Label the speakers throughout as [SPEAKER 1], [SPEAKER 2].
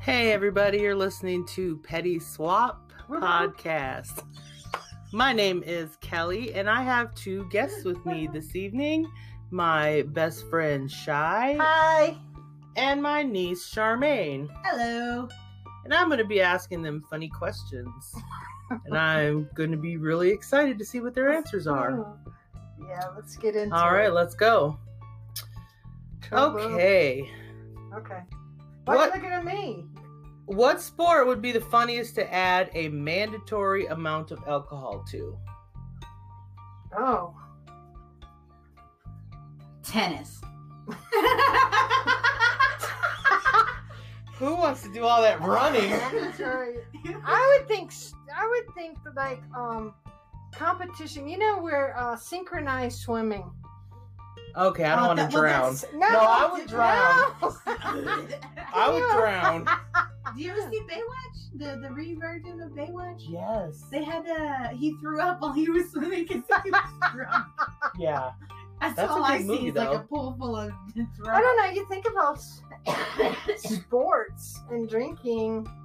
[SPEAKER 1] Hey, everybody, you're listening to Petty Swap Podcast. My name is Kelly, and I have two guests with me this evening my best friend Shy
[SPEAKER 2] Hi.
[SPEAKER 1] and my niece Charmaine.
[SPEAKER 2] Hello.
[SPEAKER 1] And I'm going to be asking them funny questions. And I'm going to be really excited to see what their answers are.
[SPEAKER 2] Yeah, let's get into
[SPEAKER 1] All
[SPEAKER 2] it.
[SPEAKER 1] right, let's go. Okay.
[SPEAKER 2] Okay. Why
[SPEAKER 1] What-
[SPEAKER 2] are you looking at me?
[SPEAKER 1] What sport would be the funniest to add a mandatory amount of alcohol to?
[SPEAKER 2] Oh.
[SPEAKER 3] Tennis.
[SPEAKER 1] Who wants to do all that running?
[SPEAKER 2] Mandatory. I would think s- I would think that, like um competition. You know where uh synchronized swimming.
[SPEAKER 1] Okay, I
[SPEAKER 3] Oh,
[SPEAKER 1] don't want
[SPEAKER 3] that-
[SPEAKER 1] to
[SPEAKER 3] well,
[SPEAKER 1] drown.
[SPEAKER 3] that's-
[SPEAKER 2] No,
[SPEAKER 1] I would drown. I would
[SPEAKER 2] Ew.
[SPEAKER 1] drown.
[SPEAKER 3] Do you ever see Baywatch? The the re version of Baywatch?
[SPEAKER 1] Yes.
[SPEAKER 3] They had uh he threw up while he was swimming because he was drunk.
[SPEAKER 1] Yeah.
[SPEAKER 3] That's,
[SPEAKER 1] That's a
[SPEAKER 3] all
[SPEAKER 1] good
[SPEAKER 3] I see
[SPEAKER 1] movie,
[SPEAKER 3] is like
[SPEAKER 1] though.
[SPEAKER 3] a pool full of
[SPEAKER 2] I
[SPEAKER 3] drunk.
[SPEAKER 2] don't know. You think about s- sports and drinking.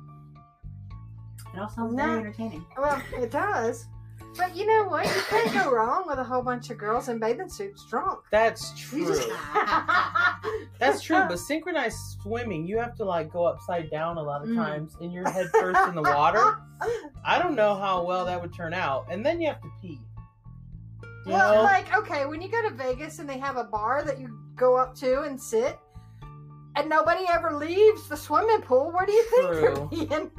[SPEAKER 3] It all sounds
[SPEAKER 2] No.
[SPEAKER 3] very entertaining.
[SPEAKER 2] Well, it does. But you know what? You can't go wrong with a whole bunch of girls in bathing suits drunk.
[SPEAKER 1] That's
[SPEAKER 2] You
[SPEAKER 1] true.
[SPEAKER 2] just-
[SPEAKER 1] That's true. But synchronized swimming, you have to like go upside down a lot of
[SPEAKER 3] Mm.
[SPEAKER 1] times and you're head first in the water. I don't know how well that would turn out. And then you have to pee. You
[SPEAKER 2] Well,
[SPEAKER 1] know?
[SPEAKER 2] like, okay, when you go to Vegas and they have a bar that you go up to and sit, and nobody ever leaves the swimming pool, where do you think
[SPEAKER 1] True.
[SPEAKER 2] you're being?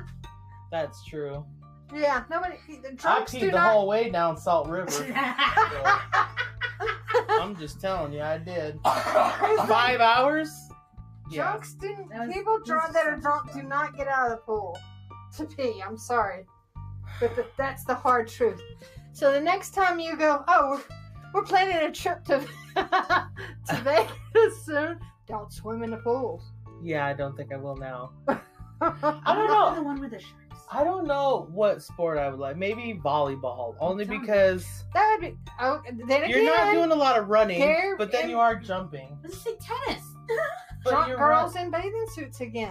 [SPEAKER 1] That's true.
[SPEAKER 2] Yeah, nobody. the
[SPEAKER 1] I
[SPEAKER 2] Drunks do
[SPEAKER 1] peed the
[SPEAKER 2] not.
[SPEAKER 1] whole way down Salt River. so I'm just telling you, I did. Five hours? Yeah.
[SPEAKER 2] Drunks do
[SPEAKER 3] That was-
[SPEAKER 2] people
[SPEAKER 3] this
[SPEAKER 2] drunk
[SPEAKER 3] is
[SPEAKER 2] that
[SPEAKER 3] so
[SPEAKER 2] are
[SPEAKER 3] much
[SPEAKER 2] drunk do
[SPEAKER 3] fun.
[SPEAKER 2] not get out of the pool to pee. I'm sorry, but th- that's the hard truth. So the next time you go, oh, we're, we're planning a trip to to Vegas soon. Don't swim in the pools.
[SPEAKER 1] Yeah, I don't think I will now.
[SPEAKER 2] I
[SPEAKER 1] I don't
[SPEAKER 3] What about
[SPEAKER 1] know.
[SPEAKER 3] The one with the sharks.
[SPEAKER 1] I don't know what sport I would like. Maybe volleyball, only
[SPEAKER 3] Jumping.
[SPEAKER 1] because
[SPEAKER 2] That would be. Oh, then again,
[SPEAKER 1] you're not doing a lot of running,
[SPEAKER 2] There
[SPEAKER 1] but then
[SPEAKER 2] and-
[SPEAKER 1] you are jumping.
[SPEAKER 3] Let's say tennis.
[SPEAKER 1] But
[SPEAKER 2] drunk
[SPEAKER 1] you're
[SPEAKER 2] girls in bathing suits again.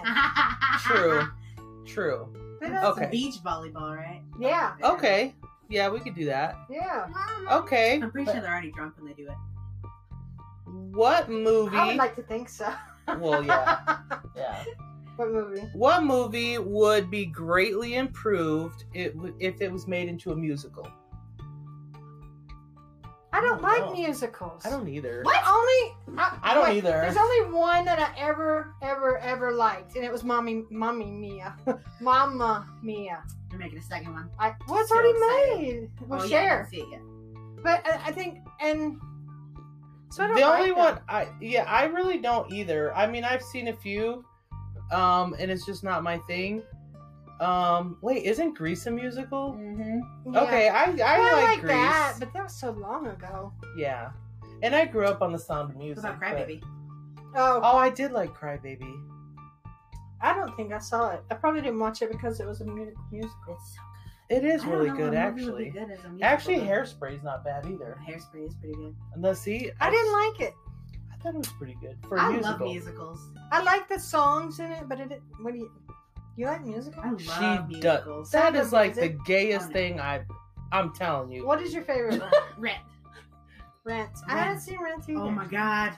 [SPEAKER 3] Uh-huh.
[SPEAKER 1] True. right. True.
[SPEAKER 2] They don't-
[SPEAKER 1] Okay.
[SPEAKER 3] Beach volleyball, right?
[SPEAKER 2] Yeah,
[SPEAKER 1] Okay. Yeah, we could do that.
[SPEAKER 2] yeah.
[SPEAKER 1] Okay.
[SPEAKER 3] I'm pretty
[SPEAKER 1] But
[SPEAKER 3] sure they're already drunk when they do it.
[SPEAKER 1] What movie?
[SPEAKER 2] I would like to think so.
[SPEAKER 1] well, yeah, yeah.
[SPEAKER 2] what movie?
[SPEAKER 1] What movie would be greatly improved it w- if it was made into a musical?
[SPEAKER 2] I don't
[SPEAKER 1] Oh,
[SPEAKER 2] like
[SPEAKER 1] no.
[SPEAKER 2] musicals.
[SPEAKER 1] I don't either.
[SPEAKER 2] What? Only I,
[SPEAKER 1] I don't
[SPEAKER 2] wait,
[SPEAKER 1] either.
[SPEAKER 2] There's only one that I ever, ever, ever liked, and it was Mommy, Mommy Mia, Mama Mia.
[SPEAKER 3] They're making a second one.
[SPEAKER 2] I was
[SPEAKER 3] So
[SPEAKER 2] already
[SPEAKER 3] excited.
[SPEAKER 2] made. Well,
[SPEAKER 3] oh, yeah, I didn't
[SPEAKER 2] share,
[SPEAKER 3] see it yet.
[SPEAKER 2] but I, I think and so I don't
[SPEAKER 1] the
[SPEAKER 2] like
[SPEAKER 1] only
[SPEAKER 2] them.
[SPEAKER 1] one I yeah, I really don't either. I mean, I've seen a few, um, and it's just not my thing. Um, wait, isn't Grease a musical?
[SPEAKER 3] Mm-hmm.
[SPEAKER 2] Yeah.
[SPEAKER 1] Okay, I I
[SPEAKER 2] Well,
[SPEAKER 1] like, Grease.
[SPEAKER 2] that, but that was so long ago.
[SPEAKER 1] Yeah, and I grew up on the Sound of
[SPEAKER 3] What
[SPEAKER 1] Music.
[SPEAKER 3] about
[SPEAKER 1] but-
[SPEAKER 3] Crybaby?
[SPEAKER 2] Oh,
[SPEAKER 1] Oh, I did like Crybaby.
[SPEAKER 2] I don't think I saw it. I probably didn't watch it because it was a mu- musical.
[SPEAKER 3] It's so
[SPEAKER 1] It is
[SPEAKER 3] I don't
[SPEAKER 1] really
[SPEAKER 3] know
[SPEAKER 1] good,
[SPEAKER 3] what movie would be
[SPEAKER 1] actually.
[SPEAKER 3] good as a musical,
[SPEAKER 1] Actually,
[SPEAKER 3] though.
[SPEAKER 1] Hairspray's not bad either.
[SPEAKER 3] Hairspray is pretty good.
[SPEAKER 1] Let's see.
[SPEAKER 2] I didn't like it.
[SPEAKER 1] I thought it was pretty good for a
[SPEAKER 3] I
[SPEAKER 1] musical.
[SPEAKER 3] love musicals.
[SPEAKER 2] I like the songs in it, but it. What do you? You like musical?
[SPEAKER 3] I love
[SPEAKER 1] She
[SPEAKER 3] musicals.
[SPEAKER 1] That
[SPEAKER 2] Sound
[SPEAKER 1] is
[SPEAKER 2] of
[SPEAKER 1] like
[SPEAKER 2] Music?
[SPEAKER 1] the gayest
[SPEAKER 3] Oh, no.
[SPEAKER 1] thing I. I'm telling you.
[SPEAKER 2] What is your favorite one?
[SPEAKER 3] Rent.
[SPEAKER 2] Rent. I haven't seen Rent either.
[SPEAKER 3] Oh my god.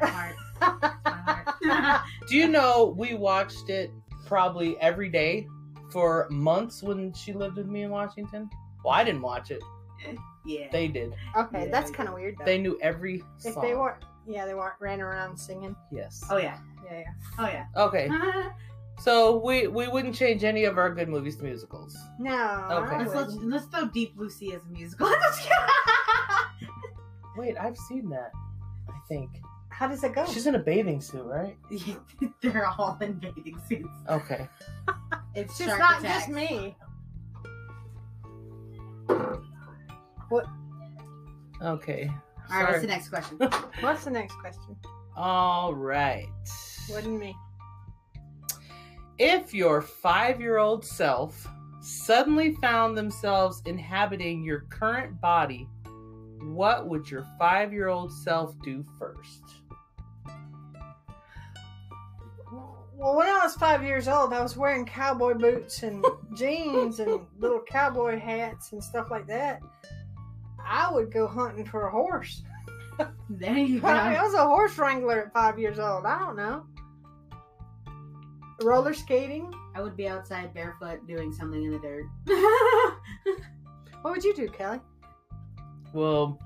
[SPEAKER 3] My heart. My heart.
[SPEAKER 1] Do you know we watched it probably every day for months when she lived with me in Washington? Well, I didn't watch it.
[SPEAKER 3] yeah.
[SPEAKER 1] They did.
[SPEAKER 2] okay,
[SPEAKER 3] Yeah,
[SPEAKER 2] that's
[SPEAKER 3] yeah.
[SPEAKER 2] kind of weird. Though.
[SPEAKER 1] They knew every song.
[SPEAKER 2] if they weren't, yeah, they weren't ran around singing.
[SPEAKER 1] Yes.
[SPEAKER 3] oh yeah.
[SPEAKER 2] Yeah, yeah.
[SPEAKER 3] Oh yeah.
[SPEAKER 1] Okay. So we we wouldn't change any of our good movies to musicals.
[SPEAKER 2] No.
[SPEAKER 1] Okay.
[SPEAKER 2] I
[SPEAKER 3] let's, let's,
[SPEAKER 2] wouldn't.
[SPEAKER 3] let's throw Deep Blue Sea as a musical.
[SPEAKER 1] Wait, I've seen that. I think
[SPEAKER 2] How does
[SPEAKER 3] Oh.
[SPEAKER 2] it go?
[SPEAKER 1] she's in a bathing suit, right?
[SPEAKER 3] They're all in bathing suits.
[SPEAKER 1] Okay.
[SPEAKER 3] It's
[SPEAKER 2] She's
[SPEAKER 3] shark
[SPEAKER 2] not
[SPEAKER 3] attacks.
[SPEAKER 2] just me. What?
[SPEAKER 1] Okay.
[SPEAKER 3] All right, what's the
[SPEAKER 1] Sorry.
[SPEAKER 3] next question?
[SPEAKER 2] What's the next question?
[SPEAKER 1] All right.
[SPEAKER 2] Wouldn't me.
[SPEAKER 1] If your five year old self suddenly found themselves inhabiting your current body, what would your five year old self do first?
[SPEAKER 2] Well, when I was five years old, I was wearing cowboy boots and jeans and little cowboy hats and stuff like that. I would go hunting for a horse.
[SPEAKER 3] There you go.
[SPEAKER 2] I was a horse wrangler at five years old. I don't know. Roller skating.
[SPEAKER 3] I would be outside barefoot doing something in the dirt.
[SPEAKER 2] What would you do, Kelly?
[SPEAKER 1] Well,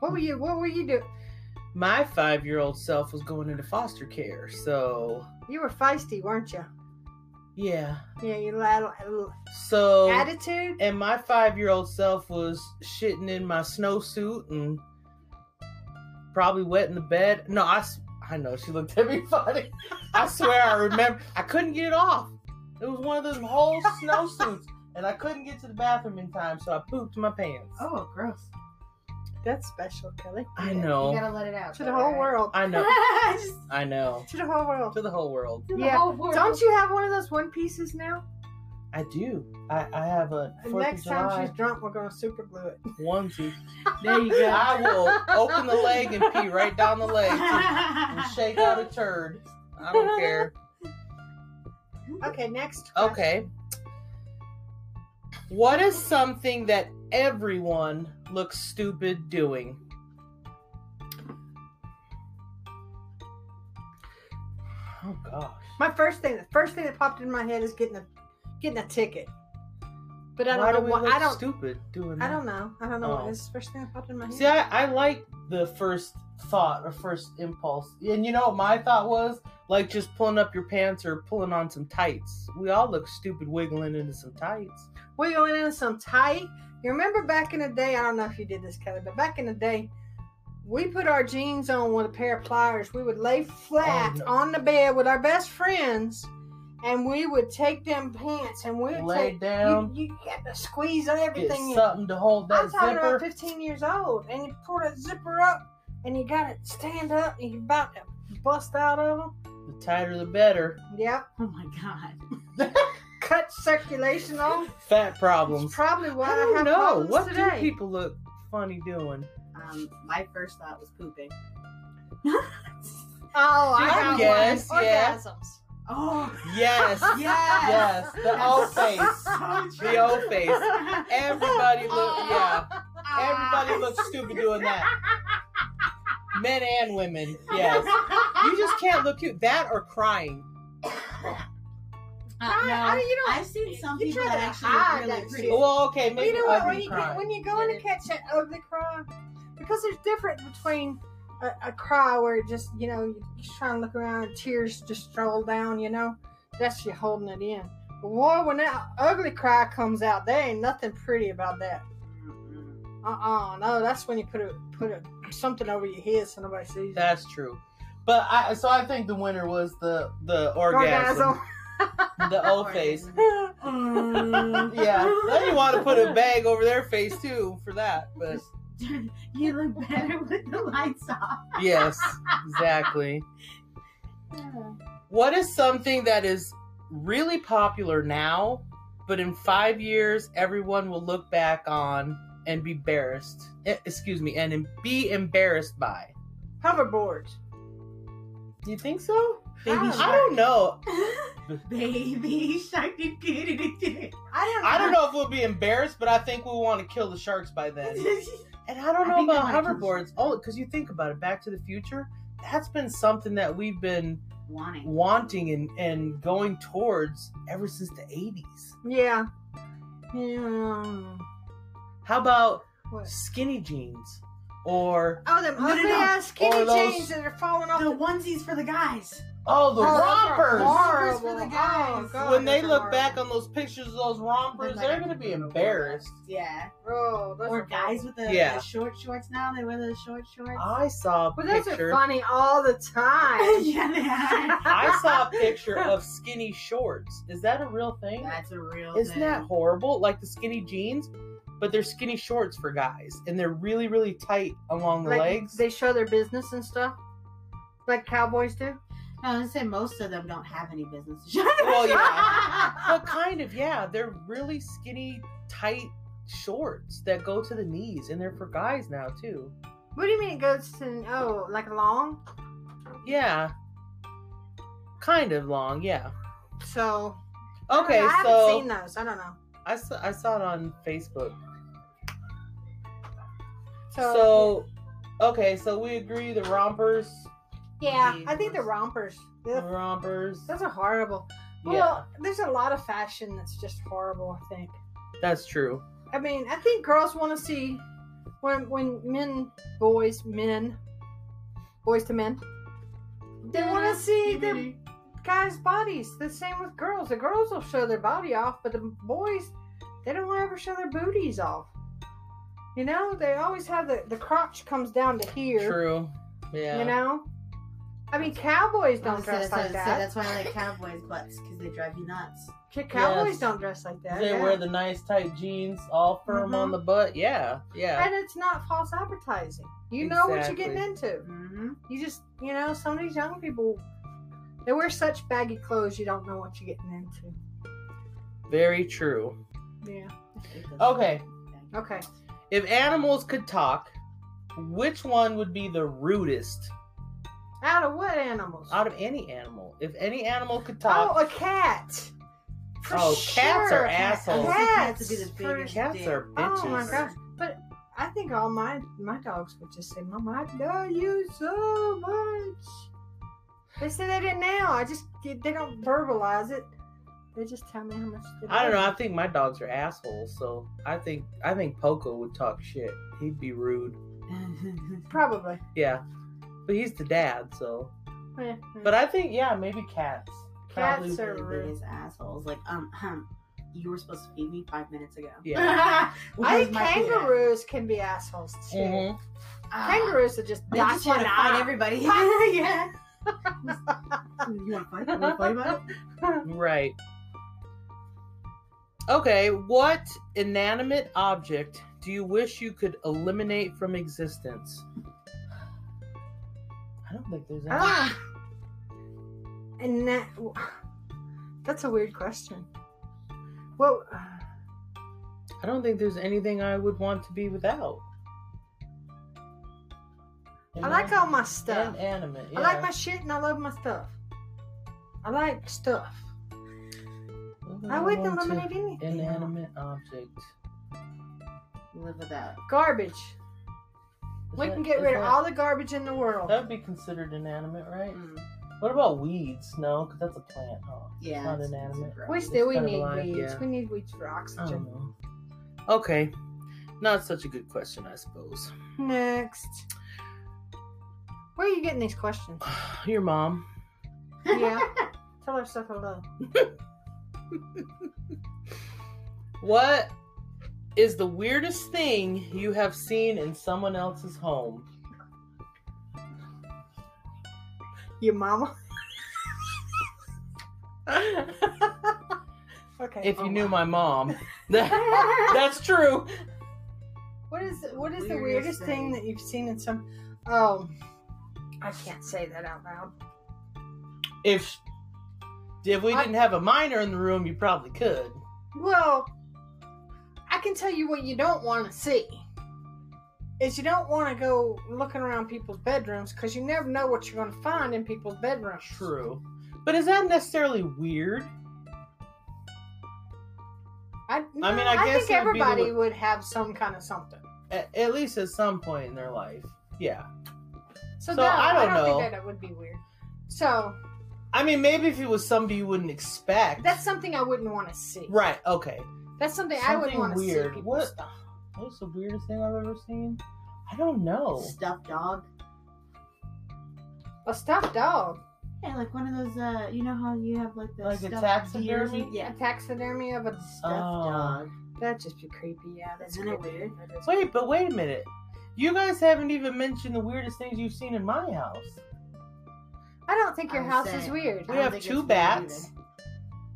[SPEAKER 2] What were you? What were you doing?
[SPEAKER 1] my five year old self was going into foster care, so
[SPEAKER 2] You were feisty, weren't you?
[SPEAKER 1] yeah.
[SPEAKER 2] Yeah, you had
[SPEAKER 1] So
[SPEAKER 2] attitude.
[SPEAKER 1] and my five year old self was shitting in my snowsuit and probably wet in the bed. No, I, s- I know she looked at me funny. I swear I remember. I couldn't get it off. It was one of those whole snowsuits, and I couldn't get to the bathroom in time, so I pooped my pants.
[SPEAKER 3] oh, gross.
[SPEAKER 2] That's special, Kelly.
[SPEAKER 1] I
[SPEAKER 3] You
[SPEAKER 1] know.
[SPEAKER 3] gotta let it out.
[SPEAKER 2] To the whole world.
[SPEAKER 1] I know.
[SPEAKER 3] Just
[SPEAKER 1] I know.
[SPEAKER 2] To the whole world.
[SPEAKER 1] To the whole world.
[SPEAKER 3] to the
[SPEAKER 2] Yeah.
[SPEAKER 3] whole world.
[SPEAKER 2] Don't you have one of those one pieces now?
[SPEAKER 1] I do. I, I have a
[SPEAKER 2] And
[SPEAKER 1] Fourth
[SPEAKER 2] next
[SPEAKER 1] of
[SPEAKER 2] time
[SPEAKER 1] July
[SPEAKER 2] she's drunk, we're gonna super glue it.
[SPEAKER 1] onesie.
[SPEAKER 3] There you go.
[SPEAKER 1] I will open the leg and pee right down the leg to- and
[SPEAKER 3] Oh
[SPEAKER 1] shake out a turd. I don't care.
[SPEAKER 2] Okay, next. question.
[SPEAKER 1] Okay. What is something that everyone looks stupid doing? Oh gosh.
[SPEAKER 2] My first thing, the first thing that popped in my head is getting a getting a ticket. But I don't
[SPEAKER 1] Why
[SPEAKER 2] know
[SPEAKER 1] do we
[SPEAKER 2] what.
[SPEAKER 1] look
[SPEAKER 2] I don't.
[SPEAKER 1] stupid doing
[SPEAKER 2] I
[SPEAKER 1] that?
[SPEAKER 2] don't know. I don't know
[SPEAKER 1] Oh.
[SPEAKER 2] what is the first thing that popped in my head.
[SPEAKER 1] See, I, I like the first thought or first impulse. And you know what my thought was? Like just pulling up your pants or pulling on some tights. We all look stupid wiggling into some tights.
[SPEAKER 2] We're going in some tight. You remember back in the day? I don't know if you did this, Kelly, but back in the day, we put our jeans on with a pair of pliers. We would lay flat
[SPEAKER 1] Oh, no.
[SPEAKER 2] on the bed with our best friends, and we would take them pants and we would
[SPEAKER 1] Lay
[SPEAKER 2] take.
[SPEAKER 1] down,
[SPEAKER 2] You, you had to squeeze on
[SPEAKER 1] get
[SPEAKER 2] everything. in.
[SPEAKER 1] something to hold
[SPEAKER 2] I'm
[SPEAKER 1] that
[SPEAKER 2] talking about
[SPEAKER 1] zipper.
[SPEAKER 2] 15 years old, and you pull that zipper up, and you got it stand up, and you about to bust out of them.
[SPEAKER 1] The tighter the better.
[SPEAKER 2] Yep,
[SPEAKER 3] Oh my god.
[SPEAKER 2] cut circulation off.
[SPEAKER 1] Fat
[SPEAKER 2] It's
[SPEAKER 1] problems.
[SPEAKER 2] probably why I,
[SPEAKER 1] I don't
[SPEAKER 2] have
[SPEAKER 1] know.
[SPEAKER 2] problems
[SPEAKER 1] What
[SPEAKER 2] today.
[SPEAKER 1] do people look funny doing?
[SPEAKER 3] Um, my first thought was pooping.
[SPEAKER 2] Oh,
[SPEAKER 1] See,
[SPEAKER 2] I
[SPEAKER 1] I'm
[SPEAKER 2] got
[SPEAKER 1] yes,
[SPEAKER 2] one.
[SPEAKER 1] yeah.
[SPEAKER 2] Orgasms.
[SPEAKER 3] oh,
[SPEAKER 1] Yes. yes. The old face. The old face. Everybody look yeah. Everybody looks stupid doing that. Men and women. Yes. You just can't look cute. That or crying.
[SPEAKER 3] Uh,
[SPEAKER 2] I-
[SPEAKER 3] no,
[SPEAKER 2] I- you don't-
[SPEAKER 3] I've seen some
[SPEAKER 2] you
[SPEAKER 3] people
[SPEAKER 2] try
[SPEAKER 3] that
[SPEAKER 2] to
[SPEAKER 3] actually
[SPEAKER 2] hide
[SPEAKER 3] look really
[SPEAKER 2] that
[SPEAKER 3] pretty.
[SPEAKER 2] shit.
[SPEAKER 1] Well, okay, maybe
[SPEAKER 2] you know what? When
[SPEAKER 1] ugly
[SPEAKER 2] you,
[SPEAKER 1] crying.
[SPEAKER 2] when you go in to catch that ugly cry, because there's difference between a, a cry where it just you know you just trying to look around and tears just stroll down, you know, that's you holding it in. But boy, when that ugly cry comes out, there ain't nothing pretty about that.
[SPEAKER 3] Mm-mm.
[SPEAKER 2] Uh uh no, that's when you put a put a something over your head so nobody sees you.
[SPEAKER 1] That's true. But I so I think the winner was the the orgasm. The
[SPEAKER 3] Oh,
[SPEAKER 1] old face.
[SPEAKER 2] Orgasm.
[SPEAKER 3] Mm.
[SPEAKER 1] Yeah. Then you want to put a bag over their face too for that. But
[SPEAKER 3] you look better with the lights off.
[SPEAKER 1] yes, exactly. What is something that is really popular now, but in five years everyone will look back on and be embarrassed? eh, Excuse me, and em- be embarrassed by?
[SPEAKER 2] Hoverboards.
[SPEAKER 1] Do you think so?
[SPEAKER 3] Baby
[SPEAKER 2] I
[SPEAKER 1] I
[SPEAKER 2] don't
[SPEAKER 3] shark.
[SPEAKER 1] don't know.
[SPEAKER 3] Baby shark. did- did- did- did.
[SPEAKER 2] I don't.
[SPEAKER 1] I don't know if we'll be embarrassed, but I think we'll want to kill the sharks by then. And I don't
[SPEAKER 3] I
[SPEAKER 1] know
[SPEAKER 3] think I
[SPEAKER 1] about
[SPEAKER 3] might kill the
[SPEAKER 1] hoverboards. Oh, because you think about it, Back to the Future. That's been something that we've been
[SPEAKER 3] Wanting.
[SPEAKER 1] wanting and, and going towards ever since the 80s.
[SPEAKER 2] Yeah. Yeah.
[SPEAKER 1] How about
[SPEAKER 2] What?
[SPEAKER 1] skinny jeans or
[SPEAKER 2] Oh, them
[SPEAKER 3] No, no,
[SPEAKER 2] ugly
[SPEAKER 3] no.
[SPEAKER 2] ass skinny
[SPEAKER 1] Or those-
[SPEAKER 2] jeans that are falling off.
[SPEAKER 3] The
[SPEAKER 2] The,
[SPEAKER 3] onesies for the guys.
[SPEAKER 1] oh the
[SPEAKER 2] Oh, those are
[SPEAKER 1] rompers?
[SPEAKER 2] horrible.
[SPEAKER 3] Rompers for the guys.
[SPEAKER 2] Oh, God,
[SPEAKER 1] When they
[SPEAKER 2] those are
[SPEAKER 1] look
[SPEAKER 2] horrible.
[SPEAKER 1] back on those pictures of those rompers,
[SPEAKER 3] Like,
[SPEAKER 1] they're gonna be embarrassed.
[SPEAKER 3] Yeah.
[SPEAKER 2] oh, those
[SPEAKER 3] Or
[SPEAKER 2] are horrible.
[SPEAKER 3] guys with the,
[SPEAKER 1] Yeah. Oh,
[SPEAKER 3] the short shorts now. They wear the short shorts.
[SPEAKER 1] I saw a
[SPEAKER 2] But those
[SPEAKER 1] picture.
[SPEAKER 2] are funny all the time.
[SPEAKER 3] yeah, they are.
[SPEAKER 1] I saw a picture of skinny shorts. Is that a real thing?
[SPEAKER 3] That's a real
[SPEAKER 1] Isn't
[SPEAKER 3] thing.
[SPEAKER 1] that horrible? Like the skinny jeans, but they're skinny shorts for guys, and they're really, really tight along the
[SPEAKER 2] Like,
[SPEAKER 1] legs.
[SPEAKER 2] They show their business and stuff, like cowboys do.
[SPEAKER 3] I was gonna say most of them don't have any business.
[SPEAKER 1] Well, yeah. but kind of, yeah, they're really skinny, tight shorts that go to the knees, and they're for guys now too.
[SPEAKER 2] What do you mean it goes to oh, like long?
[SPEAKER 1] Yeah, Kind of long, yeah.
[SPEAKER 2] So I don't know,
[SPEAKER 1] Okay,
[SPEAKER 2] I haven't
[SPEAKER 1] so
[SPEAKER 2] seen those. I don't know.
[SPEAKER 1] I saw, I saw it on Facebook.
[SPEAKER 2] So,
[SPEAKER 1] So, okay, so we agree the rompers.
[SPEAKER 2] yeah, I think the rompers.
[SPEAKER 1] The
[SPEAKER 2] Ugh,
[SPEAKER 1] rompers.
[SPEAKER 2] Those are horrible.
[SPEAKER 1] Yeah,
[SPEAKER 2] Well, there's a lot of fashion that's just horrible. I think.
[SPEAKER 1] that's true.
[SPEAKER 2] I mean, I think girls want to see when when men, boys, men, boys to men, they want to see the guys' bodies. The same with girls. The girls will show their body off, but the boys, they don't want to ever show their booties off. You know, they always have the the crotch comes down to here.
[SPEAKER 1] True. Yeah.
[SPEAKER 2] You know, I mean, cowboys don't
[SPEAKER 3] So
[SPEAKER 2] dress
[SPEAKER 3] that's why-
[SPEAKER 2] like
[SPEAKER 3] so
[SPEAKER 2] that.
[SPEAKER 3] that's why I like cowboys' butts because they drive you nuts.
[SPEAKER 2] Ki- Cowboys
[SPEAKER 1] Yes.
[SPEAKER 2] don't dress like that.
[SPEAKER 1] they
[SPEAKER 2] yeah.
[SPEAKER 1] wear the nice tight jeans, all firm
[SPEAKER 2] Mhm.
[SPEAKER 1] on the butt. Yeah, yeah.
[SPEAKER 2] and it's not false advertising. You know what you're getting into.
[SPEAKER 3] Mm-hmm.
[SPEAKER 2] you just you know some of these young people they wear such baggy clothes you don't know what you're getting into
[SPEAKER 1] Very true.
[SPEAKER 2] yeah
[SPEAKER 1] Okay,
[SPEAKER 2] okay
[SPEAKER 1] if animals could talk, which one would be the rudest
[SPEAKER 2] out of what animals
[SPEAKER 1] out of any animal? If any animal could
[SPEAKER 2] oh
[SPEAKER 1] talk,
[SPEAKER 2] a cat For
[SPEAKER 1] Oh, cats
[SPEAKER 2] sure.
[SPEAKER 1] are assholes.
[SPEAKER 2] cats,
[SPEAKER 3] Cats would be the
[SPEAKER 2] for-
[SPEAKER 3] biggest.
[SPEAKER 1] cats are bitches.
[SPEAKER 2] oh my gosh but i think all my my dogs would just say mom i love you so much they say they didn't now i just they don't verbalize it they just tell me how much they
[SPEAKER 1] I don't know.
[SPEAKER 2] love
[SPEAKER 1] I think my dogs are assholes, so I think I think Poco would talk shit. He'd be rude.
[SPEAKER 2] me. probably
[SPEAKER 1] Yeah, but he's the dad, so.
[SPEAKER 2] Eh, eh.
[SPEAKER 1] But I think yeah, maybe cats. Probably.
[SPEAKER 2] Cats are
[SPEAKER 3] the
[SPEAKER 2] rude.
[SPEAKER 3] biggest assholes. Like, um, hum, you were supposed to feed me five minutes ago.
[SPEAKER 1] Yeah.
[SPEAKER 3] Where's
[SPEAKER 2] I think
[SPEAKER 3] my food at?
[SPEAKER 2] kangaroos can be assholes too.
[SPEAKER 1] Mhm.
[SPEAKER 3] Ah,
[SPEAKER 2] Kangaroos are just
[SPEAKER 3] They just want to fight
[SPEAKER 2] docile.
[SPEAKER 3] everybody. yeah. you want to fight? You want to fight about it?
[SPEAKER 1] Right. Okay, what inanimate object do you wish you could eliminate from existence? I don't think there's any.
[SPEAKER 2] Ah. And that, that's a weird question. Well, uh,
[SPEAKER 1] I don't think there's anything I would want to be without.
[SPEAKER 2] I like all my stuff.
[SPEAKER 1] Inanimate. Yeah.
[SPEAKER 2] I like my shit and I love my stuff. I like stuff.
[SPEAKER 1] What would
[SPEAKER 2] I wouldn't
[SPEAKER 1] want to-
[SPEAKER 2] eliminate anything.
[SPEAKER 1] Inanimate object.
[SPEAKER 3] Live without.
[SPEAKER 2] Garbage.
[SPEAKER 1] Is
[SPEAKER 2] we
[SPEAKER 1] that-
[SPEAKER 2] can get
[SPEAKER 1] is
[SPEAKER 2] rid of
[SPEAKER 1] that-
[SPEAKER 2] all the garbage in the world.
[SPEAKER 1] That would be considered inanimate, right?
[SPEAKER 3] Mm,
[SPEAKER 1] What about weeds? No, because that's a plant. Huh?
[SPEAKER 3] yeah.
[SPEAKER 1] Not
[SPEAKER 3] it's- it's
[SPEAKER 1] inanimate.
[SPEAKER 3] gross.
[SPEAKER 2] we still we
[SPEAKER 1] kind of
[SPEAKER 2] need
[SPEAKER 1] like-
[SPEAKER 2] weeds.
[SPEAKER 1] yeah.
[SPEAKER 2] We need weeds for
[SPEAKER 1] I
[SPEAKER 2] oxygen.
[SPEAKER 1] don't know. Okay. Not such a good question, I suppose.
[SPEAKER 2] Next. Where are you getting these questions?
[SPEAKER 1] Your mom.
[SPEAKER 2] Yeah. Tell her stuff hello.
[SPEAKER 1] What is the weirdest thing you have seen in someone else's home?
[SPEAKER 2] Your mama. okay.
[SPEAKER 1] If
[SPEAKER 2] oh,
[SPEAKER 1] you knew my
[SPEAKER 2] wow.
[SPEAKER 1] mom. That's true.
[SPEAKER 2] What is what is the
[SPEAKER 3] Weirdest
[SPEAKER 2] weirdest thing.
[SPEAKER 3] thing.
[SPEAKER 2] that you've seen in some? Oh, I can't say that out loud.
[SPEAKER 1] If if we
[SPEAKER 2] I-
[SPEAKER 1] didn't have a minor in the room, you probably could.
[SPEAKER 2] Well, I can tell you what you don't want to see. Is you don't want to go looking around people's bedrooms because you never know what you're going to find in people's bedrooms.
[SPEAKER 1] True. But is that necessarily weird?
[SPEAKER 2] I, no,
[SPEAKER 1] mean, I guess
[SPEAKER 2] think
[SPEAKER 1] it would be the-
[SPEAKER 2] everybody would have some kind of something.
[SPEAKER 1] At, at least at some point in their life. Yeah.
[SPEAKER 2] So,
[SPEAKER 1] So,
[SPEAKER 2] no,
[SPEAKER 1] I
[SPEAKER 2] I
[SPEAKER 1] don't
[SPEAKER 2] don't,
[SPEAKER 1] know.
[SPEAKER 2] think that it would be weird. So
[SPEAKER 1] I mean, maybe if it was somebody you wouldn't expect.
[SPEAKER 2] that's something I wouldn't want to see.
[SPEAKER 1] right. Okay.
[SPEAKER 2] That's something, I wouldn't
[SPEAKER 1] Something
[SPEAKER 2] want to see.
[SPEAKER 1] weird.
[SPEAKER 2] people's
[SPEAKER 1] What-
[SPEAKER 2] stuff.
[SPEAKER 1] What's the weirdest thing I've ever seen? I don't know.
[SPEAKER 3] Stuffed dog.
[SPEAKER 2] A stuffed dog,
[SPEAKER 3] Yeah, like one of those. Uh, you know how you have like the
[SPEAKER 1] Like a
[SPEAKER 3] stuffed
[SPEAKER 1] taxidermy?
[SPEAKER 3] deers and- Yeah,
[SPEAKER 2] a taxidermy of a.
[SPEAKER 3] stuffed
[SPEAKER 1] Oh.
[SPEAKER 3] dog.
[SPEAKER 2] That'd just be creepy. Yeah, that's
[SPEAKER 3] Isn't it
[SPEAKER 2] creepy.
[SPEAKER 3] weird?
[SPEAKER 2] That is
[SPEAKER 1] Wait, but wait a minute. You guys haven't even mentioned the weirdest things you've seen in my house.
[SPEAKER 2] weird. I don't think your
[SPEAKER 3] I'm
[SPEAKER 2] house
[SPEAKER 3] saying-
[SPEAKER 2] is weird.
[SPEAKER 1] We
[SPEAKER 3] don't
[SPEAKER 1] have
[SPEAKER 3] think
[SPEAKER 1] two
[SPEAKER 3] it's weird
[SPEAKER 1] bats.
[SPEAKER 3] either.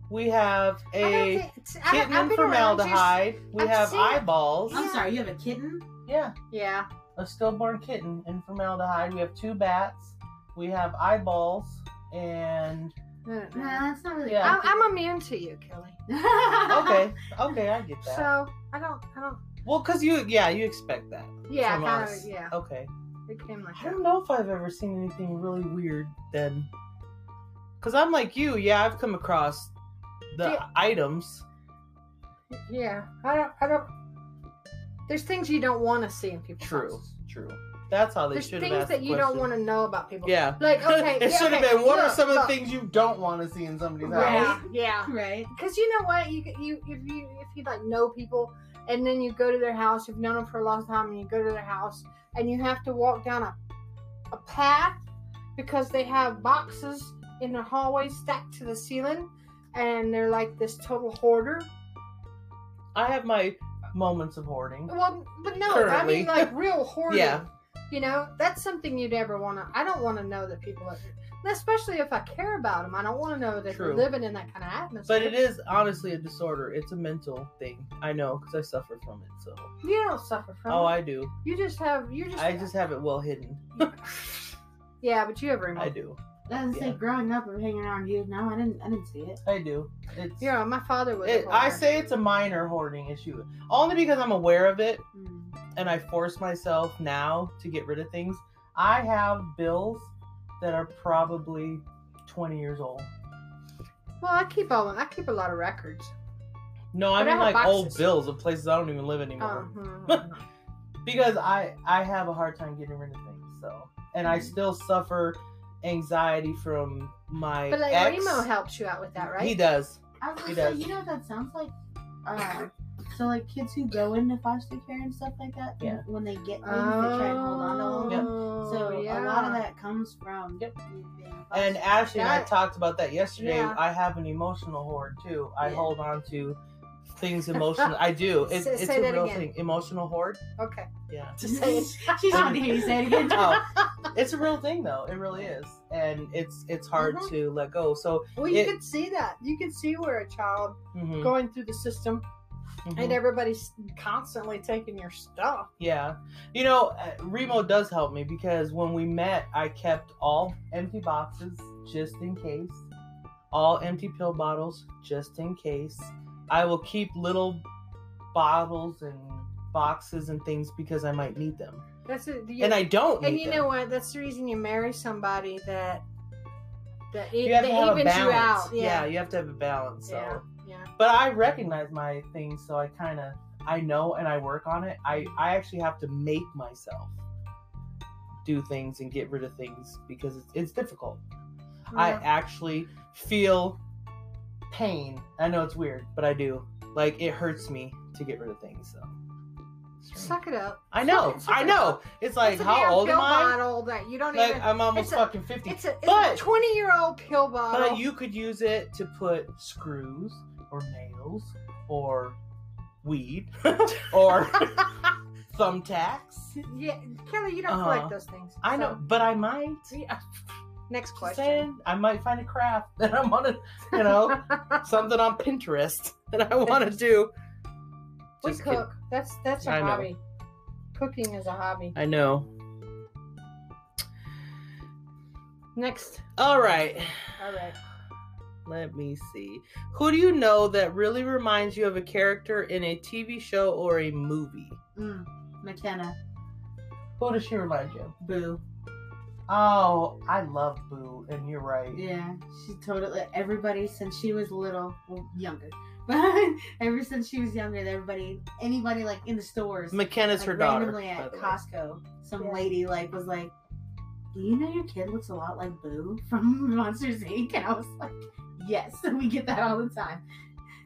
[SPEAKER 1] We have
[SPEAKER 2] I don't
[SPEAKER 1] a
[SPEAKER 2] think, it's- I-
[SPEAKER 1] kitten
[SPEAKER 2] I've
[SPEAKER 1] in
[SPEAKER 2] been around you s-
[SPEAKER 1] formaldehyde. We
[SPEAKER 2] I've
[SPEAKER 1] have
[SPEAKER 2] seen it.
[SPEAKER 1] eyeballs.
[SPEAKER 3] I'm
[SPEAKER 2] Yeah.
[SPEAKER 3] sorry, you have a kitten?
[SPEAKER 1] Yeah,
[SPEAKER 2] Yeah,
[SPEAKER 1] a stillborn kitten in formaldehyde. We have two bats. We have eyeballs. And
[SPEAKER 2] I don't know.
[SPEAKER 3] Nah, that's not really.
[SPEAKER 1] Yeah.
[SPEAKER 2] I'm, I'm immune to you, Kelly.
[SPEAKER 1] okay, okay, I get that.
[SPEAKER 2] So I don't, I don't.
[SPEAKER 1] well, cause you, yeah, you expect that.
[SPEAKER 2] Yeah,
[SPEAKER 1] From
[SPEAKER 2] kind
[SPEAKER 1] us.
[SPEAKER 2] of. Yeah,
[SPEAKER 1] Okay.
[SPEAKER 2] it came like
[SPEAKER 1] I
[SPEAKER 2] that.
[SPEAKER 1] don't know if I've ever seen anything really weird then. Because I'm like you, yeah, I've come across the
[SPEAKER 2] Yeah.
[SPEAKER 1] items.
[SPEAKER 2] Yeah, I don't. I don't. There's things you don't want to see in people's
[SPEAKER 1] True,
[SPEAKER 2] houses.
[SPEAKER 1] true. That's how they
[SPEAKER 2] There's
[SPEAKER 1] should have asked
[SPEAKER 2] things that
[SPEAKER 1] the
[SPEAKER 2] you don't
[SPEAKER 1] question.
[SPEAKER 2] want to know about people.
[SPEAKER 1] Yeah.
[SPEAKER 2] Like okay,
[SPEAKER 1] it
[SPEAKER 2] yeah,
[SPEAKER 1] should have
[SPEAKER 2] okay,
[SPEAKER 1] been. What are
[SPEAKER 2] look,
[SPEAKER 1] some of the
[SPEAKER 2] look.
[SPEAKER 1] things you don't want to see in somebody's house?
[SPEAKER 2] Yeah, yeah.
[SPEAKER 3] Right. Right.
[SPEAKER 2] Because you know what, you you if you if you like know people, and then you go to their house, you've known them for a long time, and you go to their house, and you have to walk down a a path because they have boxes in the hallway stacked to the ceiling, and they're like this total hoarder.
[SPEAKER 1] I have my moments of hoarding.
[SPEAKER 2] Well, but no, I
[SPEAKER 1] Currently.
[SPEAKER 2] mean like real hoarding.
[SPEAKER 1] Yeah.
[SPEAKER 2] You know, that's something you'd ever want to. I don't want to know that people, are, and especially if I care about them, I don't want to know that
[SPEAKER 1] True.
[SPEAKER 2] they're living in that kind of atmosphere.
[SPEAKER 1] But it is honestly a disorder. It's a mental thing. I know because I suffer from it. So,
[SPEAKER 2] You don't suffer from.
[SPEAKER 1] oh,
[SPEAKER 2] it.
[SPEAKER 1] I do.
[SPEAKER 2] You just have. You just.
[SPEAKER 1] I just have it well hidden.
[SPEAKER 2] Yeah, but you have room.
[SPEAKER 1] I do.
[SPEAKER 3] Doesn't say
[SPEAKER 1] Yeah.
[SPEAKER 3] growing up or hanging around you. No, I didn't. I didn't see it.
[SPEAKER 1] I do. It's.
[SPEAKER 2] Yeah, my father was. a
[SPEAKER 1] It, I
[SPEAKER 2] farmer.
[SPEAKER 1] say it's a minor hoarding issue, only because I'm aware of it
[SPEAKER 3] Mm.
[SPEAKER 1] and I force myself now to get rid of things. I have bills that are probably 20 years old.
[SPEAKER 2] Well, I keep all. I keep a lot of records.
[SPEAKER 1] No, I
[SPEAKER 2] But I
[SPEAKER 1] mean
[SPEAKER 2] have
[SPEAKER 1] like old
[SPEAKER 2] boxes. Oh.
[SPEAKER 1] bills of places I don't even live anymore
[SPEAKER 2] Uh-huh.
[SPEAKER 1] because I I have a hard time getting rid of things. So, and I
[SPEAKER 2] Mm.
[SPEAKER 3] Mhm.
[SPEAKER 1] still suffer anxiety from my
[SPEAKER 2] but like
[SPEAKER 1] ex.
[SPEAKER 2] Remo helps you out with that, right?
[SPEAKER 1] He does.
[SPEAKER 3] I was
[SPEAKER 1] He
[SPEAKER 3] gonna say,
[SPEAKER 1] does.
[SPEAKER 3] you know what that sounds like? Uh, so like kids who go into foster care and stuff like that.
[SPEAKER 1] Yeah.
[SPEAKER 3] When they get things, they try and hold on to them.
[SPEAKER 2] Oh,
[SPEAKER 3] So
[SPEAKER 2] yeah.
[SPEAKER 3] a lot of that comes from yep. being foster
[SPEAKER 1] And Ashley and I
[SPEAKER 2] That-
[SPEAKER 1] talked about that yesterday.
[SPEAKER 2] Yeah.
[SPEAKER 1] I have an emotional hoard too. I
[SPEAKER 3] Yeah.
[SPEAKER 1] hold on to things emotional. I do. It's,
[SPEAKER 2] Say-
[SPEAKER 1] it's
[SPEAKER 2] say
[SPEAKER 1] a
[SPEAKER 2] that
[SPEAKER 1] real
[SPEAKER 2] again.
[SPEAKER 1] thing. Emotional hoard.
[SPEAKER 2] Okay.
[SPEAKER 1] Yeah.
[SPEAKER 2] Just say it.
[SPEAKER 3] She's trying to hear you say it again.
[SPEAKER 1] Oh, it's a real thing though. It really is, and it's it's hard
[SPEAKER 2] Mhm.
[SPEAKER 1] to let go. So.
[SPEAKER 2] Well, you
[SPEAKER 1] It-
[SPEAKER 2] could see that. You could see where a child
[SPEAKER 1] mhm,
[SPEAKER 2] going through the system
[SPEAKER 1] mhm.
[SPEAKER 2] and everybody's constantly taking your stuff.
[SPEAKER 1] Yeah. You know, uh, Remo does help me because when we met, I kept all empty boxes just in case, all empty pill bottles just in case. I will keep little bottles and boxes and things because I might need them.
[SPEAKER 2] That's it.
[SPEAKER 1] and I don't
[SPEAKER 2] and
[SPEAKER 1] need
[SPEAKER 2] you
[SPEAKER 1] them.
[SPEAKER 2] know what? That's the reason you marry somebody that that, e-
[SPEAKER 1] you have
[SPEAKER 2] that
[SPEAKER 1] to have a
[SPEAKER 2] evens you
[SPEAKER 1] balance.
[SPEAKER 2] out.
[SPEAKER 1] yeah.
[SPEAKER 2] Yeah.
[SPEAKER 1] you have to have a balance. So,
[SPEAKER 2] Yeah. yeah.
[SPEAKER 1] but I recognize my things, so I kind of I know and I work on it. I I actually have to make myself do things and get rid of things because it's, it's difficult. I
[SPEAKER 2] Yeah.
[SPEAKER 1] actually feel pain. I know it's weird, but I do. Like it hurts me to get rid of things. So
[SPEAKER 2] Suck it up.
[SPEAKER 1] I know,
[SPEAKER 2] Suck it-
[SPEAKER 1] I know. It's like
[SPEAKER 2] it's a
[SPEAKER 1] how
[SPEAKER 2] damn
[SPEAKER 1] old
[SPEAKER 2] pill
[SPEAKER 1] am I?
[SPEAKER 2] bottle that you don't
[SPEAKER 1] Like
[SPEAKER 2] even.
[SPEAKER 1] I'm almost
[SPEAKER 2] it's a-
[SPEAKER 1] fucking fifty.
[SPEAKER 2] it's a it's
[SPEAKER 1] but-
[SPEAKER 2] a twenty year old pill bottle.
[SPEAKER 1] But you could use it to put screws or nails or weed or thumbtacks.
[SPEAKER 2] yeah, Kelly, you don't
[SPEAKER 1] Uh-huh.
[SPEAKER 2] collect those things.
[SPEAKER 1] I know, but I might.
[SPEAKER 2] So, yeah. Next
[SPEAKER 1] Just
[SPEAKER 2] question.
[SPEAKER 1] saying, I might find a craft that I want to, you know, something on Pinterest that I want to do.
[SPEAKER 2] we
[SPEAKER 1] Just
[SPEAKER 2] cook.
[SPEAKER 1] kidding.
[SPEAKER 2] That's that's a
[SPEAKER 1] I know.
[SPEAKER 2] hobby. Cooking is a hobby.
[SPEAKER 1] I know.
[SPEAKER 2] Next.
[SPEAKER 1] All right.
[SPEAKER 2] All right.
[SPEAKER 1] Let me see. Who do you know that really reminds you of a character in a TV show or a movie?
[SPEAKER 3] Mm, McKenna.
[SPEAKER 1] Who does she remind you?
[SPEAKER 3] Boo.
[SPEAKER 1] Oh, I love Boo, and you're right.
[SPEAKER 3] Yeah, she totally. Everybody since she was little, well, younger, but ever since she was younger, everybody, anybody like in the stores,
[SPEAKER 1] McKenna's
[SPEAKER 3] like,
[SPEAKER 1] her daughter.
[SPEAKER 3] randomly
[SPEAKER 1] by
[SPEAKER 3] at
[SPEAKER 1] the way.
[SPEAKER 3] Costco, some
[SPEAKER 2] Yeah.
[SPEAKER 3] lady like was like, "Do you know your kid looks a lot like Boo from Monsters Inc?" And I was like, "Yes, we get that all the time."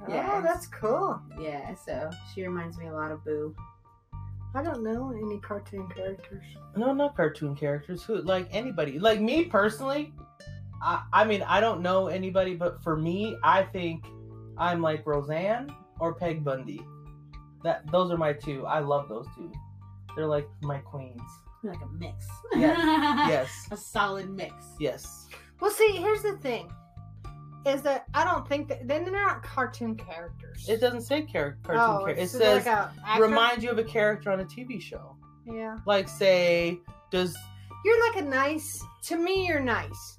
[SPEAKER 2] Yeah,
[SPEAKER 3] Yes.
[SPEAKER 2] that's cool.
[SPEAKER 3] Yeah, so she reminds me a lot of Boo.
[SPEAKER 2] I don't know any cartoon characters.
[SPEAKER 1] No, not cartoon characters. Who like anybody? Like me personally, I I mean I don't know anybody, but for me, I think I'm like Roseanne or Peg Bundy. That those are my two. I love those two. They're like my queens.
[SPEAKER 3] Like a mix.
[SPEAKER 1] Yes,
[SPEAKER 3] a solid mix.
[SPEAKER 1] yes.
[SPEAKER 2] Well, see, here's the thing. Is that I don't think that then they're not cartoon characters.
[SPEAKER 1] It doesn't say char- cartoon
[SPEAKER 2] Oh,
[SPEAKER 1] character. It
[SPEAKER 2] so they're
[SPEAKER 1] says
[SPEAKER 2] like a actor?
[SPEAKER 1] remind you of a character on a TV show.
[SPEAKER 2] Yeah.
[SPEAKER 1] Like say, does
[SPEAKER 2] You're like a nice. To me, you're nice.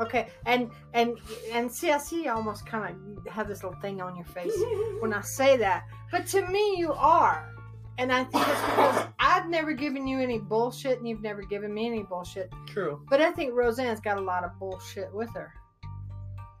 [SPEAKER 2] Okay, and and and see, I see. You almost kind of have this little thing on your face when I say that, but to me, you are. And I think it's because I've never given you any bullshit, and you've never given me any bullshit.
[SPEAKER 1] true?
[SPEAKER 2] But I think Roseanne's got a lot of bullshit with her.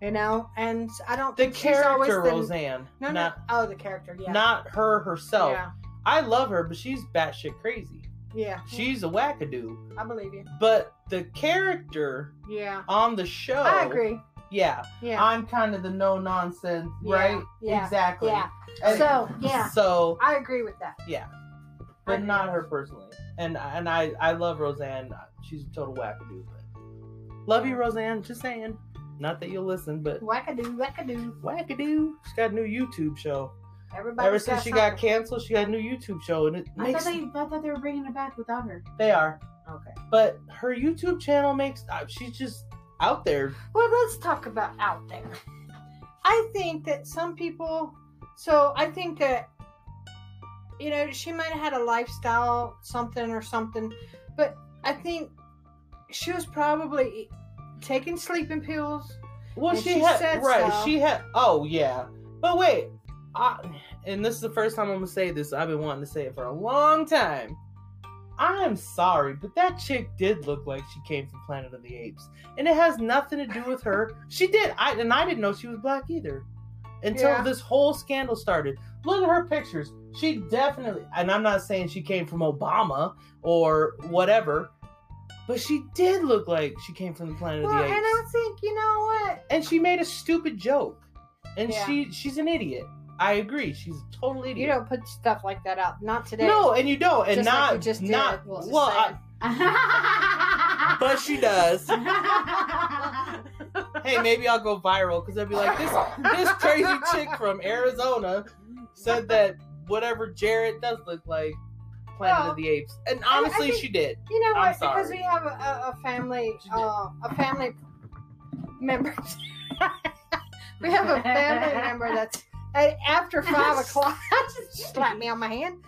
[SPEAKER 2] You know, and I don't
[SPEAKER 1] The
[SPEAKER 2] think she's always
[SPEAKER 1] character
[SPEAKER 2] the-
[SPEAKER 1] Roseanne,
[SPEAKER 2] No, no.
[SPEAKER 1] not
[SPEAKER 2] Oh, the character. Yeah.
[SPEAKER 1] not her herself.
[SPEAKER 2] Yeah.
[SPEAKER 1] I love her, but she's batshit crazy.
[SPEAKER 2] Yeah.
[SPEAKER 1] She's a wackadoo.
[SPEAKER 2] I believe you.
[SPEAKER 1] But the character
[SPEAKER 2] Yeah.
[SPEAKER 1] on the show,
[SPEAKER 2] I agree.
[SPEAKER 1] Yeah,
[SPEAKER 2] Yeah.
[SPEAKER 1] I'm kind of the no nonsense,
[SPEAKER 2] Yeah,
[SPEAKER 1] right?
[SPEAKER 2] yeah,
[SPEAKER 1] Exactly.
[SPEAKER 2] yeah.
[SPEAKER 1] And
[SPEAKER 2] So, yeah.
[SPEAKER 1] So,
[SPEAKER 2] I agree with that.
[SPEAKER 1] yeah,
[SPEAKER 2] I
[SPEAKER 1] but
[SPEAKER 2] agree.
[SPEAKER 1] not her personally. And and I I love Roseanne. She's a total wackadoo. But love you, Roseanne. Just saying. Not that you'll listen, but
[SPEAKER 2] Wackadoo, wackadoo.
[SPEAKER 1] wackadoo. She's got a new YouTube show.
[SPEAKER 2] Everybody.
[SPEAKER 1] Ever since she got canceled, she got a new YouTube show, and it
[SPEAKER 3] I
[SPEAKER 1] makes
[SPEAKER 3] thought, they, I thought they were bringing it back without her.
[SPEAKER 1] they are.
[SPEAKER 2] Okay.
[SPEAKER 1] But her YouTube channel makes uh, she's just out there.
[SPEAKER 2] Well, let's talk about out there. I think that some people. So I think that you know she might have had a lifestyle something or something, but I think she was probably e, taking sleeping pills.
[SPEAKER 1] Well,
[SPEAKER 2] And
[SPEAKER 1] she,
[SPEAKER 2] she
[SPEAKER 1] had
[SPEAKER 2] said
[SPEAKER 1] right.
[SPEAKER 2] so.
[SPEAKER 1] She had. Oh yeah. But wait, I, and this is the first time I'm gonna say this. I've been wanting to say it for a long time. I'm sorry, but that chick did look like she came from Planet of the Apes, and it has nothing to do with her. she did. I and I didn't know she was black either until
[SPEAKER 2] Yeah.
[SPEAKER 1] this whole scandal started. Look at her pictures. She definitely, and I'm not saying she came from Obama or whatever, but she did look like she came from the Planet
[SPEAKER 2] Well,
[SPEAKER 1] of the Apes
[SPEAKER 2] and I think you know what.
[SPEAKER 1] and she made a stupid joke and
[SPEAKER 2] Yeah.
[SPEAKER 1] she she's an idiot i agree she's a total idiot
[SPEAKER 2] You don't put stuff like that out. Not today.
[SPEAKER 1] no and you don't and
[SPEAKER 2] Just like
[SPEAKER 1] not
[SPEAKER 2] you just did.
[SPEAKER 1] not
[SPEAKER 2] Well, just
[SPEAKER 1] I- but she does hey maybe i'll go viral because they'll be like this this crazy chick from arizona said that whatever jared does look like planet
[SPEAKER 2] Well,
[SPEAKER 1] of the apes and
[SPEAKER 2] I
[SPEAKER 1] honestly
[SPEAKER 2] think-
[SPEAKER 1] she did
[SPEAKER 2] You know
[SPEAKER 1] I'm
[SPEAKER 2] what? Because
[SPEAKER 1] sorry.
[SPEAKER 2] we have a, a, a family,
[SPEAKER 1] She did.
[SPEAKER 2] uh, a family member. we have a family member that's uh, after five o'clock. she slapped me on my hand.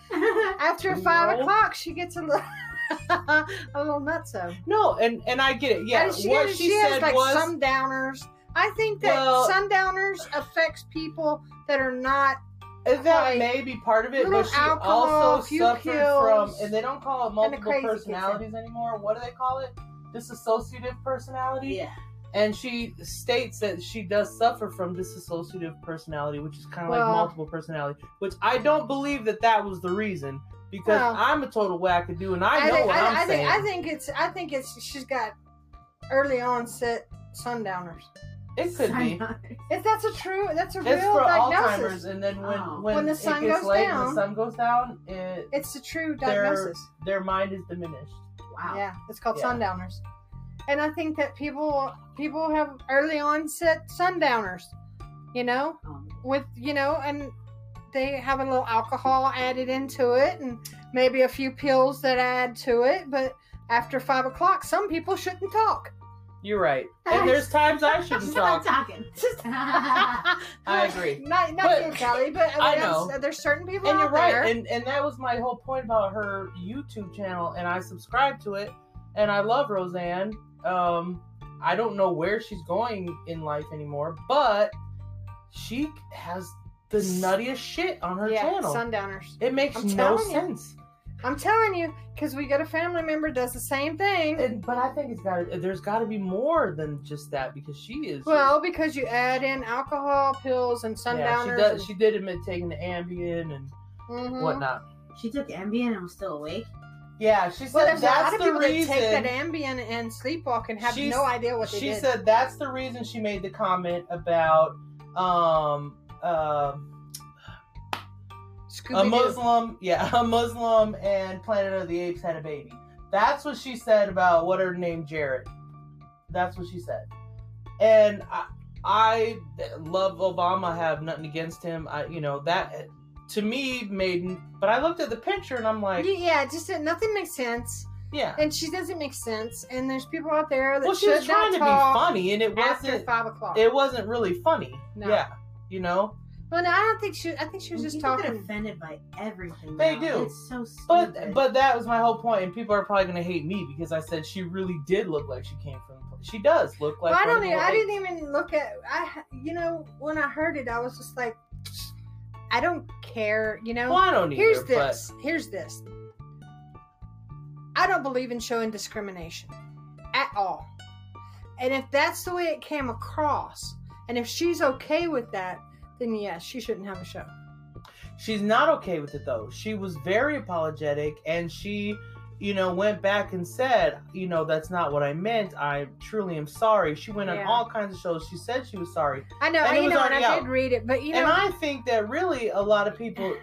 [SPEAKER 2] After five
[SPEAKER 1] No.
[SPEAKER 2] o'clock, she gets a little, a little nutso.
[SPEAKER 1] no and and i get it yeah
[SPEAKER 2] And she,
[SPEAKER 1] what
[SPEAKER 2] has,
[SPEAKER 1] she,
[SPEAKER 2] she has,
[SPEAKER 1] said
[SPEAKER 2] like
[SPEAKER 1] was
[SPEAKER 2] sundowners. I think that
[SPEAKER 1] Well-
[SPEAKER 2] sundowners affects people that are not.
[SPEAKER 1] that
[SPEAKER 2] like,
[SPEAKER 1] may be part of it
[SPEAKER 2] little
[SPEAKER 1] but she
[SPEAKER 2] alcohol, a
[SPEAKER 1] also
[SPEAKER 2] few
[SPEAKER 1] suffered from
[SPEAKER 2] pills,
[SPEAKER 1] and they don't call it
[SPEAKER 2] and the
[SPEAKER 1] multiple
[SPEAKER 2] crazy kids.
[SPEAKER 1] personalities anymore what do they call it disassociative personality
[SPEAKER 3] yeah.
[SPEAKER 1] and she states that she does suffer from disassociative personality, which is kind of
[SPEAKER 2] Well-
[SPEAKER 1] like multiple personality. Which I don't believe that that was the reason, because
[SPEAKER 2] Well-
[SPEAKER 1] I'm a total wackadoo, and I know
[SPEAKER 2] think,
[SPEAKER 1] what
[SPEAKER 2] I,
[SPEAKER 1] I, am
[SPEAKER 2] I
[SPEAKER 1] saying.
[SPEAKER 2] think, I think it's. I think it's. She's got early onset sundowners.
[SPEAKER 1] it could be.
[SPEAKER 2] If that's a true, that's a
[SPEAKER 1] It's
[SPEAKER 2] real
[SPEAKER 1] for Alzheimer's,
[SPEAKER 2] diagnosis.
[SPEAKER 1] and then when
[SPEAKER 3] Oh.
[SPEAKER 1] when,
[SPEAKER 2] When the
[SPEAKER 1] it
[SPEAKER 2] sun
[SPEAKER 1] gets
[SPEAKER 2] goes
[SPEAKER 1] late,
[SPEAKER 2] down-
[SPEAKER 1] and the sun goes down, it,
[SPEAKER 2] It's a true
[SPEAKER 1] They're-
[SPEAKER 2] diagnosis.
[SPEAKER 1] their mind is diminished.
[SPEAKER 3] Wow.
[SPEAKER 2] Yeah, it's called
[SPEAKER 1] Yeah.
[SPEAKER 2] sundowners. And I think that people people have early onset sundowners, you know,
[SPEAKER 3] Um,
[SPEAKER 2] with you know, and they have a little alcohol added into it, and maybe a few pills that add to it. But after five o'clock, some people shouldn't talk.
[SPEAKER 1] You're right, and there's times I shouldn't
[SPEAKER 3] She's not
[SPEAKER 1] talk.
[SPEAKER 3] talking.
[SPEAKER 1] I agree.
[SPEAKER 2] Not not
[SPEAKER 1] But-
[SPEAKER 2] you, Kelly, but
[SPEAKER 1] I
[SPEAKER 2] there's-
[SPEAKER 1] know.
[SPEAKER 2] there's certain people
[SPEAKER 1] and
[SPEAKER 2] out
[SPEAKER 1] you're right
[SPEAKER 2] there.
[SPEAKER 1] and and that was my whole point about her youtube channel and i subscribe to it and i love roseanne um i don't know where she's going in life anymore but she has the nuttiest shit on her
[SPEAKER 2] yeah,
[SPEAKER 1] channel
[SPEAKER 2] sundowners.
[SPEAKER 1] it makes
[SPEAKER 2] I'm
[SPEAKER 1] no
[SPEAKER 2] telling you.
[SPEAKER 1] sense
[SPEAKER 2] I'm telling you, because we got a family member does the same thing.
[SPEAKER 1] and, but i think it's got to there's got to be more than just that because she is
[SPEAKER 2] well, because you add in alcohol, pills, and
[SPEAKER 1] just,
[SPEAKER 2] sundowners.
[SPEAKER 1] yeah, she does
[SPEAKER 2] and-
[SPEAKER 1] she did admit taking the ambien and
[SPEAKER 2] Mhm.
[SPEAKER 1] whatnot
[SPEAKER 3] she took Ambien and was still awake.
[SPEAKER 1] yeah she said
[SPEAKER 2] Well, there's
[SPEAKER 1] that's
[SPEAKER 2] a lot of
[SPEAKER 1] the
[SPEAKER 2] people
[SPEAKER 1] reason
[SPEAKER 2] that take that Ambien and sleepwalk and have
[SPEAKER 1] She's-
[SPEAKER 2] no idea what they
[SPEAKER 1] she
[SPEAKER 2] did.
[SPEAKER 1] said that's the reason she made the comment about um uh, a
[SPEAKER 2] Scooby-Doo.
[SPEAKER 1] Muslim, yeah, a Muslim and Planet of the Apes had a baby. That's what she said about what her name Jared. That's what she said, and I, I love Obama. I have nothing against him. I, you know that to me made. But I looked at the picture and I'm like,
[SPEAKER 2] Y- yeah, it just that nothing makes sense,
[SPEAKER 1] yeah.
[SPEAKER 2] and she doesn't make sense. And there's people out there that
[SPEAKER 1] Well, she
[SPEAKER 2] should
[SPEAKER 1] was trying to be
[SPEAKER 2] not
[SPEAKER 1] funny, and it
[SPEAKER 2] talk after
[SPEAKER 1] wasn't.
[SPEAKER 2] five o'clock.
[SPEAKER 1] It wasn't really funny.
[SPEAKER 2] No.
[SPEAKER 1] Yeah, you know.
[SPEAKER 2] well, no, I don't think she. I think she was just
[SPEAKER 3] People get
[SPEAKER 2] talking.
[SPEAKER 3] offended by everything.
[SPEAKER 1] They
[SPEAKER 3] now.
[SPEAKER 1] do.
[SPEAKER 3] It's so stupid.
[SPEAKER 1] But but that was my whole point, and people are probably gonna hate me because I said she really did look like she came from. She does look like.
[SPEAKER 2] Well, I
[SPEAKER 1] one of
[SPEAKER 2] don't.
[SPEAKER 1] the
[SPEAKER 2] Even, I
[SPEAKER 1] little-
[SPEAKER 2] didn't even look at. I you know when I heard it, I was just like, I don't care. You know.
[SPEAKER 1] Well, I don't either.
[SPEAKER 2] Here's
[SPEAKER 1] but-
[SPEAKER 2] this. Here's this. I don't believe in showing discrimination at all. And if that's the way it came across, And if she's okay with that, then yes, she shouldn't have a show.
[SPEAKER 1] She's not okay with it though. She was very apologetic and she, you know, went back and said, you know, that's not what I meant. I truly am sorry. She went on
[SPEAKER 2] Yeah.
[SPEAKER 1] all kinds of shows. She said she was sorry.
[SPEAKER 2] I know,
[SPEAKER 1] And it
[SPEAKER 2] I, you
[SPEAKER 1] was
[SPEAKER 2] know, and I
[SPEAKER 1] already out.
[SPEAKER 2] did read it, but you know,
[SPEAKER 1] and I think that really a lot of people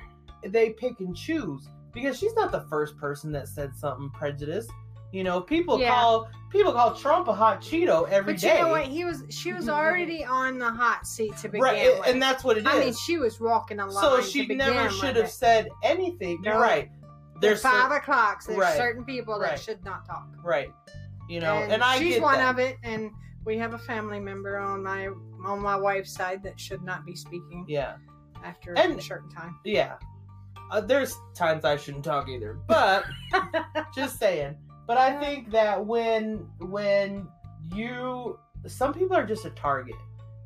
[SPEAKER 1] they pick and choose because she's not the first person that said something prejudiced. You know, people
[SPEAKER 2] Yeah.
[SPEAKER 1] call people call Trump a hot Cheeto every
[SPEAKER 2] but
[SPEAKER 1] day.
[SPEAKER 2] you know what? He was, she was already on the hot seat to begin
[SPEAKER 1] right,
[SPEAKER 2] with.
[SPEAKER 1] and that's what it is.
[SPEAKER 2] I mean, she was walking a line.
[SPEAKER 1] so
[SPEAKER 2] to
[SPEAKER 1] she
[SPEAKER 2] begin
[SPEAKER 1] never
[SPEAKER 2] with
[SPEAKER 1] should
[SPEAKER 2] it.
[SPEAKER 1] have said anything. You're
[SPEAKER 2] No.
[SPEAKER 1] right. There's
[SPEAKER 2] There's
[SPEAKER 1] cer-
[SPEAKER 2] five o'clock. There's
[SPEAKER 1] Right.
[SPEAKER 2] certain people that
[SPEAKER 1] Right.
[SPEAKER 2] should not talk.
[SPEAKER 1] right. You know, and,
[SPEAKER 2] and,
[SPEAKER 1] I
[SPEAKER 2] she's
[SPEAKER 1] get
[SPEAKER 2] one
[SPEAKER 1] that.
[SPEAKER 2] of it, and we have a family member on my on my wife's side that should not be speaking
[SPEAKER 1] Yeah,
[SPEAKER 2] after
[SPEAKER 1] And-
[SPEAKER 2] a certain time.
[SPEAKER 1] yeah. Uh, there's times I shouldn't talk either, but just saying but i think that when when you some people are just a target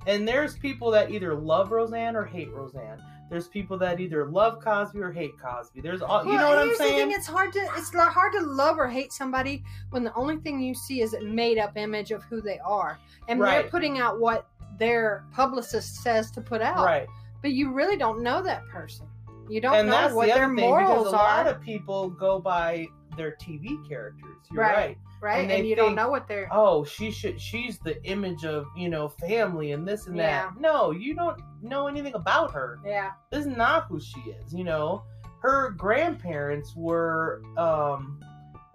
[SPEAKER 1] and there's people that either love roseanne or hate roseanne there's people that either love cosby or hate cosby there's all you
[SPEAKER 2] Well,
[SPEAKER 1] know what i'm
[SPEAKER 2] here's the thing,
[SPEAKER 1] saying
[SPEAKER 2] It's hard to it's lo- hard to love or hate somebody when the only thing you see is a made up image of who they are, and they're
[SPEAKER 1] Right.
[SPEAKER 2] putting out what their publicist says to put out.
[SPEAKER 1] right
[SPEAKER 2] But you really don't know that person. You don't
[SPEAKER 1] and
[SPEAKER 2] know
[SPEAKER 1] that's
[SPEAKER 2] what
[SPEAKER 1] the
[SPEAKER 2] their
[SPEAKER 1] other thing because
[SPEAKER 2] morals
[SPEAKER 1] a
[SPEAKER 2] are,
[SPEAKER 1] lot of people go by their tv characters you're
[SPEAKER 2] Right.
[SPEAKER 1] right,
[SPEAKER 2] right?
[SPEAKER 1] and
[SPEAKER 2] And,
[SPEAKER 1] they
[SPEAKER 2] you don't
[SPEAKER 1] think,
[SPEAKER 2] know what they're.
[SPEAKER 1] oh she should she's the image of you know family and this and
[SPEAKER 2] Yeah.
[SPEAKER 1] that no you don't know anything about her
[SPEAKER 2] Yeah,
[SPEAKER 1] this is not who she is you know her grandparents were um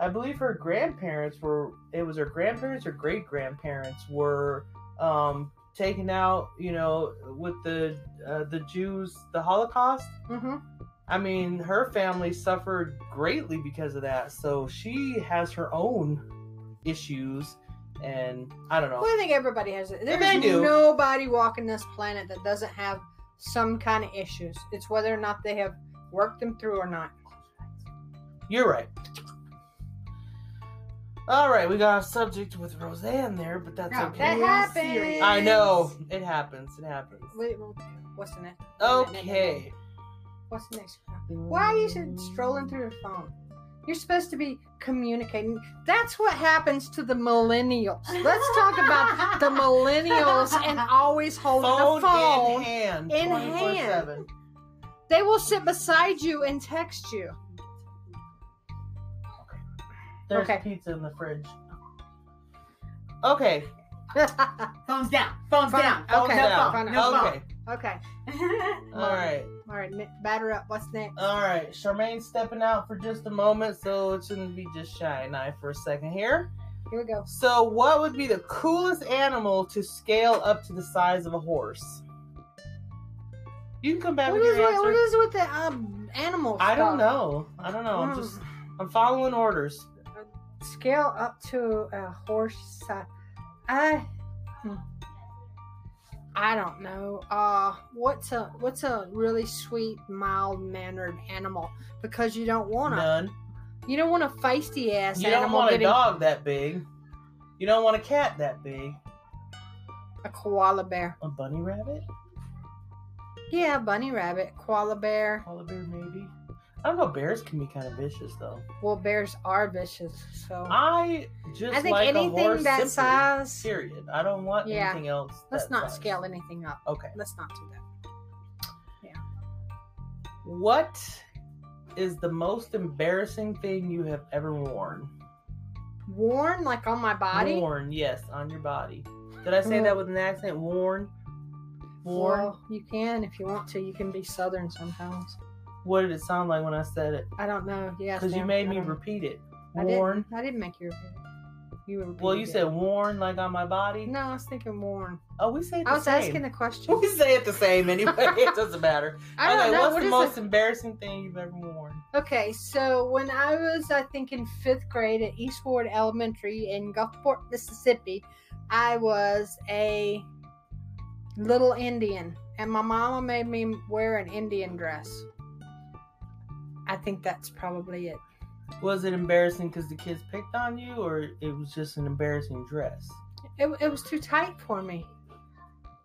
[SPEAKER 1] i believe her grandparents were it was her grandparents or great grandparents were um taken out you know with the uh, the jews the holocaust
[SPEAKER 2] hmm
[SPEAKER 1] i mean her family suffered greatly because of that so she has her own issues and i don't know
[SPEAKER 2] Well, I think everybody has it. There's
[SPEAKER 1] they do.
[SPEAKER 2] nobody walking this planet that doesn't have some kind of issues. It's whether or not they have worked them through or not.
[SPEAKER 1] You're right. All right, we got off subject with Roseanne there, but that's
[SPEAKER 3] Yeah,
[SPEAKER 1] okay.
[SPEAKER 2] That
[SPEAKER 3] Real
[SPEAKER 2] happens.
[SPEAKER 3] serious.
[SPEAKER 1] I know it happens. It happens.
[SPEAKER 2] Wait, What's the next?
[SPEAKER 1] Okay.
[SPEAKER 2] What's the next? Why are you so- strolling through the phone? You're supposed to be communicating. That's what happens to the millennials. Let's talk about the millennials and always holding
[SPEAKER 1] Phone,
[SPEAKER 2] the phone.
[SPEAKER 1] in hand.
[SPEAKER 2] in
[SPEAKER 1] 24/7.
[SPEAKER 2] They will sit beside you and text you.
[SPEAKER 1] There's
[SPEAKER 2] Okay.
[SPEAKER 1] pizza in the fridge. Okay.
[SPEAKER 3] Phones down. Phones
[SPEAKER 2] Phone-
[SPEAKER 3] down. Oh,
[SPEAKER 1] Phone
[SPEAKER 2] Okay,
[SPEAKER 1] down.
[SPEAKER 2] phone,
[SPEAKER 3] no phone.
[SPEAKER 1] okay.
[SPEAKER 2] okay.
[SPEAKER 1] All right.
[SPEAKER 2] All right, Nick, batter up. What's next?
[SPEAKER 1] All right. Charmaine's stepping out for just a moment, so it shouldn't be just Shy and I for a second here.
[SPEAKER 2] Here we go.
[SPEAKER 1] So, what would be the coolest animal to scale up to the size of a horse? You can come back
[SPEAKER 2] What
[SPEAKER 1] with
[SPEAKER 2] is
[SPEAKER 1] your
[SPEAKER 2] with,
[SPEAKER 1] answer.
[SPEAKER 2] what is with the um, animals?
[SPEAKER 1] I don't know. I don't know. I'm
[SPEAKER 2] Mm.
[SPEAKER 1] just I'm following orders.
[SPEAKER 2] Scale up to a horse size. I, hmm. I don't know. Uh, what's a what's a really sweet, mild mannered animal? Because you don't want to.
[SPEAKER 1] None.
[SPEAKER 2] You don't want a feisty ass
[SPEAKER 1] You don't
[SPEAKER 2] animal
[SPEAKER 1] want a
[SPEAKER 2] getting
[SPEAKER 1] dog that big. You don't want a cat that big.
[SPEAKER 2] a koala bear.
[SPEAKER 1] A bunny rabbit?
[SPEAKER 2] Yeah, bunny rabbit, koala bear.
[SPEAKER 1] Koala bear maybe. I don't know. Bears can be kind of vicious though.
[SPEAKER 2] Well, bears are vicious, so
[SPEAKER 1] I just
[SPEAKER 2] I think
[SPEAKER 1] like a horse
[SPEAKER 2] anything that
[SPEAKER 1] simply.
[SPEAKER 2] size.
[SPEAKER 1] Period. I don't want
[SPEAKER 2] Yeah.
[SPEAKER 1] anything else.
[SPEAKER 2] Let's
[SPEAKER 1] that
[SPEAKER 2] not
[SPEAKER 1] size.
[SPEAKER 2] scale anything up.
[SPEAKER 1] Okay.
[SPEAKER 2] Let's not do that.
[SPEAKER 1] What is the most embarrassing thing you have ever worn?
[SPEAKER 2] Worn like on my body.
[SPEAKER 1] Worn, yes, on your body. Did I say that with an accent? Worn. Worn.
[SPEAKER 2] Well, you can if you want to. You can be southern sometimes.
[SPEAKER 1] What did it sound like when I said it?
[SPEAKER 2] I don't know. Yes.
[SPEAKER 1] Because you
[SPEAKER 2] ma'am.
[SPEAKER 1] made
[SPEAKER 2] I
[SPEAKER 1] me
[SPEAKER 2] don't know.
[SPEAKER 1] repeat it.
[SPEAKER 2] I didn't-
[SPEAKER 1] Worn.
[SPEAKER 2] I didn't make you repeat it. You repeated
[SPEAKER 1] Well, you
[SPEAKER 2] it.
[SPEAKER 1] said worn like on my body.
[SPEAKER 2] No, I was thinking worn.
[SPEAKER 1] Oh, we say it the
[SPEAKER 2] I was
[SPEAKER 1] same.
[SPEAKER 2] asking the question.
[SPEAKER 1] We say it the same anyway. it doesn't matter.
[SPEAKER 2] I don't
[SPEAKER 1] okay,
[SPEAKER 2] know.
[SPEAKER 1] what's
[SPEAKER 2] What
[SPEAKER 1] the
[SPEAKER 2] is
[SPEAKER 1] most
[SPEAKER 2] it?
[SPEAKER 1] embarrassing thing you've ever worn?
[SPEAKER 2] Okay, so when I was, I think, in fifth grade at Eastward Elementary in Gulfport, Mississippi, I was a little Indian, and my mama made me wear an Indian dress. I think that's probably it.
[SPEAKER 1] Was it embarrassing because the kids picked on you, or it was just an embarrassing dress?
[SPEAKER 2] It, it was too tight for me.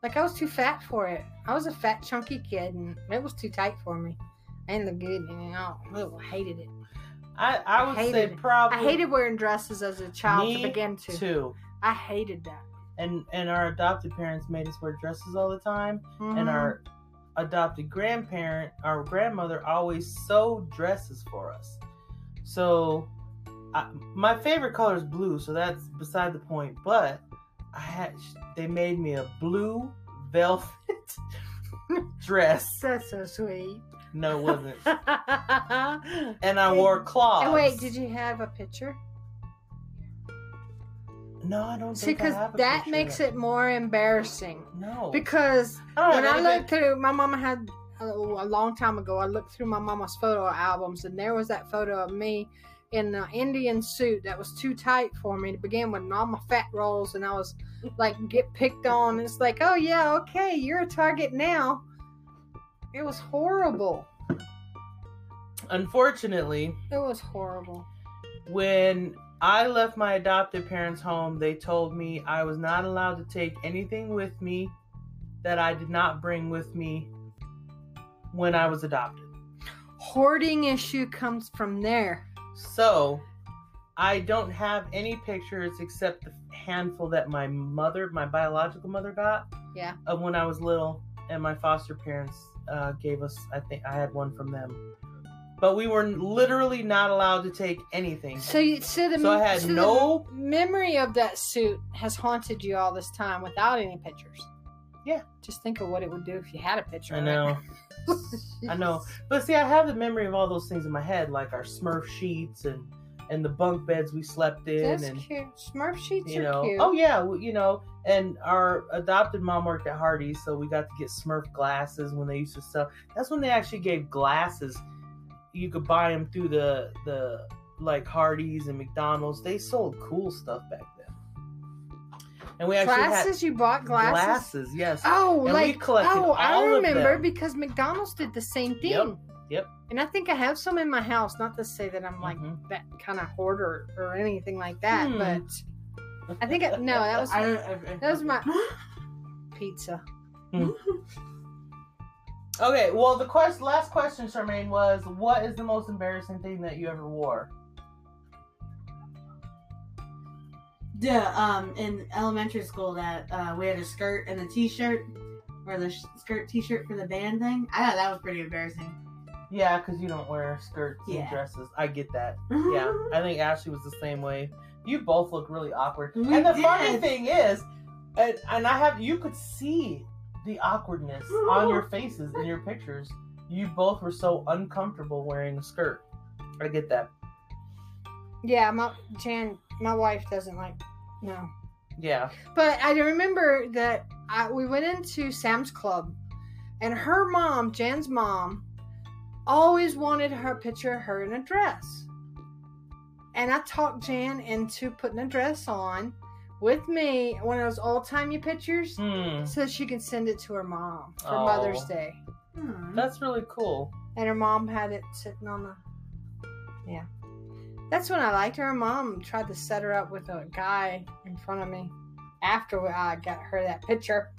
[SPEAKER 2] Like, I was too fat for it. I was a fat, chunky kid, and it was too tight for me. I didn't look good, and I I hated it.
[SPEAKER 1] I I would say
[SPEAKER 2] hated it. I
[SPEAKER 1] probably
[SPEAKER 2] hated wearing dresses as a child
[SPEAKER 1] Me
[SPEAKER 2] to begin to.
[SPEAKER 1] two.
[SPEAKER 2] I hated that.
[SPEAKER 1] and and our adopted parents made us wear dresses all the time, and our
[SPEAKER 2] Mm-hmm.
[SPEAKER 1] adopted grandparent, our grandmother, always sewed dresses for us. So, I, my favorite color is blue, so that's beside the point. But I had they made me a blue velvet dress.
[SPEAKER 2] Mm, That's so sweet.
[SPEAKER 1] No, it wasn't.
[SPEAKER 2] and
[SPEAKER 1] And I wore claws.
[SPEAKER 2] wait, did you have a picture?
[SPEAKER 1] No, I don't
[SPEAKER 2] See,
[SPEAKER 1] think
[SPEAKER 2] because
[SPEAKER 1] I have a
[SPEAKER 2] that
[SPEAKER 1] picture
[SPEAKER 2] makes
[SPEAKER 1] of
[SPEAKER 2] it more embarrassing.
[SPEAKER 1] No. Oh,
[SPEAKER 2] Because
[SPEAKER 1] don't
[SPEAKER 2] when
[SPEAKER 1] have
[SPEAKER 2] I
[SPEAKER 1] anything-
[SPEAKER 2] looked through, my mama had oh, a long time ago. I looked through my mama's photo albums, and there was that photo of me in an Indian suit that was too tight for me to begin with, and all my fat rolls, and I was like get picked on. And it's like, oh yeah, okay, you're a target now. It was horrible.
[SPEAKER 1] Unfortunately,
[SPEAKER 2] It was horrible.
[SPEAKER 1] when I left my adopted parents' home, they told me I was not allowed to take anything with me that I did not bring with me when I was adopted.
[SPEAKER 2] Hoarding issue comes from there.
[SPEAKER 1] So, I don't have any pictures except the handful that my mother, my biological mother, got.
[SPEAKER 2] Yeah.
[SPEAKER 1] Of when I was little, and my foster parents uh, gave us. I think I had one from them, but we were literally not allowed to take anything.
[SPEAKER 2] So you so the
[SPEAKER 1] So I had
[SPEAKER 2] the
[SPEAKER 1] no-
[SPEAKER 2] memory of that suit has haunted you all this time without any pictures.
[SPEAKER 1] Yeah.
[SPEAKER 2] Just think of what it would do if you had a picture.
[SPEAKER 1] I
[SPEAKER 2] of it.
[SPEAKER 1] know. I know. But see, I have the memory of all those things in my head, like our Smurf sheets and and the bunk beds we slept in,
[SPEAKER 2] That's
[SPEAKER 1] and
[SPEAKER 2] cute. Smurf sheets
[SPEAKER 1] you
[SPEAKER 2] are
[SPEAKER 1] know,
[SPEAKER 2] cute.
[SPEAKER 1] oh yeah, well, you know. And our adopted mom worked at Hardee's, so we got to get Smurf glasses when they used to sell. That's when they actually gave glasses. You could buy them through the the like Hardee's and McDonald's. They sold cool stuff back then. And we actually
[SPEAKER 2] glasses? you bought
[SPEAKER 1] had
[SPEAKER 2] glasses?
[SPEAKER 1] glasses, yes.
[SPEAKER 2] Oh,
[SPEAKER 1] And we
[SPEAKER 2] like
[SPEAKER 1] collected
[SPEAKER 2] oh, I
[SPEAKER 1] all of
[SPEAKER 2] remember
[SPEAKER 1] them.
[SPEAKER 2] because McDonald's did the same thing.
[SPEAKER 1] Yep, yep.
[SPEAKER 2] And I think I have some in my house. Not to say that I'm like
[SPEAKER 1] Mhm.
[SPEAKER 2] that kind of hoarder or anything like that,
[SPEAKER 1] Hmm.
[SPEAKER 2] but I think I, no, that was
[SPEAKER 3] I don't. I, I,
[SPEAKER 2] that was my pizza.
[SPEAKER 1] Okay, well, the quest, last question, Charmaine, was what is the most embarrassing thing that you ever wore?
[SPEAKER 3] Duh, um, in elementary school, that uh, we had a skirt and a T-shirt, or the sh- skirt T-shirt for the band thing. I thought that was pretty embarrassing.
[SPEAKER 1] Yeah, because you don't wear skirts and
[SPEAKER 3] Yeah.
[SPEAKER 1] dresses. I get that. Yeah, I think Ashley was the same way. You both look really awkward.
[SPEAKER 3] We
[SPEAKER 1] and the
[SPEAKER 3] did.
[SPEAKER 1] funny thing is, and, and I have, you could see the awkwardness on your faces in your pictures. You both were so uncomfortable wearing a skirt. I get that.
[SPEAKER 2] Yeah, my Jan, my wife doesn't like no.
[SPEAKER 1] Yeah.
[SPEAKER 2] But I remember that I, we went into Sam's Club, and her mom, Jan's mom, always wanted her picture of her in a dress. And I talked Jan into putting a dress on with me, one of those old timey pictures,
[SPEAKER 1] Hmm.
[SPEAKER 2] so that she can send it to her mom for
[SPEAKER 1] Oh.
[SPEAKER 2] Mother's Day.
[SPEAKER 3] Hmm.
[SPEAKER 1] That's really cool.
[SPEAKER 2] And her mom had it sitting on the. Yeah. That's when I liked her. Her mom tried to set her up with a guy in front of me after I got her that picture.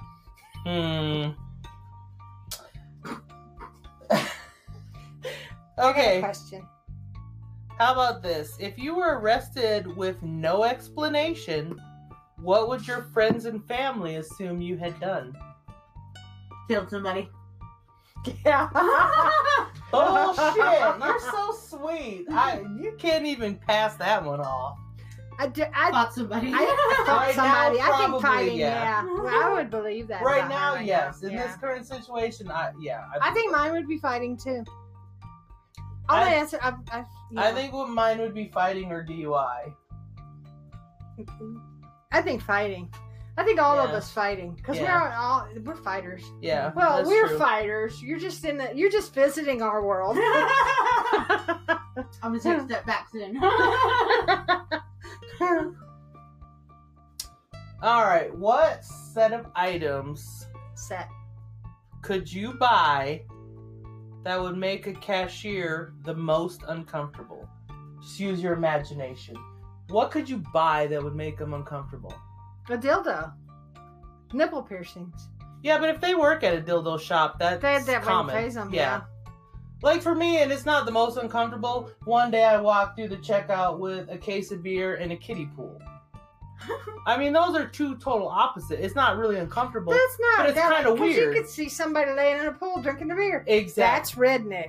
[SPEAKER 1] Hmm.
[SPEAKER 2] I got a
[SPEAKER 1] okay.
[SPEAKER 2] Question.
[SPEAKER 1] How about this? If you were arrested with no explanation, what would your friends and family assume you had done?
[SPEAKER 3] Killed somebody.
[SPEAKER 2] Yeah.
[SPEAKER 1] Bullshit! You're so sweet. I you can't even pass that one off.
[SPEAKER 2] I, do, I,
[SPEAKER 3] Fought somebody.
[SPEAKER 2] I thought
[SPEAKER 1] Right now,
[SPEAKER 2] somebody. I
[SPEAKER 1] probably,
[SPEAKER 2] think fighting.
[SPEAKER 1] yeah.
[SPEAKER 2] Yeah. Well, I would believe that.
[SPEAKER 1] right
[SPEAKER 2] about her
[SPEAKER 1] now, yes. In
[SPEAKER 2] yeah.
[SPEAKER 1] this current situation, I yeah.
[SPEAKER 2] I think mine would be fighting too. I'll
[SPEAKER 1] I-
[SPEAKER 2] answer. I, I, yeah.
[SPEAKER 1] I think what mine would be fighting or DUI.
[SPEAKER 2] I think fighting. I think all of
[SPEAKER 1] Yeah.
[SPEAKER 2] us fighting because
[SPEAKER 1] Yeah.
[SPEAKER 2] we're all we're fighters.
[SPEAKER 1] Yeah.
[SPEAKER 2] Well,
[SPEAKER 1] that's
[SPEAKER 2] we're
[SPEAKER 1] true.
[SPEAKER 2] fighters. You're just in the. You're just visiting our world.
[SPEAKER 3] I'm gonna take a step back soon.
[SPEAKER 1] All right. What set of items
[SPEAKER 2] Set.
[SPEAKER 1] could you buy that would make a cashier the most uncomfortable? Just use your imagination. What could you buy that would make them uncomfortable?
[SPEAKER 2] A dildo. Nipple piercings.
[SPEAKER 1] Yeah, but if they work at a dildo shop, that's
[SPEAKER 2] They that
[SPEAKER 1] common.
[SPEAKER 2] phase them.
[SPEAKER 1] yeah. Like for me, and it's not the most uncomfortable. One day I walked through the checkout with a case of beer and a kiddie pool. I mean, those are two total opposite. It's not really uncomfortable.
[SPEAKER 2] That's not.
[SPEAKER 1] but it's
[SPEAKER 2] that-
[SPEAKER 1] kinda
[SPEAKER 2] 'cause You
[SPEAKER 1] weird.
[SPEAKER 2] could see somebody laying in a pool drinking a beer.
[SPEAKER 1] exactly.
[SPEAKER 2] That's redneck.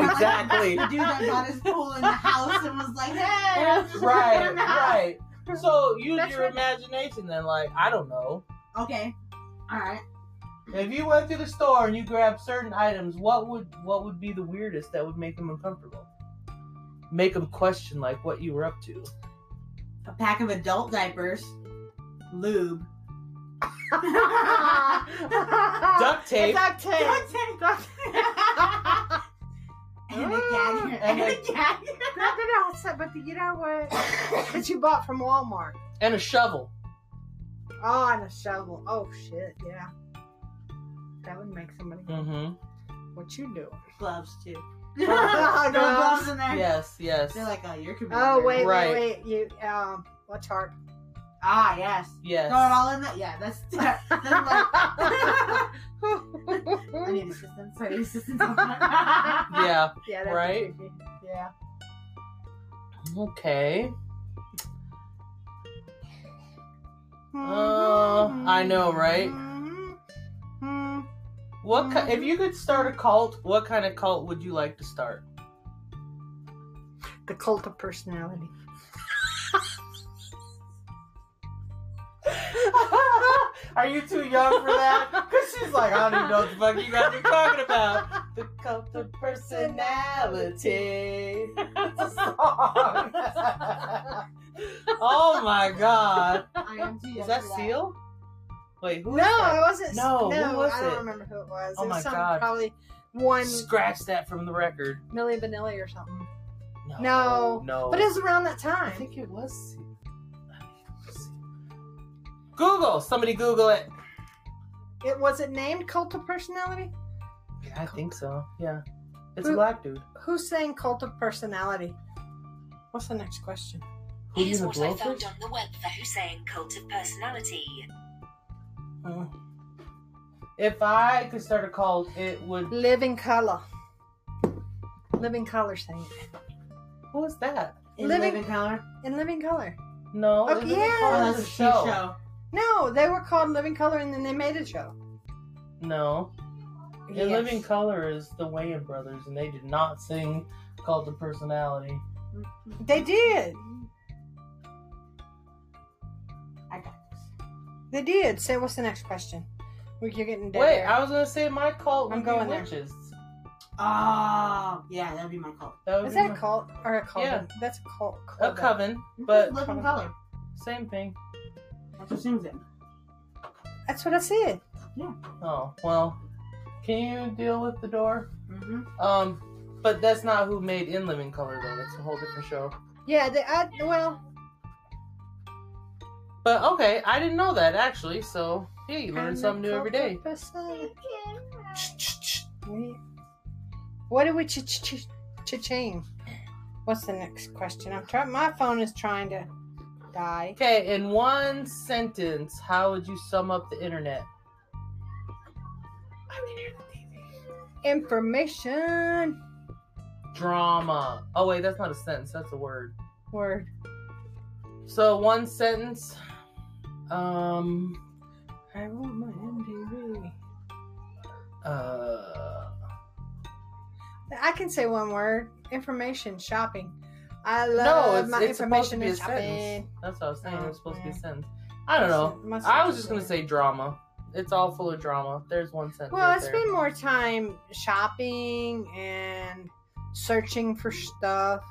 [SPEAKER 1] Exactly.
[SPEAKER 3] the dude that bought his pool in the house and was like, "Hey, I'm just
[SPEAKER 1] right,
[SPEAKER 3] in the house."
[SPEAKER 1] right. So use
[SPEAKER 2] That's
[SPEAKER 1] your
[SPEAKER 2] right.
[SPEAKER 1] imagination then. Like, I don't know.
[SPEAKER 3] Okay, all right.
[SPEAKER 1] If you went to the store and you grabbed certain items, what would what would be the weirdest that would make them uncomfortable? Make them question like what you were up to.
[SPEAKER 3] A pack of adult diapers, lube,
[SPEAKER 1] Duct tape.
[SPEAKER 2] Duct tape.
[SPEAKER 3] duct tape, and a gag,
[SPEAKER 1] And
[SPEAKER 3] and
[SPEAKER 1] a-
[SPEAKER 3] a gag.
[SPEAKER 2] Not that I said, but the- you know what? that you bought from Walmart.
[SPEAKER 1] and a shovel.
[SPEAKER 2] Oh, and a shovel. Oh shit, yeah. That would make somebody.
[SPEAKER 1] Mm-hmm.
[SPEAKER 2] What you do?
[SPEAKER 3] Gloves too.
[SPEAKER 2] Oh,
[SPEAKER 3] no gloves
[SPEAKER 2] no.
[SPEAKER 3] in there.
[SPEAKER 1] Yes, yes.
[SPEAKER 3] They're like, oh, you're computer.
[SPEAKER 2] Oh wait,
[SPEAKER 1] Right.
[SPEAKER 2] wait, wait. You um, what's hard?
[SPEAKER 3] Ah, yes.
[SPEAKER 1] yes.
[SPEAKER 3] Throw it all in there. Yeah, that's. that's like, I need assistance. I need assistance. yeah.
[SPEAKER 1] yeah.
[SPEAKER 2] yeah, that'd be
[SPEAKER 1] Right.
[SPEAKER 2] creepy. Yeah.
[SPEAKER 1] Okay. Oh, I know, right?
[SPEAKER 2] hmm
[SPEAKER 1] What
[SPEAKER 3] Mm-hmm.
[SPEAKER 1] ki- if you could start a cult? What kind of cult would you like to start?
[SPEAKER 2] The cult of personality.
[SPEAKER 1] Are you too young for that? Because she's like, I don't even know what the fuck you guys are talking about. The cult of personality. It's a song. oh my god.
[SPEAKER 3] I am too young
[SPEAKER 1] Is that
[SPEAKER 3] for
[SPEAKER 1] Seal? Wait, who?
[SPEAKER 2] No,
[SPEAKER 1] is that?
[SPEAKER 2] it wasn't.
[SPEAKER 1] No,
[SPEAKER 2] No,
[SPEAKER 1] who was
[SPEAKER 2] I don't
[SPEAKER 1] it?
[SPEAKER 2] remember who it was.
[SPEAKER 1] Oh
[SPEAKER 2] it was
[SPEAKER 1] my
[SPEAKER 2] some
[SPEAKER 1] God.
[SPEAKER 2] probably one
[SPEAKER 1] Scratch that from the record.
[SPEAKER 2] Millie Vanilli or something.
[SPEAKER 1] No.
[SPEAKER 2] No.
[SPEAKER 1] No.
[SPEAKER 2] But it was around that
[SPEAKER 1] I
[SPEAKER 2] time.
[SPEAKER 1] think it was Seal. Google. Somebody Google it.
[SPEAKER 2] It was it named Cult of Personality?
[SPEAKER 1] Yeah, I think so. Yeah. It's a
[SPEAKER 2] Who-
[SPEAKER 1] black dude.
[SPEAKER 2] Who sang Cult of Personality? What's the next question?
[SPEAKER 1] Who do you
[SPEAKER 4] Here's
[SPEAKER 1] know,
[SPEAKER 4] what I
[SPEAKER 1] Blowfish?
[SPEAKER 4] found on the web for Hussein Cult of Personality.
[SPEAKER 1] Mm. If I could start a cult, it would.
[SPEAKER 2] Living Color. Living Color sang it.
[SPEAKER 1] Who is that?
[SPEAKER 3] In
[SPEAKER 2] Living-
[SPEAKER 3] living, color.
[SPEAKER 2] In Living Color.
[SPEAKER 1] No.
[SPEAKER 2] Oh,
[SPEAKER 1] it would be
[SPEAKER 2] yeah.
[SPEAKER 1] called
[SPEAKER 3] Oh,
[SPEAKER 1] a
[SPEAKER 3] that's a
[SPEAKER 1] show.
[SPEAKER 3] show. show.
[SPEAKER 2] No, they were called Living Color and then they made a show.
[SPEAKER 1] No. In
[SPEAKER 2] Yes.
[SPEAKER 1] Living Color is the Wayans brothers, and they did not sing Cult of Personality.
[SPEAKER 2] They did.
[SPEAKER 3] I got this.
[SPEAKER 2] They did. So what's the next question? We're you're getting dead.
[SPEAKER 1] Wait,
[SPEAKER 2] air.
[SPEAKER 1] I was gonna say my cult would
[SPEAKER 2] I'm
[SPEAKER 1] be
[SPEAKER 2] going there.
[SPEAKER 1] witches.
[SPEAKER 3] Oh, yeah, that'd be my cult.
[SPEAKER 1] That would
[SPEAKER 2] Is
[SPEAKER 1] be
[SPEAKER 2] that
[SPEAKER 1] my-
[SPEAKER 2] a cult or a coven?
[SPEAKER 1] Yeah.
[SPEAKER 2] That's a cult.
[SPEAKER 1] a
[SPEAKER 2] coven.
[SPEAKER 1] coven? But
[SPEAKER 3] Just living color.
[SPEAKER 1] same thing.
[SPEAKER 3] That's what Sim's in.
[SPEAKER 2] That's what I said.
[SPEAKER 1] Oh well. Can you deal with the door?
[SPEAKER 3] Mm-hmm.
[SPEAKER 1] Um, but that's not who made In Living Color though. That's a whole different show.
[SPEAKER 2] Yeah. They, I, well,
[SPEAKER 1] But okay, I didn't know that actually. So yeah, you learn
[SPEAKER 2] I'm a
[SPEAKER 1] something new every
[SPEAKER 2] cult
[SPEAKER 1] day.
[SPEAKER 2] person. What do we ch ch ch cha-ching? What's the next question? I'm trying. My phone is trying to die.
[SPEAKER 1] Okay, in one sentence, how would you sum up the internet?
[SPEAKER 2] Information
[SPEAKER 1] Drama. Oh wait, that's not a sentence. That's a word.
[SPEAKER 2] word.
[SPEAKER 1] So one sentence. Um.
[SPEAKER 2] I want my MTV.
[SPEAKER 1] Uh.
[SPEAKER 2] I can say one word. Information shopping. I love
[SPEAKER 1] No, it's,
[SPEAKER 2] my
[SPEAKER 1] it's supposed to
[SPEAKER 2] information
[SPEAKER 1] be a
[SPEAKER 2] and shopping.
[SPEAKER 1] sentence.
[SPEAKER 2] Oh,
[SPEAKER 1] That's what I was saying. It was supposed to be a
[SPEAKER 2] Okay.
[SPEAKER 1] sentence. I don't know.
[SPEAKER 2] My
[SPEAKER 1] I was just gonna
[SPEAKER 2] sentence.
[SPEAKER 1] say drama. It's all full of drama. There's one sentence.
[SPEAKER 2] Well,
[SPEAKER 1] right
[SPEAKER 2] it's
[SPEAKER 1] there.
[SPEAKER 2] been more time shopping and searching for stuff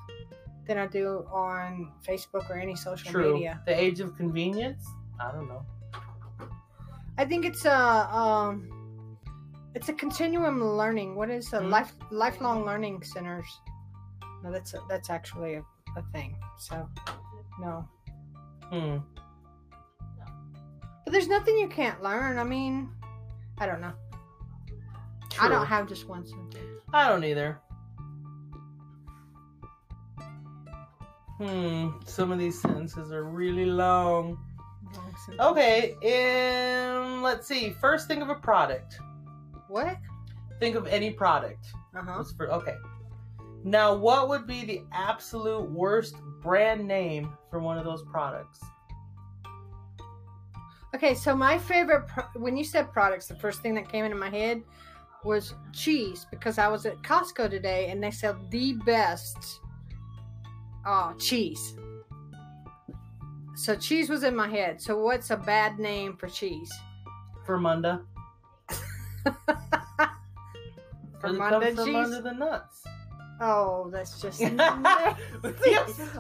[SPEAKER 2] than I do on Facebook or any social
[SPEAKER 1] true.
[SPEAKER 2] media.
[SPEAKER 1] The age of convenience. I don't know.
[SPEAKER 2] I think it's a um, it's a continuum learning. What is a
[SPEAKER 1] Mhm.
[SPEAKER 2] life lifelong learning centers? No, that's that's actually a, a thing. So no,
[SPEAKER 1] Hmm.
[SPEAKER 2] but there's nothing you can't learn. I mean, I don't know. I
[SPEAKER 1] True.
[SPEAKER 2] don't have just one sentence.
[SPEAKER 1] I don't either. Hmm, some of these sentences are really long.
[SPEAKER 2] Long sentence.
[SPEAKER 1] Okay, um, let's see. First, think of a product.
[SPEAKER 2] What?
[SPEAKER 1] Think of any product.
[SPEAKER 2] Uh huh.
[SPEAKER 1] What's for, okay. Now, what would be the absolute worst brand name for one of those products?
[SPEAKER 2] Okay, so my favorite, pro- when you said products, the first thing that came into my head was cheese because I was at Costco today and they sell the best uh, cheese. So cheese was in my head. So what's a bad name for cheese?
[SPEAKER 1] Vermunda. Does it come
[SPEAKER 2] Vermunda
[SPEAKER 1] from
[SPEAKER 2] cheese?
[SPEAKER 1] under the nuts.
[SPEAKER 2] Oh, that's just
[SPEAKER 1] Yes.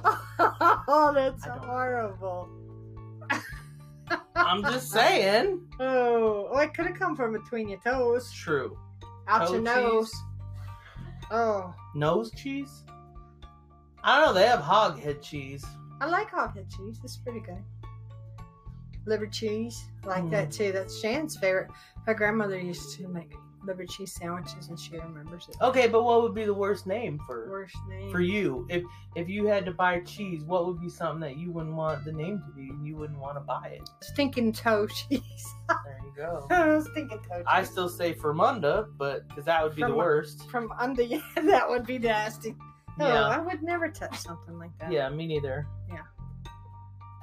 [SPEAKER 2] oh, that's
[SPEAKER 1] I don't know.
[SPEAKER 2] horrible.
[SPEAKER 1] I'm just saying.
[SPEAKER 2] Oh, well, it could have come from between your
[SPEAKER 1] It's
[SPEAKER 2] toes,
[SPEAKER 1] true.
[SPEAKER 2] out
[SPEAKER 1] Toe
[SPEAKER 2] your
[SPEAKER 1] cheese.
[SPEAKER 2] nose. Oh,
[SPEAKER 1] Nose cheese? I don't know. They have hog head cheese.
[SPEAKER 2] I like hog head cheese. It's pretty good. Liver cheese, like that
[SPEAKER 1] Mm.
[SPEAKER 2] too. That's Shan's favorite. Her grandmother used to make liver cheese sandwiches, and she remembers it.
[SPEAKER 1] Okay, but what would be the worst name for
[SPEAKER 2] Worst name.
[SPEAKER 1] Oh. for you? If if you had to buy cheese, what would be something that you wouldn't want the name to be? and You wouldn't want to buy it.
[SPEAKER 2] Stinking toe cheese.
[SPEAKER 1] There you go.
[SPEAKER 2] Stinking toe cheese.
[SPEAKER 1] I still say Fermunda, but because that would be the
[SPEAKER 2] Fermu-
[SPEAKER 1] worst.
[SPEAKER 2] From under, yeah, that would be nasty. No,
[SPEAKER 1] Yeah,
[SPEAKER 2] I would never touch something like that.
[SPEAKER 1] Oh, yeah, me neither.
[SPEAKER 2] Yeah.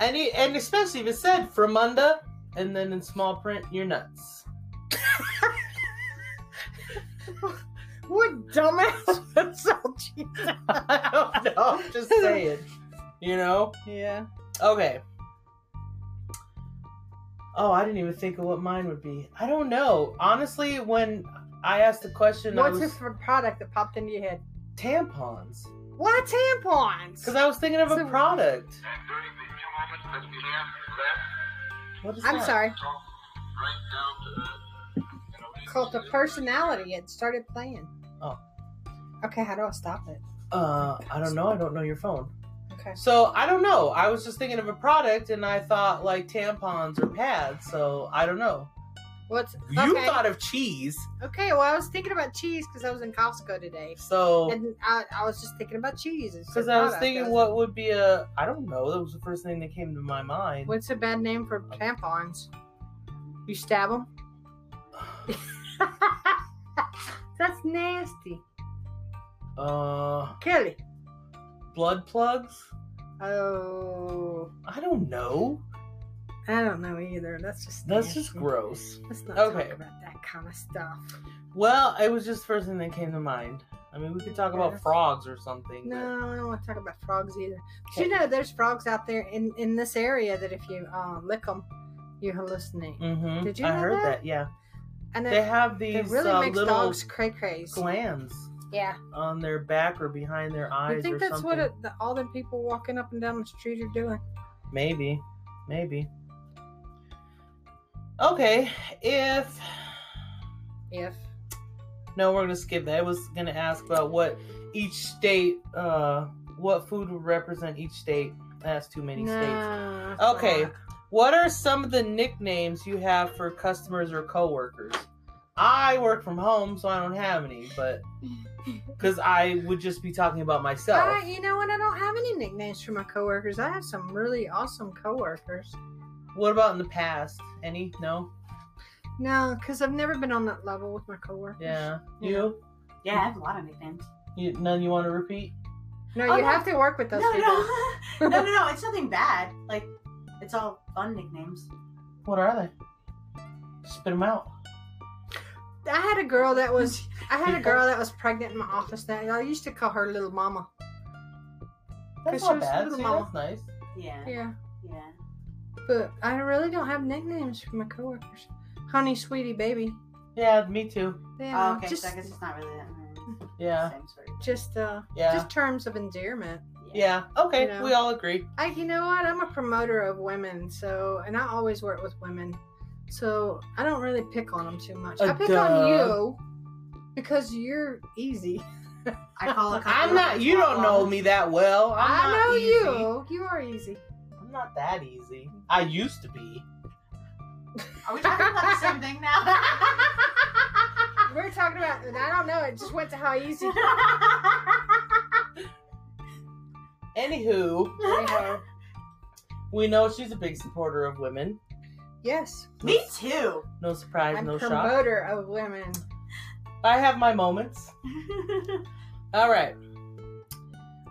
[SPEAKER 1] And it, and especially if it said Fermunda, and then in small print, you're nuts.
[SPEAKER 2] What dumbass would sell cheese?
[SPEAKER 1] I don't know. I'm just saying. You know.
[SPEAKER 2] Yeah.
[SPEAKER 1] Okay. Oh, I didn't even think of what mine would be. I don't know. Honestly, when I asked the question,
[SPEAKER 2] What's
[SPEAKER 1] I was
[SPEAKER 2] this for product that popped into your head?
[SPEAKER 1] tampons
[SPEAKER 2] Why tampons?
[SPEAKER 1] because I was thinking of a
[SPEAKER 2] So-
[SPEAKER 1] product.
[SPEAKER 5] during the two moments that we have left,
[SPEAKER 1] What is
[SPEAKER 2] I'm
[SPEAKER 1] that?
[SPEAKER 2] sorry.
[SPEAKER 5] talk right down to earth. You know,
[SPEAKER 2] It's called the personality. It started playing.
[SPEAKER 1] Oh.
[SPEAKER 2] Okay, how do I stop it?
[SPEAKER 1] Uh, I don't know. I don't know your phone.
[SPEAKER 2] Okay.
[SPEAKER 1] So I don't know. I was just thinking of a product, and I thought like tampons or pads. So I don't know.
[SPEAKER 2] What's
[SPEAKER 1] You
[SPEAKER 2] okay.
[SPEAKER 1] thought of cheese,
[SPEAKER 2] okay, well I was thinking about cheese because I was in Costco today.
[SPEAKER 1] so
[SPEAKER 2] And I, I was just thinking about cheese. It's a
[SPEAKER 1] because Oh. I was
[SPEAKER 2] product.
[SPEAKER 1] thinking what would be a. I don't know. That was the first thing that came to my mind.
[SPEAKER 2] what's a bad name for tampons? You stab them? That's nasty.
[SPEAKER 1] Uh,
[SPEAKER 2] Kelly.
[SPEAKER 1] blood plugs.
[SPEAKER 2] Oh,
[SPEAKER 1] I don't know.
[SPEAKER 2] I don't know either. That's just
[SPEAKER 1] That's
[SPEAKER 2] nasty.
[SPEAKER 1] just gross.
[SPEAKER 2] Let's not
[SPEAKER 1] Okay.
[SPEAKER 2] talk about that kind of stuff.
[SPEAKER 1] Well, it was just the first thing that came to mind. I mean, we could talk about
[SPEAKER 2] Yes.
[SPEAKER 1] frogs or something. but-
[SPEAKER 2] No, I don't want to talk about frogs either. But you know, there's frogs out there in in this area that if you uh, lick them, you hallucinate.
[SPEAKER 1] Mhm.
[SPEAKER 2] Did you
[SPEAKER 1] I
[SPEAKER 2] know
[SPEAKER 1] heard that?
[SPEAKER 2] that?
[SPEAKER 1] Yeah.
[SPEAKER 2] And
[SPEAKER 1] They
[SPEAKER 2] it,
[SPEAKER 1] have
[SPEAKER 2] it
[SPEAKER 1] these
[SPEAKER 2] really
[SPEAKER 1] uh,
[SPEAKER 2] makes
[SPEAKER 1] little
[SPEAKER 2] dogs cray crays.
[SPEAKER 1] glands
[SPEAKER 2] Yeah,
[SPEAKER 1] on their back or behind their eyes.
[SPEAKER 2] I think
[SPEAKER 1] or
[SPEAKER 2] that's
[SPEAKER 1] something.
[SPEAKER 2] what it, the, all them people walking up and down the street are doing.
[SPEAKER 1] Maybe. Maybe. Okay. If
[SPEAKER 2] If
[SPEAKER 1] no, we're gonna skip that. I was gonna ask about what each state, uh, what food would represent each state. That's too many states.
[SPEAKER 2] no, it's
[SPEAKER 1] Okay.
[SPEAKER 2] not.
[SPEAKER 1] What are some of the nicknames you have for customers or coworkers? I work from home, so I don't have any, but because I would just be talking about myself.
[SPEAKER 2] I, you know what? I don't have any nicknames for my coworkers. I have some really awesome coworkers.
[SPEAKER 1] What about in the past? Any? No?
[SPEAKER 2] No, because I've never been on that level with my coworkers.
[SPEAKER 1] Yeah. You?
[SPEAKER 3] Yeah, I have a lot of nicknames.
[SPEAKER 1] you none you want to repeat?
[SPEAKER 2] No,
[SPEAKER 3] Oh,
[SPEAKER 2] you
[SPEAKER 3] no.
[SPEAKER 2] have to work with
[SPEAKER 3] No,
[SPEAKER 2] those
[SPEAKER 3] no,
[SPEAKER 2] people.
[SPEAKER 3] no, no, no. It's nothing bad. Like, it's all fun nicknames.
[SPEAKER 1] What are they? Spit them out.
[SPEAKER 2] I had a girl that was I had a girl that was pregnant in my office that I used to call her little mama.
[SPEAKER 1] That's
[SPEAKER 2] Cause she
[SPEAKER 1] not
[SPEAKER 2] was
[SPEAKER 1] bad.
[SPEAKER 2] little
[SPEAKER 1] See,
[SPEAKER 2] mama.
[SPEAKER 1] that's nice.
[SPEAKER 3] Yeah,
[SPEAKER 2] Yeah.
[SPEAKER 3] yeah.
[SPEAKER 2] But I really don't have nicknames for my coworkers. Honey, sweetie, baby.
[SPEAKER 1] Yeah, me too.
[SPEAKER 2] Yeah.
[SPEAKER 3] oh, okay.
[SPEAKER 2] Just
[SPEAKER 3] so I guess it's not really that. mm,
[SPEAKER 1] Yeah.
[SPEAKER 3] Same sort
[SPEAKER 2] just uh
[SPEAKER 1] Yeah.
[SPEAKER 2] just terms of endearment.
[SPEAKER 3] of-
[SPEAKER 1] yeah. Okay.
[SPEAKER 2] You know.
[SPEAKER 1] We all agree.
[SPEAKER 2] I you know what? I'm a promoter of women, so and I always work with women. So I don't really pick on them too much. I
[SPEAKER 1] Uh,
[SPEAKER 2] pick
[SPEAKER 1] duh.
[SPEAKER 2] on you because you're easy.
[SPEAKER 3] I call a couple
[SPEAKER 1] I'm not.
[SPEAKER 3] of
[SPEAKER 1] You don't know
[SPEAKER 3] problems.
[SPEAKER 1] me that well. I'm
[SPEAKER 2] I
[SPEAKER 1] not
[SPEAKER 2] know
[SPEAKER 1] easy.
[SPEAKER 2] you. You are easy.
[SPEAKER 1] I'm not that easy. I used to be.
[SPEAKER 3] Are we talking about the same thing now?
[SPEAKER 2] We're talking about I don't know, it just went to how easy
[SPEAKER 1] Anywho,
[SPEAKER 2] they are.
[SPEAKER 1] we know she's a big supporter of women.
[SPEAKER 2] Yes.
[SPEAKER 3] Me too.
[SPEAKER 1] No surprise,
[SPEAKER 2] I'm
[SPEAKER 1] no shock.
[SPEAKER 2] promoter of women.
[SPEAKER 1] I have my moments. All right.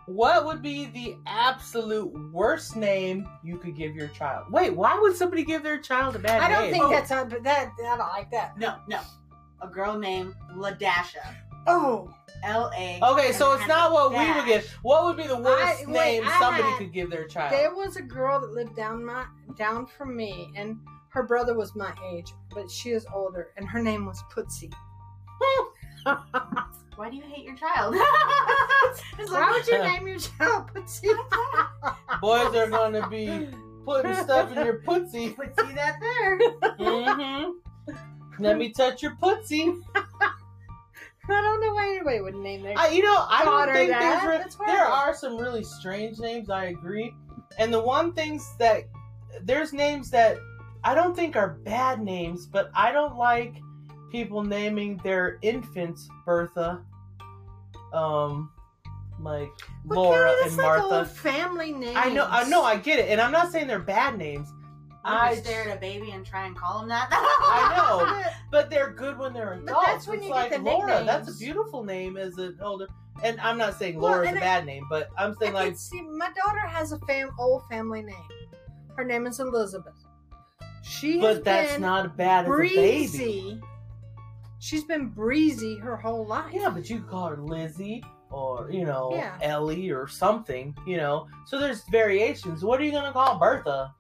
[SPEAKER 1] What would be the absolute worst name you could give your child? Wait, why would somebody give their child a bad
[SPEAKER 2] I
[SPEAKER 1] name?
[SPEAKER 2] don't think that's on, but that I don't like that.
[SPEAKER 3] No, no. A girl named Ladasha.
[SPEAKER 2] Oh,
[SPEAKER 3] L A.
[SPEAKER 1] Okay, so it's not what we would
[SPEAKER 3] Dash.
[SPEAKER 1] give. What would be the worst
[SPEAKER 2] I- wait,
[SPEAKER 1] name
[SPEAKER 2] I
[SPEAKER 1] somebody
[SPEAKER 2] had-
[SPEAKER 1] could give their child?
[SPEAKER 2] there was a girl that lived down my down from me, and her brother was my age, but she is older, and her name was Putsy.
[SPEAKER 3] Why do you hate your child? It's like,
[SPEAKER 2] Why would you name your child Putsy?
[SPEAKER 1] Boys are gonna be putting stuff in your putsy.
[SPEAKER 3] would see that there.
[SPEAKER 1] Mm-hmm. Let me touch your putsy.
[SPEAKER 2] I don't know why anybody would name their.
[SPEAKER 1] I, you know, I don't
[SPEAKER 2] Daughter
[SPEAKER 1] think
[SPEAKER 2] that,
[SPEAKER 1] there's re-
[SPEAKER 2] that's right.
[SPEAKER 1] there are some really strange names. I agree, and the one things that there's names that I don't think are bad names, but I don't like people naming their infants Bertha, um, like
[SPEAKER 2] But
[SPEAKER 1] Laura
[SPEAKER 2] Kayla, that's
[SPEAKER 1] and
[SPEAKER 2] like
[SPEAKER 1] Martha.
[SPEAKER 2] Old family names.
[SPEAKER 1] I know, I know, I get it, and I'm not saying they're bad names.
[SPEAKER 3] I
[SPEAKER 1] I,
[SPEAKER 3] stare at a baby and try and call him that.
[SPEAKER 1] I know. but they're good when they're
[SPEAKER 2] But
[SPEAKER 1] adults.
[SPEAKER 2] that's when
[SPEAKER 1] it's
[SPEAKER 2] you
[SPEAKER 1] like
[SPEAKER 2] get the
[SPEAKER 1] Laura. That's a
[SPEAKER 2] nicknames.
[SPEAKER 1] beautiful name as an older. And I'm not saying
[SPEAKER 2] Well,
[SPEAKER 1] Laura's
[SPEAKER 2] and
[SPEAKER 1] a
[SPEAKER 2] I-
[SPEAKER 1] bad name, but I'm
[SPEAKER 2] I
[SPEAKER 1] saying like
[SPEAKER 2] could see, my daughter has a fam old family name. Her name is Elizabeth. She has
[SPEAKER 1] But that's
[SPEAKER 2] been
[SPEAKER 1] not bad as a baby.
[SPEAKER 2] breezy. She's been breezy her whole life.
[SPEAKER 1] Yeah, but you can call her Lizzie or, you know,
[SPEAKER 2] Yeah.
[SPEAKER 1] Ellie or something, you know. So there's variations. What are you gonna call Bertha?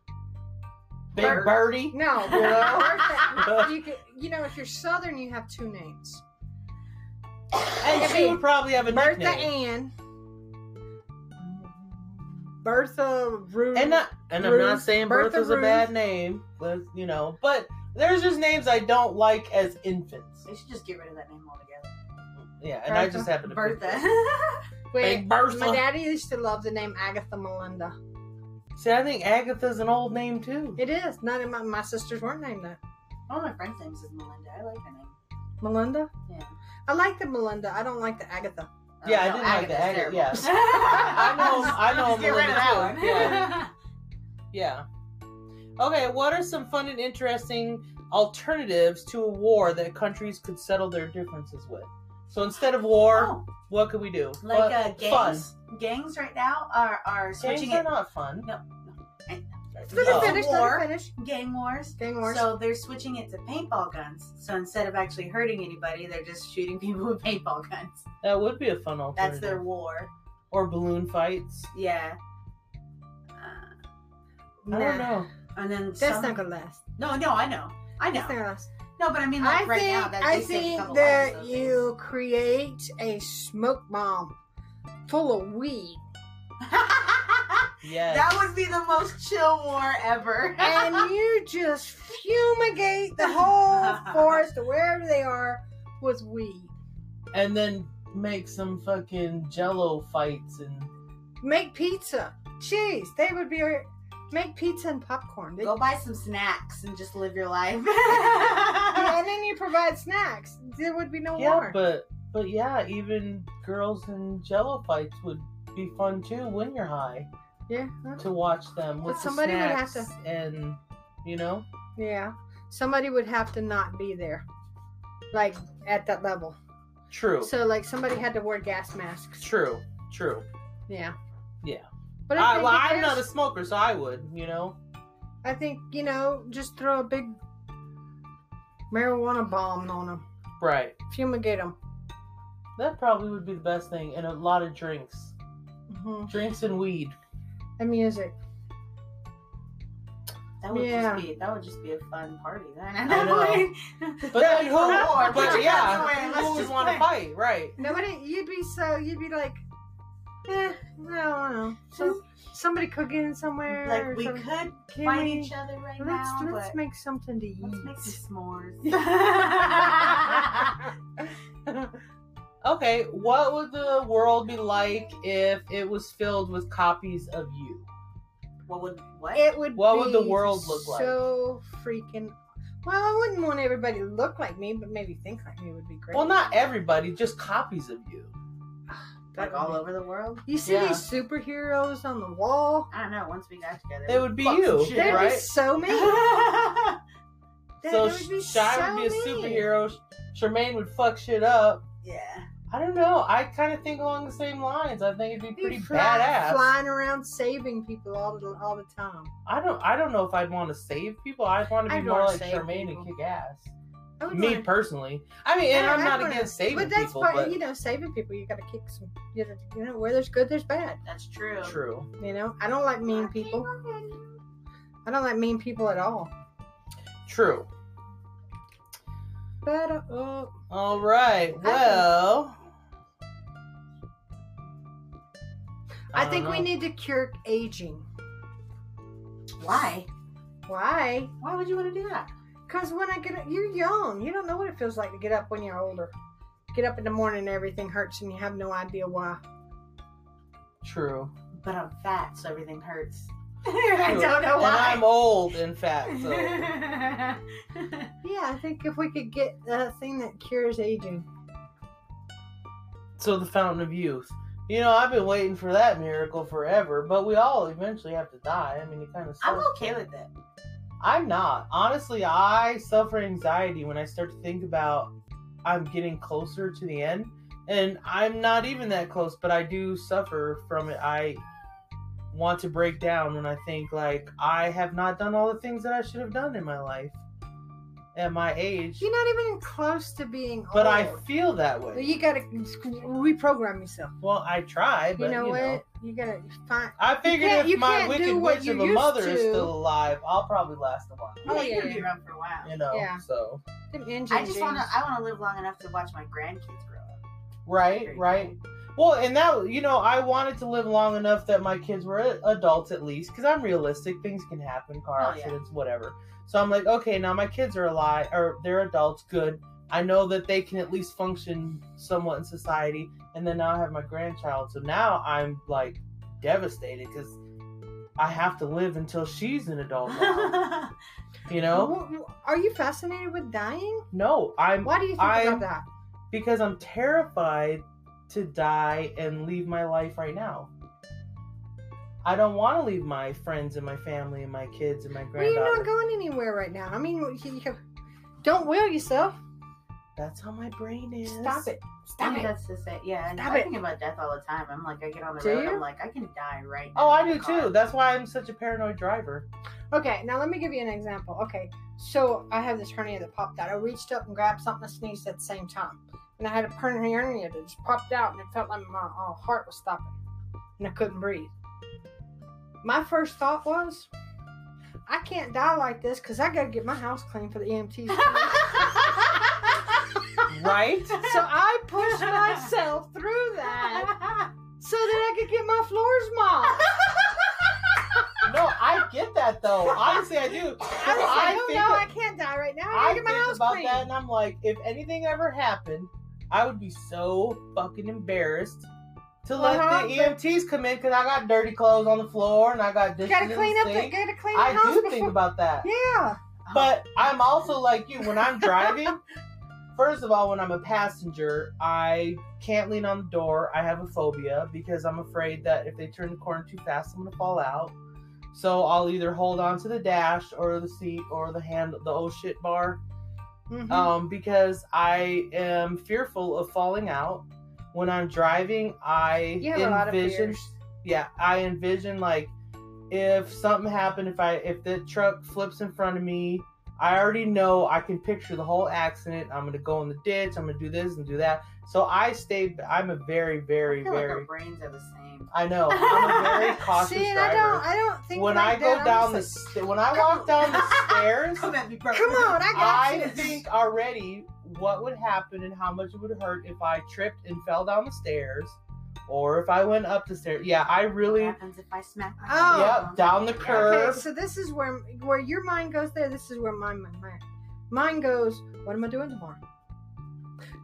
[SPEAKER 1] Big
[SPEAKER 2] Bert.
[SPEAKER 1] Birdie?
[SPEAKER 2] No,
[SPEAKER 1] You know?
[SPEAKER 2] Bertha- you, could, you know, if you're Southern, you have two names:
[SPEAKER 1] And she
[SPEAKER 2] Maybe.
[SPEAKER 1] would probably have a
[SPEAKER 2] Bertha
[SPEAKER 1] nickname.
[SPEAKER 2] Ann, Bertha Ruth.
[SPEAKER 1] And uh, not, and I'm not
[SPEAKER 2] Ruth.
[SPEAKER 1] saying
[SPEAKER 2] Bertha
[SPEAKER 1] Bertha's a
[SPEAKER 2] Ruth.
[SPEAKER 1] bad name, but you know, but there's just names I don't like as infants.
[SPEAKER 3] They should just get rid of that name altogether.
[SPEAKER 1] Yeah, and I
[SPEAKER 2] Bertha.
[SPEAKER 1] just happen to pick
[SPEAKER 3] Bertha.
[SPEAKER 2] Wait,
[SPEAKER 1] Big Bertha.
[SPEAKER 2] my daddy used to love the name Agatha Melinda.
[SPEAKER 1] See, I think Agatha's an old name too.
[SPEAKER 2] It is. None of my, my sisters weren't named that.
[SPEAKER 3] One of my friend's names is Melinda. I like her name.
[SPEAKER 2] Melinda.
[SPEAKER 3] Yeah.
[SPEAKER 2] I
[SPEAKER 3] Oh,
[SPEAKER 2] like the Melinda. I don't like the Agatha.
[SPEAKER 1] Yeah, I didn't like the Agatha, yeah.
[SPEAKER 3] I
[SPEAKER 1] know- I know
[SPEAKER 3] Get rid of that
[SPEAKER 1] Melinda,
[SPEAKER 3] one.
[SPEAKER 1] too. Yeah. Yeah. Okay, what are some fun and interesting alternatives to a war that countries could settle their differences with? So instead of war,
[SPEAKER 3] Oh,
[SPEAKER 1] what could we do?
[SPEAKER 3] like
[SPEAKER 1] Fun-
[SPEAKER 3] uh,
[SPEAKER 1] fun.
[SPEAKER 3] gangs. Gangs right now are are switching
[SPEAKER 1] Games are
[SPEAKER 3] it.
[SPEAKER 1] not fun.
[SPEAKER 3] No. I-
[SPEAKER 2] Let
[SPEAKER 1] No.
[SPEAKER 2] it finish. Let
[SPEAKER 3] War.
[SPEAKER 2] it finish.
[SPEAKER 3] Gang wars.
[SPEAKER 2] Gang wars.
[SPEAKER 3] So they're switching it to paintball guns. So instead of actually hurting anybody, they're just shooting people with paintball guns.
[SPEAKER 1] That would be a fun alternative.
[SPEAKER 3] That's their war.
[SPEAKER 1] or balloon fights.
[SPEAKER 3] Yeah. Uh,
[SPEAKER 1] I
[SPEAKER 2] Nah.
[SPEAKER 1] don't know.
[SPEAKER 3] and then
[SPEAKER 2] That's
[SPEAKER 3] some-
[SPEAKER 2] not gonna last.
[SPEAKER 3] No, no, I know, I know.
[SPEAKER 2] That's not gonna last.
[SPEAKER 3] No, but I mean, like
[SPEAKER 2] I
[SPEAKER 3] right
[SPEAKER 2] think
[SPEAKER 3] now, that
[SPEAKER 2] I
[SPEAKER 3] they said a
[SPEAKER 2] think
[SPEAKER 3] couple times
[SPEAKER 2] that
[SPEAKER 3] those
[SPEAKER 2] you create a smoke bomb full of weed
[SPEAKER 3] things.
[SPEAKER 1] Yes.
[SPEAKER 3] that would be the most chill war ever.
[SPEAKER 2] and you just fumigate the whole forest or wherever they are with weed.
[SPEAKER 1] and then make some fucking jello fights and
[SPEAKER 2] Make pizza, cheese. They would be make pizza and popcorn. They-
[SPEAKER 3] Go buy some snacks and just live your life.
[SPEAKER 2] Yeah, and then you provide snacks. There would be no
[SPEAKER 1] Yeah,
[SPEAKER 2] war.
[SPEAKER 1] but but yeah, even girls and jello fights would be fun too when you're high.
[SPEAKER 2] yeah.
[SPEAKER 1] to watch them with
[SPEAKER 2] But
[SPEAKER 1] somebody
[SPEAKER 2] somebody would have
[SPEAKER 1] would have to and you know
[SPEAKER 2] Yeah. Somebody would have to not be there. Like at that level.
[SPEAKER 1] true
[SPEAKER 2] So like somebody had to wear gas masks.
[SPEAKER 1] true true
[SPEAKER 2] Yeah.
[SPEAKER 1] Yeah.
[SPEAKER 2] But I
[SPEAKER 1] I,
[SPEAKER 2] think
[SPEAKER 1] well
[SPEAKER 2] if
[SPEAKER 1] i'm not a
[SPEAKER 2] there's-
[SPEAKER 1] smoker so i would you know
[SPEAKER 2] I think, you know, just throw a big marijuana bomb on them.
[SPEAKER 1] right
[SPEAKER 2] Fumigate them.
[SPEAKER 1] that probably would be the best thing and a lot of drinks
[SPEAKER 2] hmm
[SPEAKER 1] drinks and weed
[SPEAKER 2] And music.
[SPEAKER 3] That would
[SPEAKER 2] Yeah.
[SPEAKER 3] just be that would just be a fun party then.
[SPEAKER 1] I know. but then who
[SPEAKER 3] Or put
[SPEAKER 1] but
[SPEAKER 3] your
[SPEAKER 1] yeah
[SPEAKER 3] guns away and let's
[SPEAKER 1] who would
[SPEAKER 3] just
[SPEAKER 1] want to
[SPEAKER 3] play.
[SPEAKER 1] fight right
[SPEAKER 2] Nobody, you'd be so, you'd be like, eh, I don't know.
[SPEAKER 1] Hmm?
[SPEAKER 2] So somebody cooking somewhere. or
[SPEAKER 3] Like we
[SPEAKER 2] something.
[SPEAKER 3] could
[SPEAKER 2] Can
[SPEAKER 3] fight
[SPEAKER 2] we-
[SPEAKER 3] each other right
[SPEAKER 2] Let's,
[SPEAKER 3] now,
[SPEAKER 2] let's
[SPEAKER 3] but
[SPEAKER 2] make something to eat.
[SPEAKER 3] let's make some s'mores.
[SPEAKER 1] okay what would the world be like if it was filled with copies of you
[SPEAKER 3] what would what?
[SPEAKER 2] It would.
[SPEAKER 1] What would the
[SPEAKER 2] be
[SPEAKER 1] world look like?
[SPEAKER 2] So freaking. Well, I wouldn't want everybody to look like me, but maybe think like me would be great.
[SPEAKER 1] well not everybody just copies of you
[SPEAKER 3] like all over the world?
[SPEAKER 2] You see
[SPEAKER 1] Yeah.
[SPEAKER 2] these superheroes on the wall?
[SPEAKER 3] I don't know. Once we got together,
[SPEAKER 1] it would be
[SPEAKER 3] fuck some
[SPEAKER 1] you
[SPEAKER 3] shit.
[SPEAKER 2] There'd be
[SPEAKER 1] right
[SPEAKER 2] so many. There
[SPEAKER 1] so
[SPEAKER 2] would be
[SPEAKER 1] Shy would be a
[SPEAKER 2] so many.
[SPEAKER 1] superhero. Sh- Charmaine would fuck shit up.
[SPEAKER 3] yeah.
[SPEAKER 1] I don't know. I kind of think along the same lines. I think it'd be pretty
[SPEAKER 2] You're
[SPEAKER 1] badass.
[SPEAKER 2] Flying around saving people all the, all the time.
[SPEAKER 1] I don't. I don't know if I'd want to save people. I'd want to be
[SPEAKER 2] I'd
[SPEAKER 1] more
[SPEAKER 2] wanna
[SPEAKER 1] like
[SPEAKER 2] save
[SPEAKER 1] Charmaine
[SPEAKER 2] people.
[SPEAKER 1] and kick ass.
[SPEAKER 2] I would
[SPEAKER 1] Me
[SPEAKER 2] wanna-
[SPEAKER 1] personally. I mean, and
[SPEAKER 2] Yeah,
[SPEAKER 1] I'm
[SPEAKER 2] I'd
[SPEAKER 1] not
[SPEAKER 2] wanna-
[SPEAKER 1] against saving
[SPEAKER 2] but that's
[SPEAKER 1] people,
[SPEAKER 2] part
[SPEAKER 1] but
[SPEAKER 2] you know saving people. You got to kick some. You know, you know where there's good, there's bad.
[SPEAKER 3] That's true.
[SPEAKER 1] true.
[SPEAKER 2] You know I don't like mean people. I don't like mean people at all.
[SPEAKER 1] True.
[SPEAKER 2] But uh, oh,
[SPEAKER 1] All right. Well.
[SPEAKER 2] I
[SPEAKER 1] don't
[SPEAKER 2] think we
[SPEAKER 1] know.
[SPEAKER 2] need to cure aging.
[SPEAKER 3] Why?
[SPEAKER 2] Why?
[SPEAKER 3] Why would you want to do that?
[SPEAKER 2] Because when I get up, you're young. You don't know what it feels like to get up when you're older. Get up in the morning and everything hurts and you have no idea why.
[SPEAKER 1] True.
[SPEAKER 3] But I'm fat, so everything hurts.
[SPEAKER 2] I don't know
[SPEAKER 1] And I'm
[SPEAKER 2] why.
[SPEAKER 1] old, in fact. So.
[SPEAKER 2] Yeah, I think if we could get a thing that cures aging.
[SPEAKER 1] so the fountain of youth. You know, I've been waiting for that miracle forever, but we all eventually have to die. I mean, it kind of.
[SPEAKER 3] I'm okay with it.
[SPEAKER 1] I'm not. Honestly, I suffer anxiety when I start to think about I'm getting closer to the end. And I'm not even that close, but I do suffer from it. I want to break down when I think, like, I have not done all the things that I should have done in my life at my age.
[SPEAKER 2] You're not even close to being old.
[SPEAKER 1] But I feel that way.
[SPEAKER 2] You gotta reprogram yourself.
[SPEAKER 1] well, I try, but
[SPEAKER 2] you know
[SPEAKER 1] you
[SPEAKER 2] what?
[SPEAKER 1] know.
[SPEAKER 2] You gotta find.
[SPEAKER 1] I figured
[SPEAKER 2] can't- you
[SPEAKER 1] if my
[SPEAKER 2] can't do
[SPEAKER 1] wicked
[SPEAKER 2] what
[SPEAKER 1] witch
[SPEAKER 2] you
[SPEAKER 1] of a
[SPEAKER 2] used
[SPEAKER 1] mother is
[SPEAKER 2] to.
[SPEAKER 1] still alive, I'll probably last a while.
[SPEAKER 2] Oh,
[SPEAKER 3] You're
[SPEAKER 2] yeah,
[SPEAKER 3] gonna
[SPEAKER 2] yeah.
[SPEAKER 3] be around for a while.
[SPEAKER 1] You know,
[SPEAKER 2] Yeah.
[SPEAKER 1] so.
[SPEAKER 2] Them engine
[SPEAKER 3] I just want to.
[SPEAKER 2] dreams.
[SPEAKER 3] I want to live long enough to watch my grandkids grow up.
[SPEAKER 1] Right, right. Well, and that you know, I wanted to live long enough that my kids were adults at least, because I'm realistic. Things can happen, car
[SPEAKER 3] Oh, yeah.
[SPEAKER 1] accidents, whatever. So I'm like, okay, now my kids are alive, or they're adults. Good. I know that they can at least function somewhat in society. And then now I have my grandchild. So now I'm like devastated because I have to live until she's an adult. now, you know?
[SPEAKER 2] W- w- Are you fascinated with dying?
[SPEAKER 1] No, I'm
[SPEAKER 2] Why do you think
[SPEAKER 1] I'm-
[SPEAKER 2] about that?
[SPEAKER 1] because I'm terrified to die and leave my life right now. I don't want to leave my friends and my family and my kids and my
[SPEAKER 2] Well, you're
[SPEAKER 1] granddaughter.
[SPEAKER 2] not going anywhere right now. I mean, you, you, don't will yourself.
[SPEAKER 1] That's how my brain is.
[SPEAKER 2] Stop it.
[SPEAKER 3] I
[SPEAKER 2] Stop
[SPEAKER 3] think
[SPEAKER 2] it.
[SPEAKER 3] that's just it. Yeah, and
[SPEAKER 2] Stop
[SPEAKER 3] I
[SPEAKER 2] it.
[SPEAKER 3] think about death all the time. I'm like, I get on the
[SPEAKER 2] Do
[SPEAKER 3] road,
[SPEAKER 2] you?
[SPEAKER 3] I'm like, I can die right now.
[SPEAKER 1] Oh, I
[SPEAKER 3] in
[SPEAKER 1] do
[SPEAKER 3] the car.
[SPEAKER 1] too. That's why I'm such a paranoid driver.
[SPEAKER 2] Okay, now let me give you an example. Okay, so I have this hernia that popped out. I reached up and grabbed something and sneezed at the same time. And I had a permanent hernia that just popped out and it felt like my uh, heart was stopping and I couldn't breathe. My first thought was, I can't die like this because I got to get my house clean for the E EMTs.
[SPEAKER 1] Right?
[SPEAKER 2] so I pushed myself through that so that I could get my floors mopped.
[SPEAKER 1] no, I get that though. Honestly, I do.
[SPEAKER 2] I was like, oh
[SPEAKER 1] think
[SPEAKER 2] no, I
[SPEAKER 1] that-
[SPEAKER 2] can't die right now. I
[SPEAKER 1] I
[SPEAKER 2] gotta
[SPEAKER 1] think
[SPEAKER 2] get my house
[SPEAKER 1] about
[SPEAKER 2] clean.
[SPEAKER 1] that and I'm like, if anything ever happened, I would be so fucking embarrassed to let
[SPEAKER 2] Uh-huh,
[SPEAKER 1] the EMTs come in because I got dirty clothes on the floor and I got dishes in
[SPEAKER 2] Gotta
[SPEAKER 1] the
[SPEAKER 2] clean up the
[SPEAKER 1] sink.
[SPEAKER 2] gotta clean the
[SPEAKER 1] I
[SPEAKER 2] house
[SPEAKER 1] do
[SPEAKER 2] before.
[SPEAKER 1] think about that.
[SPEAKER 2] yeah.
[SPEAKER 1] But I'm also like you when I'm driving. First of all, when I'm a passenger, I can't lean on the door. I have a phobia because I'm afraid that if they turn the corner too fast, I'm gonna fall out. So I'll either hold on to the dash or the seat or the hand, the oh shit bar
[SPEAKER 2] Mhm.
[SPEAKER 1] um, because I am fearful of falling out. When I'm driving, I
[SPEAKER 2] You have a lot of
[SPEAKER 1] envision,
[SPEAKER 2] fears.
[SPEAKER 1] yeah, I envision like if something happened, if I if the truck flips in front of me, I already know I can picture the whole accident. I'm gonna go in the ditch. I'm gonna do this and do that. So I stay. I'm a very, very,
[SPEAKER 3] I feel like
[SPEAKER 1] very.
[SPEAKER 3] our brains are the same.
[SPEAKER 1] I know. I'm a very cautious
[SPEAKER 2] See, and I
[SPEAKER 1] driver.
[SPEAKER 2] don't I don't think
[SPEAKER 1] when
[SPEAKER 2] like
[SPEAKER 1] I go
[SPEAKER 2] that. I'm
[SPEAKER 1] down the
[SPEAKER 2] just
[SPEAKER 1] st- when I walk down the stairs,
[SPEAKER 3] at me, bro.
[SPEAKER 2] like, Come on, I got
[SPEAKER 1] I
[SPEAKER 2] you.
[SPEAKER 1] think already what would happen and how much it would hurt if I tripped and fell down the stairs or if I went up the stairs. Yeah, I
[SPEAKER 3] What
[SPEAKER 1] really,
[SPEAKER 3] happens if I smack my
[SPEAKER 2] Oh.
[SPEAKER 1] yep, down the curb.
[SPEAKER 2] Okay, so this is where where your mind goes there, this is where my mind mine- mine goes, what am I doing tomorrow?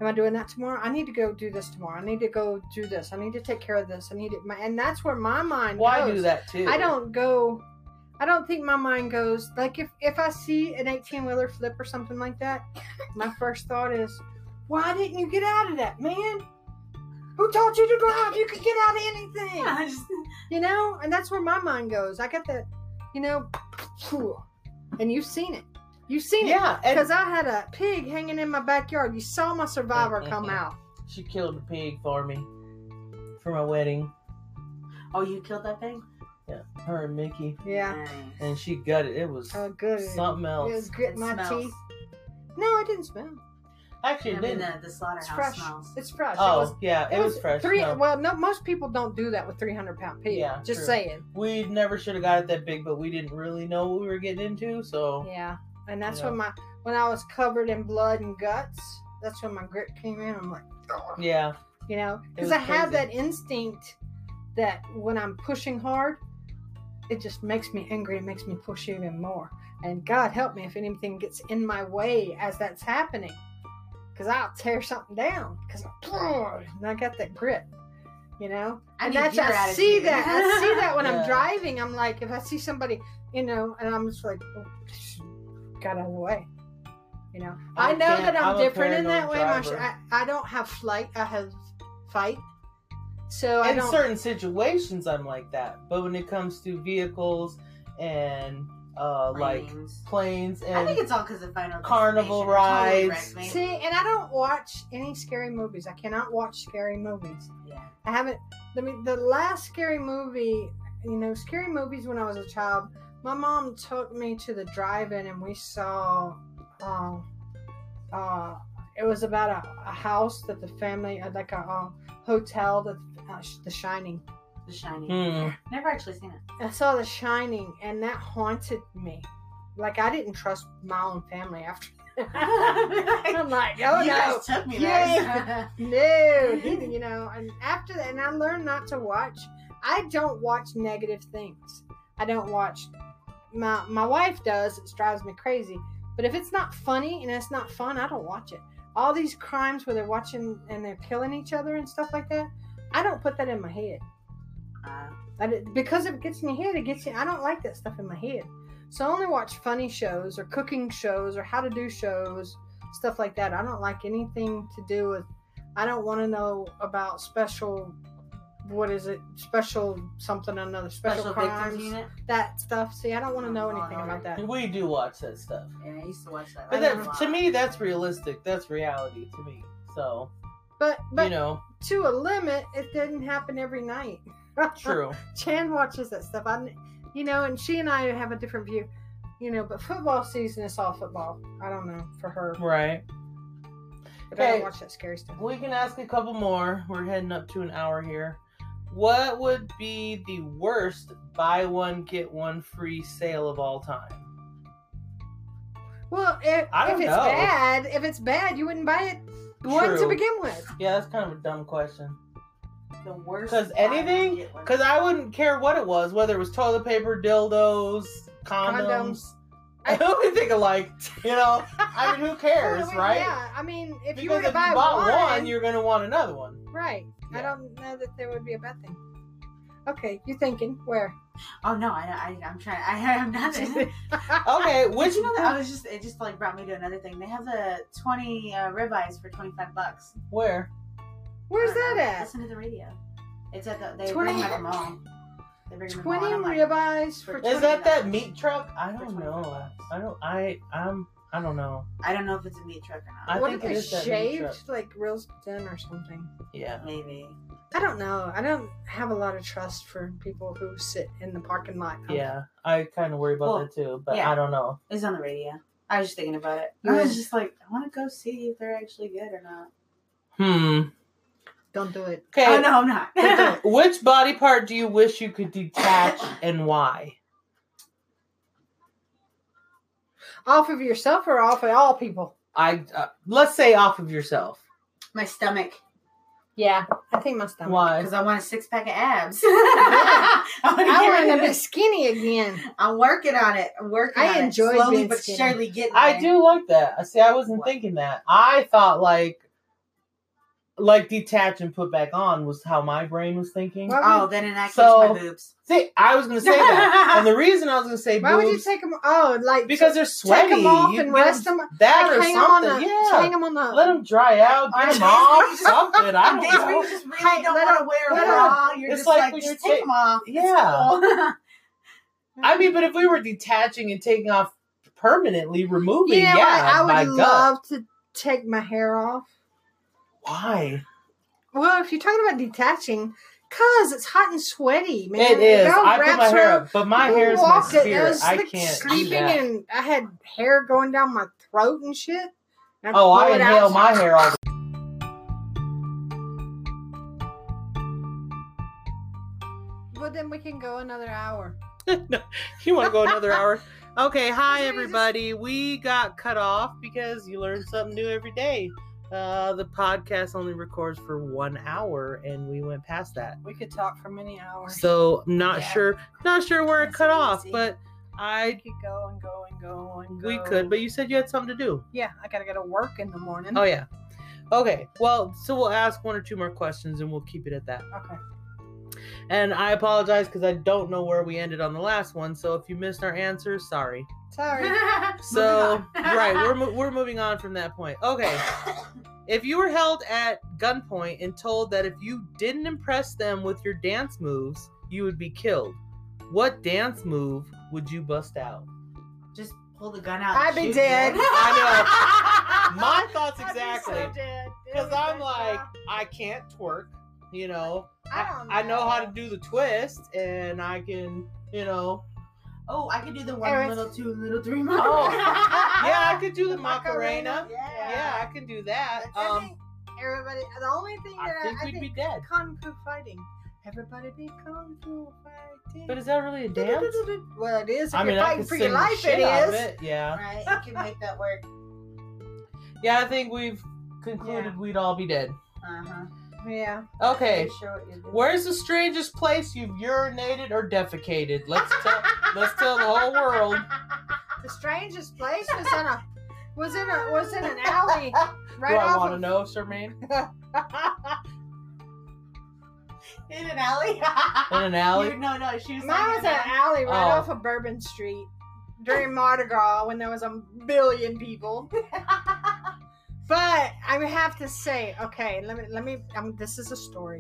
[SPEAKER 2] Am I doing that tomorrow? I need to go do this tomorrow. I need to go do this. I need to take care of this. I need it my, and that's where my mind
[SPEAKER 1] Why
[SPEAKER 2] goes.
[SPEAKER 1] do that too?
[SPEAKER 2] I don't go. I don't think my mind goes like if if I see an eighteen wheeler flip or something like that, my first thought is, why didn't you get out of that, man? Who taught you to drive? You could get out of anything,
[SPEAKER 3] Yeah, I just,
[SPEAKER 2] you know. And that's where my mind goes. I got that, you know, and you've seen it. You've seen it
[SPEAKER 1] Yeah, and
[SPEAKER 3] Mm-hmm.
[SPEAKER 2] because I had a pig hanging in my backyard. You saw my survivor come out.
[SPEAKER 1] She killed a pig for me for my wedding.
[SPEAKER 3] Oh, you killed that thing?
[SPEAKER 1] Her and Mickey,
[SPEAKER 2] Yeah.
[SPEAKER 3] Nice.
[SPEAKER 1] and she gutted. It was
[SPEAKER 2] Oh, good.
[SPEAKER 1] something
[SPEAKER 2] It
[SPEAKER 1] else.
[SPEAKER 2] was grit
[SPEAKER 3] It
[SPEAKER 2] my
[SPEAKER 3] smells.
[SPEAKER 2] teeth. No, it didn't smell.
[SPEAKER 1] Actually,
[SPEAKER 3] I
[SPEAKER 1] it
[SPEAKER 3] mean,
[SPEAKER 1] didn't.
[SPEAKER 3] the, the slaughterhouse
[SPEAKER 2] It's fresh.
[SPEAKER 3] smells.
[SPEAKER 2] It's fresh.
[SPEAKER 1] oh,
[SPEAKER 2] it was,
[SPEAKER 1] yeah, it, was, fresh.
[SPEAKER 2] Three.
[SPEAKER 1] no.
[SPEAKER 2] Well, no, most people don't do that with 300 pound pig.
[SPEAKER 1] Yeah,
[SPEAKER 2] Just
[SPEAKER 1] true.
[SPEAKER 2] saying.
[SPEAKER 1] we never should have got it that big, but we didn't really know what we were getting into. So
[SPEAKER 2] Yeah, and that's
[SPEAKER 1] Yeah.
[SPEAKER 2] when my when I was covered in blood and guts. That's when my grit came in. I'm like, "Ugh,"
[SPEAKER 1] yeah,
[SPEAKER 2] you know,
[SPEAKER 1] It was
[SPEAKER 2] because I have
[SPEAKER 1] crazy.
[SPEAKER 2] that instinct that when I'm pushing hard, it just makes me angry. It makes me push even more. And God help me if anything gets in my way as that's happening, because I'll tear something down. Because and I got that grit, you know.
[SPEAKER 3] I
[SPEAKER 2] And
[SPEAKER 3] need
[SPEAKER 2] that's
[SPEAKER 3] your
[SPEAKER 2] I see
[SPEAKER 3] attitude.
[SPEAKER 2] that I see that when
[SPEAKER 1] Yeah.
[SPEAKER 2] I'm driving. I'm like, if I see somebody, you know, and I'm just like, oh, got out of the way. You know,
[SPEAKER 1] I
[SPEAKER 2] I, know
[SPEAKER 1] can't-
[SPEAKER 2] that
[SPEAKER 1] I'm
[SPEAKER 2] I'm,
[SPEAKER 1] a
[SPEAKER 2] different in that
[SPEAKER 1] paranoid
[SPEAKER 2] way. Marsha.
[SPEAKER 1] driver.
[SPEAKER 2] I, I don't have flight. I have fight. So I
[SPEAKER 1] in
[SPEAKER 2] don't.
[SPEAKER 1] certain situations I'm like that, but when it comes to vehicles and uh, like
[SPEAKER 3] Planes.
[SPEAKER 1] planes
[SPEAKER 3] I think
[SPEAKER 1] and
[SPEAKER 3] it's all because of Final
[SPEAKER 1] carnival
[SPEAKER 3] Destination. It
[SPEAKER 1] rides.
[SPEAKER 3] Totally wrecked me.
[SPEAKER 2] See, and I don't watch any scary movies. I cannot watch scary movies.
[SPEAKER 3] yeah.
[SPEAKER 2] I haven't. I mean, the last scary movie, you know, scary movies when I was a child. My mom took me to the drive-in, and we saw. Um, uh, it was about a, a house that the family, uh, like a uh, hotel that uh, sh- The Shining.
[SPEAKER 3] The Shining.
[SPEAKER 1] Hmm.
[SPEAKER 3] Never actually seen it.
[SPEAKER 2] I saw The Shining, and that haunted me. Like I didn't trust my own family after. I'm like, oh
[SPEAKER 3] you
[SPEAKER 2] no,
[SPEAKER 3] guys took me
[SPEAKER 2] Yeah.
[SPEAKER 3] there.
[SPEAKER 2] No, he- you know, and after that, and I learned not to watch. I don't watch negative things. I don't watch. My my wife does. It drives me crazy. But if it's not funny and it's not fun, I don't watch it. All these crimes where they're watching and they're killing each other and stuff like that, I don't put that in my head.
[SPEAKER 3] Uh,
[SPEAKER 2] I did- because it gets in your head, it gets you. I don't like that stuff in my head. So I only watch funny shows or cooking shows or how to do shows, stuff like that. I don't like anything to do with. I don't want to know about special. What is it? Special something or another. Special,
[SPEAKER 3] Special Victims
[SPEAKER 2] crimes.
[SPEAKER 3] Unit.
[SPEAKER 2] That stuff. See, I don't want to know
[SPEAKER 3] Oh,
[SPEAKER 2] anything about that.
[SPEAKER 1] Hmm, we do watch that stuff.
[SPEAKER 3] Yeah, I used to watch that.
[SPEAKER 1] But
[SPEAKER 3] I learned a
[SPEAKER 1] that,
[SPEAKER 3] lot.
[SPEAKER 1] to me, that's realistic. That's reality to me. So
[SPEAKER 2] But but
[SPEAKER 1] you know,
[SPEAKER 2] to a limit, it didn't happen every night.
[SPEAKER 1] true.
[SPEAKER 2] Chan watches that stuff. I, you know, and she and I have a different view, you know. But football season is all football. I don't know for her,
[SPEAKER 1] right.
[SPEAKER 2] but I
[SPEAKER 1] Hey.
[SPEAKER 2] don't watch that scary stuff.
[SPEAKER 1] We can ask a couple more. We're heading up to an hour here. What would be the worst buy one get one free sale of all time?
[SPEAKER 2] Well, if,
[SPEAKER 1] I
[SPEAKER 2] if
[SPEAKER 1] don't
[SPEAKER 2] it's
[SPEAKER 1] know.
[SPEAKER 2] bad, if it's bad, you wouldn't buy it one to
[SPEAKER 1] True.
[SPEAKER 2] begin with.
[SPEAKER 1] Yeah, that's kind of a dumb question.
[SPEAKER 3] the worst.
[SPEAKER 1] 'Cause anything- Because I wouldn't care what it was, whether it was toilet paper, dildos, condoms. I only think of like, you know, I mean, who cares,
[SPEAKER 2] Well,
[SPEAKER 1] right?
[SPEAKER 2] Yeah, I mean, if
[SPEAKER 1] because
[SPEAKER 2] you were to
[SPEAKER 1] if
[SPEAKER 2] buy
[SPEAKER 1] you bought
[SPEAKER 2] one,
[SPEAKER 1] you're going to want another one.
[SPEAKER 2] right? I
[SPEAKER 1] Yeah.
[SPEAKER 2] don't know that there would be a bad thing. Okay, you're thinking where?
[SPEAKER 3] Oh no, I, I I'm trying. I have nothing.
[SPEAKER 1] Okay, which
[SPEAKER 3] Did you know that I was just it just like brought me to another thing. They have the twenty uh, ribeyes for twenty five bucks.
[SPEAKER 1] Where?
[SPEAKER 2] Where's
[SPEAKER 3] I don't
[SPEAKER 2] that
[SPEAKER 3] know.
[SPEAKER 2] at?
[SPEAKER 3] Listen to the radio. It's at the they
[SPEAKER 2] 20
[SPEAKER 3] bring them at the mall. They bring them at the mall,
[SPEAKER 2] Twenty
[SPEAKER 3] and I'm like,
[SPEAKER 2] ribeyes for.
[SPEAKER 3] Is
[SPEAKER 1] Is
[SPEAKER 2] 20
[SPEAKER 1] that that
[SPEAKER 3] $20.
[SPEAKER 1] meat truck? I
[SPEAKER 3] For
[SPEAKER 1] don't
[SPEAKER 3] 25
[SPEAKER 1] know.
[SPEAKER 3] bucks.
[SPEAKER 1] I don't. I. I'm. I don't know.
[SPEAKER 3] I don't know if it's a meat truck or
[SPEAKER 1] I
[SPEAKER 3] not.
[SPEAKER 2] what
[SPEAKER 1] think
[SPEAKER 2] if
[SPEAKER 1] it
[SPEAKER 2] it's
[SPEAKER 1] is that meat
[SPEAKER 2] shaved,
[SPEAKER 1] truck.
[SPEAKER 2] like real thin or something?
[SPEAKER 1] Yeah.
[SPEAKER 3] Maybe.
[SPEAKER 2] I don't know. I don't have a lot of trust for people who sit in the parking lot.
[SPEAKER 1] Yeah. I kind of worry about
[SPEAKER 3] Well,
[SPEAKER 1] that too, but
[SPEAKER 3] yeah.
[SPEAKER 1] I don't know.
[SPEAKER 3] It's on the radio. I was just thinking about it.
[SPEAKER 2] Yeah.
[SPEAKER 3] I was just like, I want to go see if they're actually good or not.
[SPEAKER 1] Hmm.
[SPEAKER 2] Don't do it.
[SPEAKER 1] Okay.
[SPEAKER 3] Oh no, I'm not.
[SPEAKER 1] Which body part do you wish you could detach and why?
[SPEAKER 2] Off of yourself or off of all people?
[SPEAKER 1] I uh, let's say off of yourself.
[SPEAKER 3] My stomach,
[SPEAKER 2] Yeah. I think my stomach.
[SPEAKER 1] Why?
[SPEAKER 3] because I want a six pack of abs. I wanna
[SPEAKER 2] I
[SPEAKER 3] get
[SPEAKER 2] want
[SPEAKER 3] rid of
[SPEAKER 2] to be
[SPEAKER 3] this.
[SPEAKER 2] skinny again.
[SPEAKER 3] I'm working on it. I'm working.
[SPEAKER 2] I
[SPEAKER 3] on it.
[SPEAKER 2] enjoy
[SPEAKER 3] slowly
[SPEAKER 2] being
[SPEAKER 3] but
[SPEAKER 2] skinny.
[SPEAKER 3] surely getting.
[SPEAKER 1] I
[SPEAKER 3] there.
[SPEAKER 1] do like that. I See, I wasn't
[SPEAKER 3] What?
[SPEAKER 1] thinking that. I thought like like detach and put back on was how my brain was thinking.
[SPEAKER 2] Why
[SPEAKER 3] Oh,
[SPEAKER 2] would,
[SPEAKER 3] then it activates
[SPEAKER 1] So-
[SPEAKER 3] my boobs.
[SPEAKER 1] See, I was gonna say that, and the reason I was gonna say
[SPEAKER 2] why would you
[SPEAKER 1] boobs
[SPEAKER 2] take them? Oh, like
[SPEAKER 1] because they're sweaty.
[SPEAKER 2] take them off
[SPEAKER 1] You
[SPEAKER 2] and
[SPEAKER 1] get
[SPEAKER 2] rest them.
[SPEAKER 1] That
[SPEAKER 2] Like,
[SPEAKER 1] or
[SPEAKER 2] hang them on the.
[SPEAKER 1] something.
[SPEAKER 2] Hang
[SPEAKER 1] Yeah,
[SPEAKER 2] them on the.
[SPEAKER 1] let them dry out. Get them off. Something. I
[SPEAKER 3] Some
[SPEAKER 1] don't
[SPEAKER 3] days where
[SPEAKER 1] know.
[SPEAKER 3] you just really
[SPEAKER 2] Hey,
[SPEAKER 3] don't
[SPEAKER 2] let
[SPEAKER 3] want to
[SPEAKER 2] them-
[SPEAKER 3] wear
[SPEAKER 2] let
[SPEAKER 3] a bra. You're
[SPEAKER 1] It's
[SPEAKER 3] just
[SPEAKER 1] like
[SPEAKER 3] like,
[SPEAKER 1] when
[SPEAKER 3] just
[SPEAKER 1] you're
[SPEAKER 3] take
[SPEAKER 1] ta-
[SPEAKER 3] them off. It's
[SPEAKER 1] Yeah.
[SPEAKER 3] cool.
[SPEAKER 1] I mean, but if we were detaching and taking off permanently, removing,
[SPEAKER 2] you know
[SPEAKER 1] yeah,
[SPEAKER 2] what? I
[SPEAKER 1] my
[SPEAKER 2] would
[SPEAKER 1] gut.
[SPEAKER 2] love to take my hair off.
[SPEAKER 1] Why?
[SPEAKER 2] Well, if you're talking about detaching, cause it's hot and sweaty, man.
[SPEAKER 1] it is.
[SPEAKER 2] The girl
[SPEAKER 1] I put
[SPEAKER 2] wraps
[SPEAKER 1] my hair
[SPEAKER 2] her
[SPEAKER 1] up, but my
[SPEAKER 2] You
[SPEAKER 1] hair is my
[SPEAKER 2] walked it,
[SPEAKER 1] spirit.
[SPEAKER 2] was
[SPEAKER 1] I
[SPEAKER 2] like
[SPEAKER 1] can't do
[SPEAKER 2] sleeping,
[SPEAKER 1] that.
[SPEAKER 2] and I had hair going down my throat and shit. And
[SPEAKER 1] Oh, I
[SPEAKER 2] blew it out.
[SPEAKER 1] inhale my hair all.
[SPEAKER 2] Well, then we can go another hour.
[SPEAKER 1] no, you want to go another hour? Okay, hi everybody. We got cut off because you learn something new every day. Uh, the podcast only records for one hour, and we went past that.
[SPEAKER 2] We could talk for many hours.
[SPEAKER 1] So I'm not
[SPEAKER 2] Yeah.
[SPEAKER 1] sure, not sure where it
[SPEAKER 2] That's
[SPEAKER 1] cut off,
[SPEAKER 2] easy.
[SPEAKER 1] but I
[SPEAKER 2] could go and go and go and
[SPEAKER 1] we could. But you said you had something to do.
[SPEAKER 2] yeah, I gotta go to work in the morning.
[SPEAKER 1] Oh yeah. Okay. Well, so we'll ask one or two more questions, and we'll keep it at that.
[SPEAKER 2] Okay.
[SPEAKER 1] And I apologize because I don't know where we ended on the last one. So if you missed our answer, sorry.
[SPEAKER 2] Sorry.
[SPEAKER 1] So
[SPEAKER 3] Moving on.
[SPEAKER 1] right, we're mo- we're moving on from that point. Okay. If you were held at gunpoint and told that if you didn't impress them with your dance moves, you would be killed. What dance move would you bust out?
[SPEAKER 3] Just pull the gun out.
[SPEAKER 2] I'd
[SPEAKER 3] and
[SPEAKER 2] be
[SPEAKER 3] shoot
[SPEAKER 2] dead.
[SPEAKER 3] you.
[SPEAKER 1] I My thoughts
[SPEAKER 2] I'd be so
[SPEAKER 1] exactly.
[SPEAKER 2] dead.
[SPEAKER 1] Because
[SPEAKER 2] It was
[SPEAKER 1] I'm
[SPEAKER 2] so
[SPEAKER 1] like,
[SPEAKER 2] bad.
[SPEAKER 1] I can't twerk, you know.
[SPEAKER 2] I don't
[SPEAKER 1] I know how to do the twist, and I can, you know.
[SPEAKER 3] Oh, I could do the one
[SPEAKER 2] Eric.
[SPEAKER 3] little two, little three.
[SPEAKER 1] Oh.
[SPEAKER 3] yeah.
[SPEAKER 1] Yeah, I could do the
[SPEAKER 2] Macarena.
[SPEAKER 1] macarena.
[SPEAKER 3] Yeah.
[SPEAKER 1] Yeah, I can do that.
[SPEAKER 2] I
[SPEAKER 1] Um,
[SPEAKER 2] think everybody. The only thing
[SPEAKER 1] I
[SPEAKER 2] that
[SPEAKER 1] think
[SPEAKER 2] I
[SPEAKER 1] we'd
[SPEAKER 2] think
[SPEAKER 1] be dead.
[SPEAKER 2] kung fu fighting. Everybody be kung fu fighting.
[SPEAKER 1] But is that really a dance?
[SPEAKER 2] Well, it is. If
[SPEAKER 1] I mean,
[SPEAKER 2] you're
[SPEAKER 1] I
[SPEAKER 2] fighting
[SPEAKER 1] could
[SPEAKER 2] for
[SPEAKER 1] sing
[SPEAKER 2] your
[SPEAKER 1] the
[SPEAKER 2] life,
[SPEAKER 1] shit
[SPEAKER 2] it
[SPEAKER 1] out
[SPEAKER 2] is.
[SPEAKER 1] of it. Yeah,
[SPEAKER 3] Right, you can make that work.
[SPEAKER 1] yeah. I think we've concluded we'd all be dead.
[SPEAKER 3] Uh-huh.
[SPEAKER 2] Yeah.
[SPEAKER 1] Okay,
[SPEAKER 3] Show what you do.
[SPEAKER 1] where's the strangest place you've urinated or defecated? Let's tell. let's tell the whole world.
[SPEAKER 2] The strangest place was in a was in a was in an alley right
[SPEAKER 1] Do I
[SPEAKER 2] off.
[SPEAKER 1] want to
[SPEAKER 2] of,
[SPEAKER 1] know, Charmaine?
[SPEAKER 3] In an alley?
[SPEAKER 1] In an alley?
[SPEAKER 3] You- no, no, she was
[SPEAKER 2] Mine was
[SPEAKER 3] saying
[SPEAKER 2] in an alley right
[SPEAKER 1] Oh.
[SPEAKER 2] off of Bourbon Street during Mardi Gras when there was a billion people. But I have to say, okay, let me let me. Um, this is a story.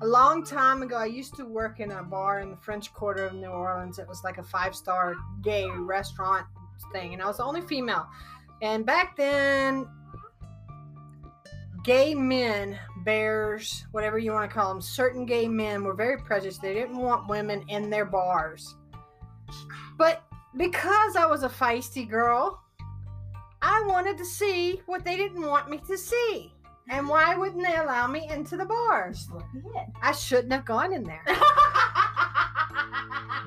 [SPEAKER 2] a long time ago, I used to work in a bar in the French Quarter of New Orleans. It was like a five-star gay restaurant thing, and I was the only female. And back then, gay men, bears, whatever you want to call them, certain gay men were very prejudiced. They didn't want women in their bars. But because I was a feisty girl, I wanted to see what they didn't want me to see. And why wouldn't they allow me into the bars?
[SPEAKER 3] Just let me in.
[SPEAKER 2] I shouldn't have gone in there.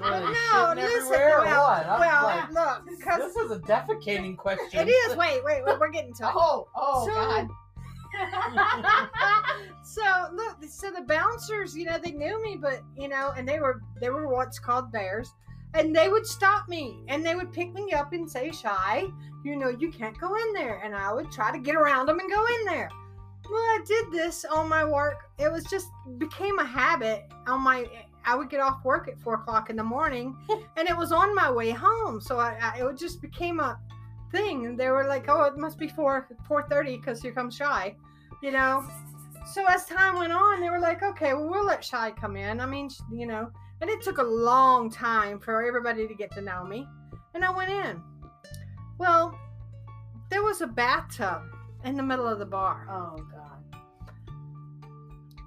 [SPEAKER 1] Really,
[SPEAKER 2] no,
[SPEAKER 1] shitting
[SPEAKER 2] listen,
[SPEAKER 1] everywhere or
[SPEAKER 2] well,
[SPEAKER 1] what? I'm
[SPEAKER 2] well,
[SPEAKER 1] like,
[SPEAKER 2] look, because
[SPEAKER 1] this is a defecating question.
[SPEAKER 2] it is. Wait, wait, wait, we're getting to it.
[SPEAKER 3] Oh, oh,
[SPEAKER 2] So-
[SPEAKER 3] God.
[SPEAKER 2] so look, so the bouncers, you know, they knew me, but you know, and they were they were what's called bears, and they would stop me and they would pick me up and say, "Shy, you know, you can't go in there," and I would try to get around them and go in there. Well, I did this on my work. It was just became a habit on my. I would get off work at four o'clock in the morning, and it was on my way home. So I, I it just became a thing. And they were like, "Oh, it must be four four thirty because here comes Shy," you know. So as time went on, they were like, "Okay, well, we'll let Shy come in." I mean, sh- you know, and it took a long time for everybody to get to know me, and I went in. Well, there was a bathtub in the middle of the bar.
[SPEAKER 3] Oh, God.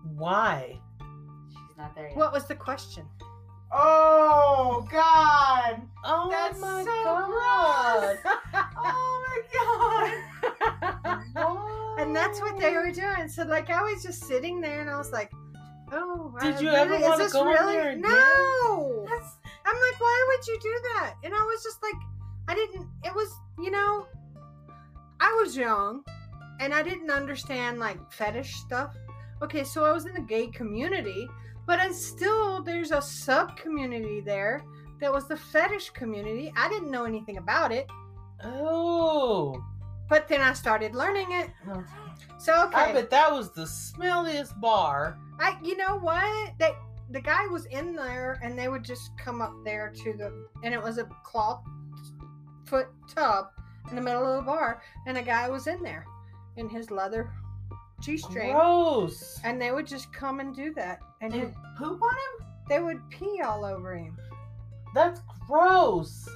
[SPEAKER 1] Why?
[SPEAKER 3] She's not there yet.
[SPEAKER 2] What was the question?
[SPEAKER 3] oh, God.
[SPEAKER 1] Oh
[SPEAKER 3] That's
[SPEAKER 1] my
[SPEAKER 3] so
[SPEAKER 1] god!
[SPEAKER 3] Oh, my God.
[SPEAKER 2] And that's what they were doing. So like I was just sitting there and I was like, oh,
[SPEAKER 1] Did
[SPEAKER 2] I
[SPEAKER 1] you
[SPEAKER 2] really-
[SPEAKER 1] ever
[SPEAKER 2] is
[SPEAKER 1] wanna
[SPEAKER 2] this
[SPEAKER 1] go in
[SPEAKER 2] really?
[SPEAKER 1] there again?
[SPEAKER 2] No.
[SPEAKER 3] That's-
[SPEAKER 2] I'm like, why would you do that? And I was just like, I didn't. It was, you know, I was young, and I didn't understand like fetish stuff. Okay, so I was in the gay community, but I still there's a sub community there that was the fetish community. I didn't know anything about it,
[SPEAKER 1] Oh,
[SPEAKER 2] but then I started learning it. So okay,
[SPEAKER 1] I bet that was the smelliest bar.
[SPEAKER 2] I you know what? They the guy was in there and they would just come up there to the and it was a cloth foot tub in the middle of the bar and a guy was in there in his leather G string.
[SPEAKER 1] Gross.
[SPEAKER 2] And they would just come and do that. And
[SPEAKER 3] Did poop on him?
[SPEAKER 2] they would pee all over him.
[SPEAKER 1] That's gross.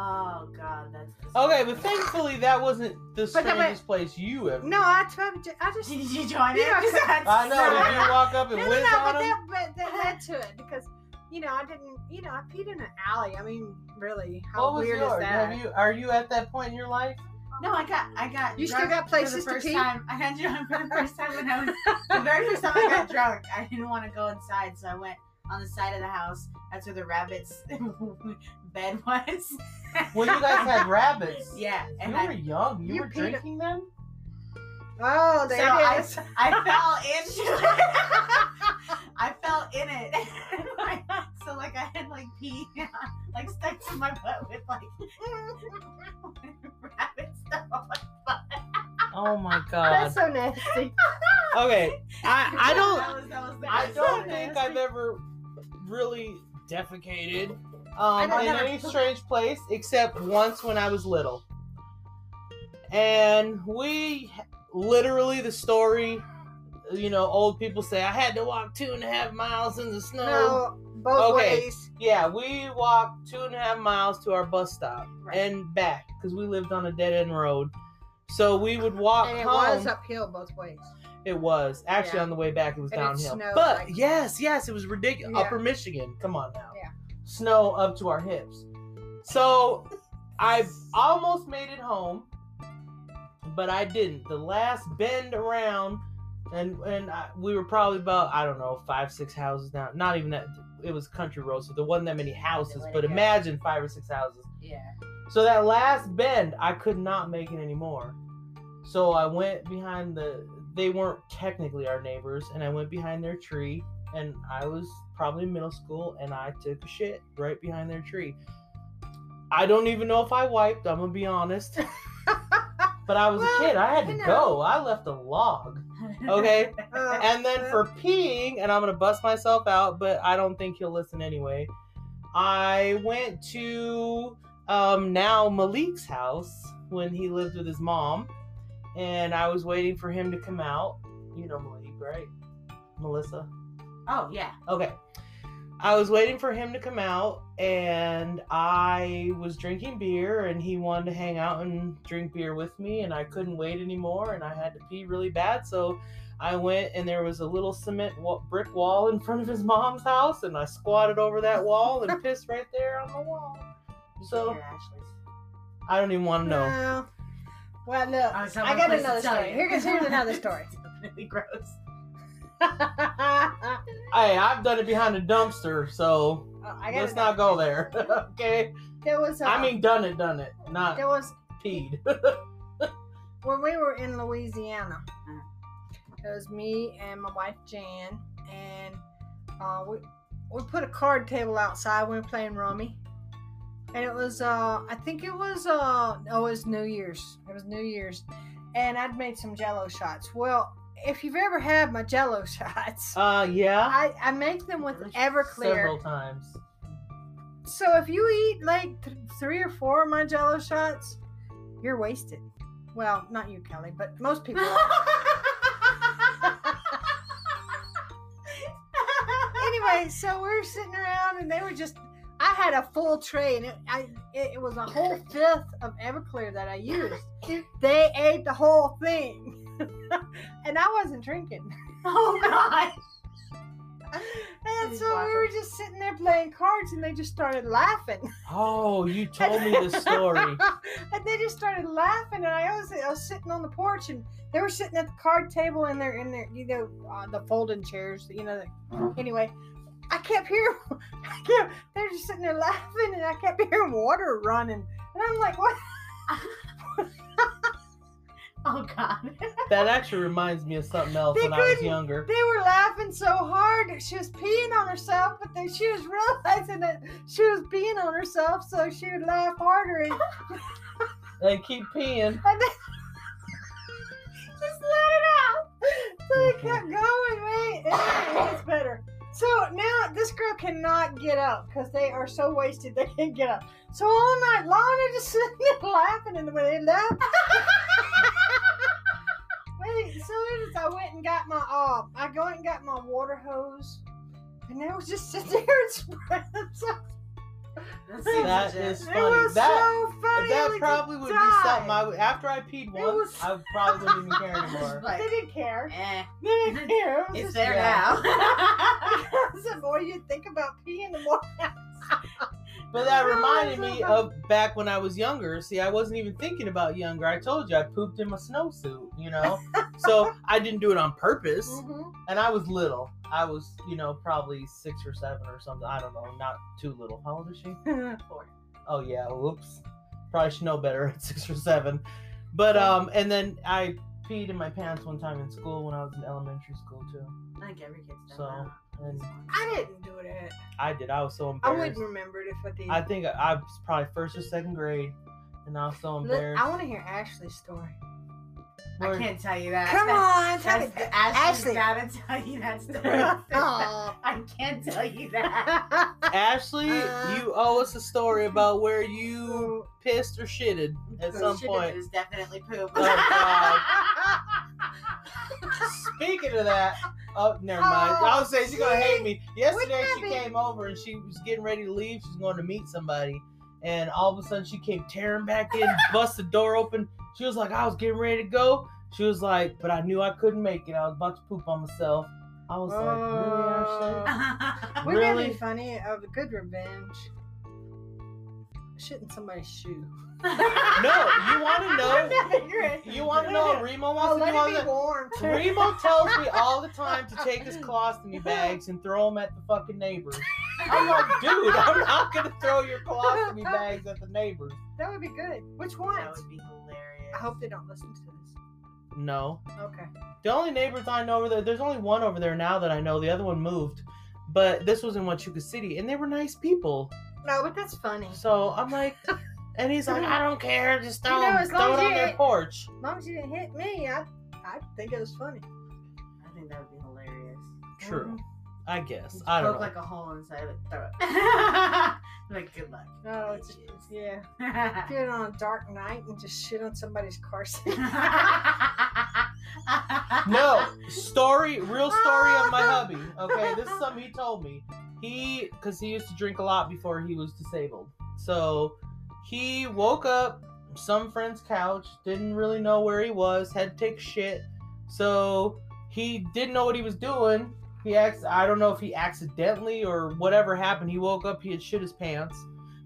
[SPEAKER 3] Oh god, that's
[SPEAKER 1] Okay, but thankfully that wasn't the
[SPEAKER 2] But that
[SPEAKER 1] strangest place you ever.
[SPEAKER 2] No, I told you. I just.
[SPEAKER 3] Did you join
[SPEAKER 2] You
[SPEAKER 3] it?
[SPEAKER 2] know,
[SPEAKER 3] 'Cause that's-
[SPEAKER 1] I know. Did you walk up and
[SPEAKER 2] No, no, no,
[SPEAKER 1] whiz
[SPEAKER 2] but
[SPEAKER 1] on him?
[SPEAKER 2] that, but that led to it because, you know, I didn't, you know, I peed in an alley. I mean, really, how
[SPEAKER 1] What was
[SPEAKER 2] weird
[SPEAKER 1] yours?
[SPEAKER 2] is that?
[SPEAKER 1] Have you are you at that point in your life?
[SPEAKER 3] No, I got, I got.
[SPEAKER 2] You still
[SPEAKER 3] drunk
[SPEAKER 2] got places to
[SPEAKER 3] for the first
[SPEAKER 2] pee?
[SPEAKER 3] Time. I got drunk for the first time when I was the very first time I got drunk. I didn't want to go inside, so I went on the side of the house. That's where the rabbit's bed was.
[SPEAKER 1] Well, you guys had rabbits.
[SPEAKER 3] Yeah, and
[SPEAKER 1] You
[SPEAKER 3] I,
[SPEAKER 1] were young. You,
[SPEAKER 2] You
[SPEAKER 1] were
[SPEAKER 2] peed-
[SPEAKER 1] drinking them.
[SPEAKER 2] oh, there
[SPEAKER 3] So I-
[SPEAKER 2] it is.
[SPEAKER 3] I fell into it. I fell in it. Like, so like I had like pee like stuck to my butt with like rabbit stuff on my butt.
[SPEAKER 1] Oh my god.
[SPEAKER 2] That's so nasty.
[SPEAKER 1] Okay, I I
[SPEAKER 3] That
[SPEAKER 1] don't
[SPEAKER 3] was- that was the
[SPEAKER 1] I
[SPEAKER 3] best
[SPEAKER 1] don't
[SPEAKER 3] one.
[SPEAKER 1] think I've ever really defecated
[SPEAKER 2] I
[SPEAKER 1] um,
[SPEAKER 2] don't
[SPEAKER 1] in
[SPEAKER 2] know.
[SPEAKER 1] any strange place except once when I was little, and we literally the story. You know, old people say I had to walk two and a half miles in the snow.
[SPEAKER 2] No, both
[SPEAKER 1] Okay.
[SPEAKER 2] ways.
[SPEAKER 1] Yeah, we walked two and a half miles to our bus stop
[SPEAKER 3] Right.
[SPEAKER 1] and back because we lived on a dead end road. So we would walk
[SPEAKER 2] And it
[SPEAKER 1] Uh, home.
[SPEAKER 2] was uphill both ways.
[SPEAKER 1] It was. actually
[SPEAKER 2] Yeah.
[SPEAKER 1] on the way back. It was
[SPEAKER 2] And it
[SPEAKER 1] downhill.
[SPEAKER 2] snowed,
[SPEAKER 1] but
[SPEAKER 2] like-
[SPEAKER 1] yes, yes, it was ridiculous.
[SPEAKER 2] Yeah.
[SPEAKER 1] Upper Michigan. Come on now.
[SPEAKER 2] Yeah.
[SPEAKER 1] Snow up to our hips. So I almost made it home, but I didn't. The last bend around, and and I, we were probably about I don't know five six houses down. Not even that. It was country road, so there wasn't that many houses.
[SPEAKER 3] way to
[SPEAKER 1] But
[SPEAKER 3] go.
[SPEAKER 1] imagine five or six houses.
[SPEAKER 3] Yeah.
[SPEAKER 1] So that last bend, I could not make it anymore. So I went behind the. They weren't technically our neighbors, and I went behind their tree, and I was probably in middle school, and I took a shit right behind their tree. I don't even know if I wiped. I'm gonna be honest. But I was
[SPEAKER 2] Well,
[SPEAKER 1] a kid. I had to
[SPEAKER 2] you know.
[SPEAKER 1] go. I left a log. Okay.
[SPEAKER 2] Uh,
[SPEAKER 1] and then for peeing, and I'm gonna bust myself out, but I don't think he'll listen anyway. I went to um, now Malik's house when he lived with his mom, and I was waiting for him to come out. You know Malik, right? Melissa.
[SPEAKER 3] Oh yeah.
[SPEAKER 1] Okay. I was waiting for him to come out and I was drinking beer and he wanted to hang out and drink beer with me and I couldn't wait anymore and I had to pee really bad so I went and there was a little cement wa- brick wall in front of his mom's house and I squatted over that wall and pissed right there on the wall. So-
[SPEAKER 3] Yeah, Ashley's.
[SPEAKER 1] I don't even want to know.
[SPEAKER 2] uh, no. Well, look,
[SPEAKER 3] Oh, it's not
[SPEAKER 2] I
[SPEAKER 3] my
[SPEAKER 2] got
[SPEAKER 3] place to
[SPEAKER 2] another
[SPEAKER 3] tell
[SPEAKER 2] story.
[SPEAKER 3] you.
[SPEAKER 2] Here goes here's another story. Uh,
[SPEAKER 3] really gross.
[SPEAKER 2] I
[SPEAKER 1] Hey, I've done it behind a dumpster, so
[SPEAKER 2] got
[SPEAKER 1] let's not
[SPEAKER 2] another-
[SPEAKER 1] go there. okay?
[SPEAKER 2] There was.
[SPEAKER 1] I
[SPEAKER 2] uh,
[SPEAKER 1] mean, done it, done it, not
[SPEAKER 2] there was
[SPEAKER 1] peed.
[SPEAKER 2] when we were in Louisiana, it was me and my wife Jan, and uh, we we put a card table outside. We were playing rummy, and it was uh, I think it was uh, oh it was New Year's. It was New Year's, and I'd made some Jello shots. Well, if you've ever had my Jello shots,
[SPEAKER 1] Uh, yeah.
[SPEAKER 2] I, I make them with Everclear.
[SPEAKER 1] Several times.
[SPEAKER 2] So if you eat like th- three or four of my Jello shots, you're wasted. Well, not you, Kelly, but most people. are. anyway, so we're sitting around, and they were just. I had a full tray, and it, I, it, it was a whole fifth of Everclear that I used. They ate the whole thing, and I wasn't drinking.
[SPEAKER 3] oh god.
[SPEAKER 2] And
[SPEAKER 3] Just
[SPEAKER 2] so we
[SPEAKER 3] watching.
[SPEAKER 2] were just sitting there playing cards, and they just started laughing.
[SPEAKER 1] Oh, you told me this story.
[SPEAKER 2] and they just started laughing, and I was I was sitting on the porch, and they were sitting at the card table in their in their you know uh, the folding chairs, you know. The, anyway, I kept hearing, I kept, they were just sitting there laughing, and I kept hearing water running, and I'm like, what?
[SPEAKER 3] Oh god.
[SPEAKER 1] That actually reminds me of something else
[SPEAKER 2] They
[SPEAKER 1] when I was
[SPEAKER 2] couldn't-
[SPEAKER 1] younger.
[SPEAKER 2] They were laughing so hard that she was peeing on herself, but then she was realizing that she was peeing on herself, so she would laugh harder and,
[SPEAKER 1] They keep peeing.
[SPEAKER 2] and then just let it out. So it
[SPEAKER 1] Mhm.
[SPEAKER 2] kept going, right? And then it gets better. So now this girl cannot get up because they are so wasted they can't get up. So all night long they're just sitting there laughing, and when they left, wait. So it is, I went and got my uh, I go and got my water hose, and they was just sitting there and spraying themselves.
[SPEAKER 1] That is
[SPEAKER 2] It
[SPEAKER 1] funny.
[SPEAKER 2] was
[SPEAKER 1] That-
[SPEAKER 2] so funny.
[SPEAKER 1] that
[SPEAKER 2] we
[SPEAKER 1] probably
[SPEAKER 2] could
[SPEAKER 1] would
[SPEAKER 2] die.
[SPEAKER 1] be something. I would, after I peed once,
[SPEAKER 2] was-
[SPEAKER 1] I probably wouldn't even care anymore.
[SPEAKER 2] They
[SPEAKER 3] like,
[SPEAKER 2] didn't care.
[SPEAKER 3] eh,
[SPEAKER 2] They didn't care. It was
[SPEAKER 3] it's
[SPEAKER 2] just-
[SPEAKER 3] there
[SPEAKER 1] yeah.
[SPEAKER 3] now.
[SPEAKER 2] the more you think about peeing, the more.
[SPEAKER 1] But that
[SPEAKER 2] No,
[SPEAKER 1] reminded
[SPEAKER 2] it's
[SPEAKER 1] me
[SPEAKER 2] okay.
[SPEAKER 1] of back when I was younger. See, I wasn't even thinking about younger. I told you I pooped in my snowsuit, you know? so I didn't do it on purpose.
[SPEAKER 2] Mhm.
[SPEAKER 1] And I was little. I was, you know, probably six or seven or something. I don't know. Not too little. How old is she?
[SPEAKER 3] Four.
[SPEAKER 1] Oh, yeah. Whoops. Probably should know better at six or seven. But, um, and then I peed in my pants one time in school when I was in elementary school, too.
[SPEAKER 3] I think every kid's done
[SPEAKER 1] So, And
[SPEAKER 2] I didn't do it.
[SPEAKER 1] I did. I was so
[SPEAKER 2] I
[SPEAKER 1] embarrassed.
[SPEAKER 2] wouldn't remember it if I did.
[SPEAKER 1] I think I, I was probably first or second grade, and I was so
[SPEAKER 2] Let-
[SPEAKER 1] embarrassed.
[SPEAKER 2] I want to hear Ashley's story.
[SPEAKER 3] that.
[SPEAKER 1] Where-
[SPEAKER 3] I can't tell you that.
[SPEAKER 2] Come
[SPEAKER 3] That's-
[SPEAKER 2] on, tell
[SPEAKER 3] That's,
[SPEAKER 2] me. Ashley.
[SPEAKER 3] Ashley's gotta tell you that story.
[SPEAKER 2] Aw.
[SPEAKER 3] I can't tell you that.
[SPEAKER 1] Ashley,
[SPEAKER 2] Uh.
[SPEAKER 1] you owe us a story about where you pissed or shitted at
[SPEAKER 3] So
[SPEAKER 1] some
[SPEAKER 3] shit, It
[SPEAKER 1] point.
[SPEAKER 3] was definitely poop.
[SPEAKER 1] Oh, God. Speaking of that, oh, never mind. I was saying she's gonna hate me. Yesterday
[SPEAKER 2] Wouldn't that
[SPEAKER 1] she
[SPEAKER 2] be-
[SPEAKER 1] came over and she was getting ready to leave. She's going to meet somebody, and all of a sudden she came tearing back in, bust the door open. She was like, I was getting ready to go. She was like, but I knew I couldn't make it. I was about to poop on myself. I was like, really, Ashley?
[SPEAKER 2] Oh.
[SPEAKER 3] uh,
[SPEAKER 2] Wouldn't that
[SPEAKER 1] Really?
[SPEAKER 2] be funny? Of good revenge. Shitting somebody's shoe.
[SPEAKER 1] No, you want to
[SPEAKER 2] I'm
[SPEAKER 1] know?
[SPEAKER 2] not ignorant.
[SPEAKER 1] You want to know? Remo
[SPEAKER 2] Oh,
[SPEAKER 1] wants to
[SPEAKER 2] let
[SPEAKER 1] know.
[SPEAKER 2] it be
[SPEAKER 1] That.
[SPEAKER 2] warm. too.
[SPEAKER 1] Remo tells me all the time to take his colostomy bags and throw them at the fucking neighbors. I'm like, dude, I'm not gonna throw your colostomy bags at the neighbors.
[SPEAKER 2] That would be good. Which
[SPEAKER 3] That
[SPEAKER 2] ones?
[SPEAKER 3] would be hilarious.
[SPEAKER 2] I hope they don't listen to this.
[SPEAKER 1] No,
[SPEAKER 2] Okay.
[SPEAKER 1] the only neighbors I know over there. There's only one over there now that I know. The other one moved, but this was in Wachuca City, and they were nice people.
[SPEAKER 2] No, but that's funny. As
[SPEAKER 1] So I'm like, and he's like, I don't care, just throw,
[SPEAKER 2] You know,
[SPEAKER 1] 'em-
[SPEAKER 2] as long
[SPEAKER 1] throw it
[SPEAKER 2] as
[SPEAKER 1] on
[SPEAKER 2] you
[SPEAKER 1] their
[SPEAKER 2] ain't-
[SPEAKER 1] porch.
[SPEAKER 2] long as you didn't hit me, I, I think it was funny.
[SPEAKER 3] I think that would be hilarious.
[SPEAKER 1] True, I guess.
[SPEAKER 3] Just
[SPEAKER 1] I don't
[SPEAKER 3] poke
[SPEAKER 1] know.
[SPEAKER 3] like a hole inside of it. Throw it. like good luck.
[SPEAKER 2] No, it's yeah. If you're on a dark night and just shit on somebody's car seat.
[SPEAKER 1] No story, real story of my hubby. Okay, this is something he told me. He, because he used to drink a lot before he was disabled. So he woke up some friend's couch, didn't really know where he was, had to take shit. So he didn't know what he was doing. He acts, I don't know if he accidentally or whatever happened. He woke up, he had shit his pants.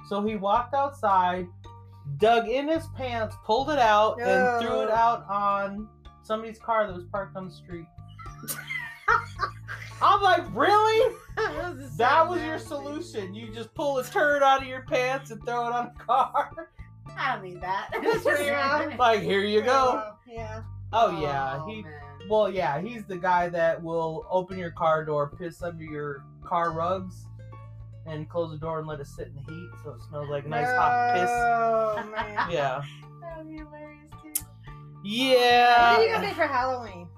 [SPEAKER 1] So he walked outside, dug in his pants, pulled it out, and threw it
[SPEAKER 2] No.
[SPEAKER 1] out on somebody's car that was parked on the street. I'm like, really?
[SPEAKER 2] that was,
[SPEAKER 1] That was your solution. You just pull a turd out of your pants and throw it on a car.
[SPEAKER 3] I don't need that.
[SPEAKER 2] That's weird.
[SPEAKER 1] Like, here you go.
[SPEAKER 2] Yeah.
[SPEAKER 1] Oh yeah,
[SPEAKER 3] Oh,
[SPEAKER 1] he
[SPEAKER 3] man.
[SPEAKER 1] well yeah, he's the guy that will open your car door, piss under your car rugs, and close the door and let it sit in the heat so it smells like nice hot piss.
[SPEAKER 2] Oh man.
[SPEAKER 1] Yeah.
[SPEAKER 3] That would be hilarious too.
[SPEAKER 2] what are you
[SPEAKER 1] Yeah.
[SPEAKER 2] gonna be for Halloween?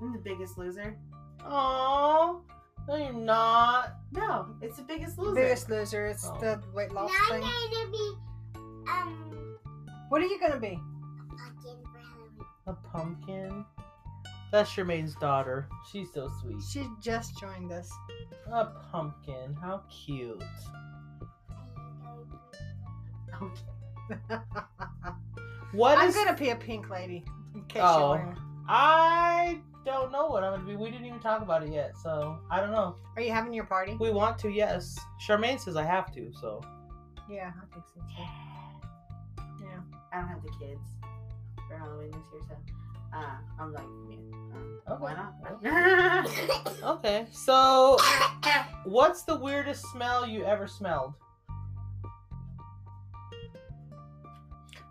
[SPEAKER 3] I'm the biggest loser.
[SPEAKER 1] Aw. No, you're not.
[SPEAKER 3] No, it's the biggest loser.
[SPEAKER 2] Biggest loser. It's
[SPEAKER 1] Oh.
[SPEAKER 2] the weight loss
[SPEAKER 6] I'm
[SPEAKER 2] thing.
[SPEAKER 6] going to be um
[SPEAKER 2] What are you gonna be?
[SPEAKER 6] fucking for Halloween.
[SPEAKER 1] A pumpkin. That's Charmaine's daughter. She's so sweet.
[SPEAKER 2] She just joined us.
[SPEAKER 1] A pumpkin. How cute.
[SPEAKER 6] I'm going to
[SPEAKER 3] Okay.
[SPEAKER 1] What
[SPEAKER 2] I'm
[SPEAKER 1] is-
[SPEAKER 2] gonna be a pink lady. In case
[SPEAKER 1] Oh.
[SPEAKER 2] you're wondering.
[SPEAKER 1] I don't know what I'm gonna be. We didn't even talk about it yet, so I don't know.
[SPEAKER 2] Are you having your party?
[SPEAKER 1] We want to, yes. Charmaine says I have to, so
[SPEAKER 2] Yeah, I think so too.
[SPEAKER 3] I don't have the kids for Halloween this year, so uh, I'm like, yeah, um,
[SPEAKER 1] Okay.
[SPEAKER 3] why not?
[SPEAKER 1] okay. So, what's the weirdest smell you ever smelled?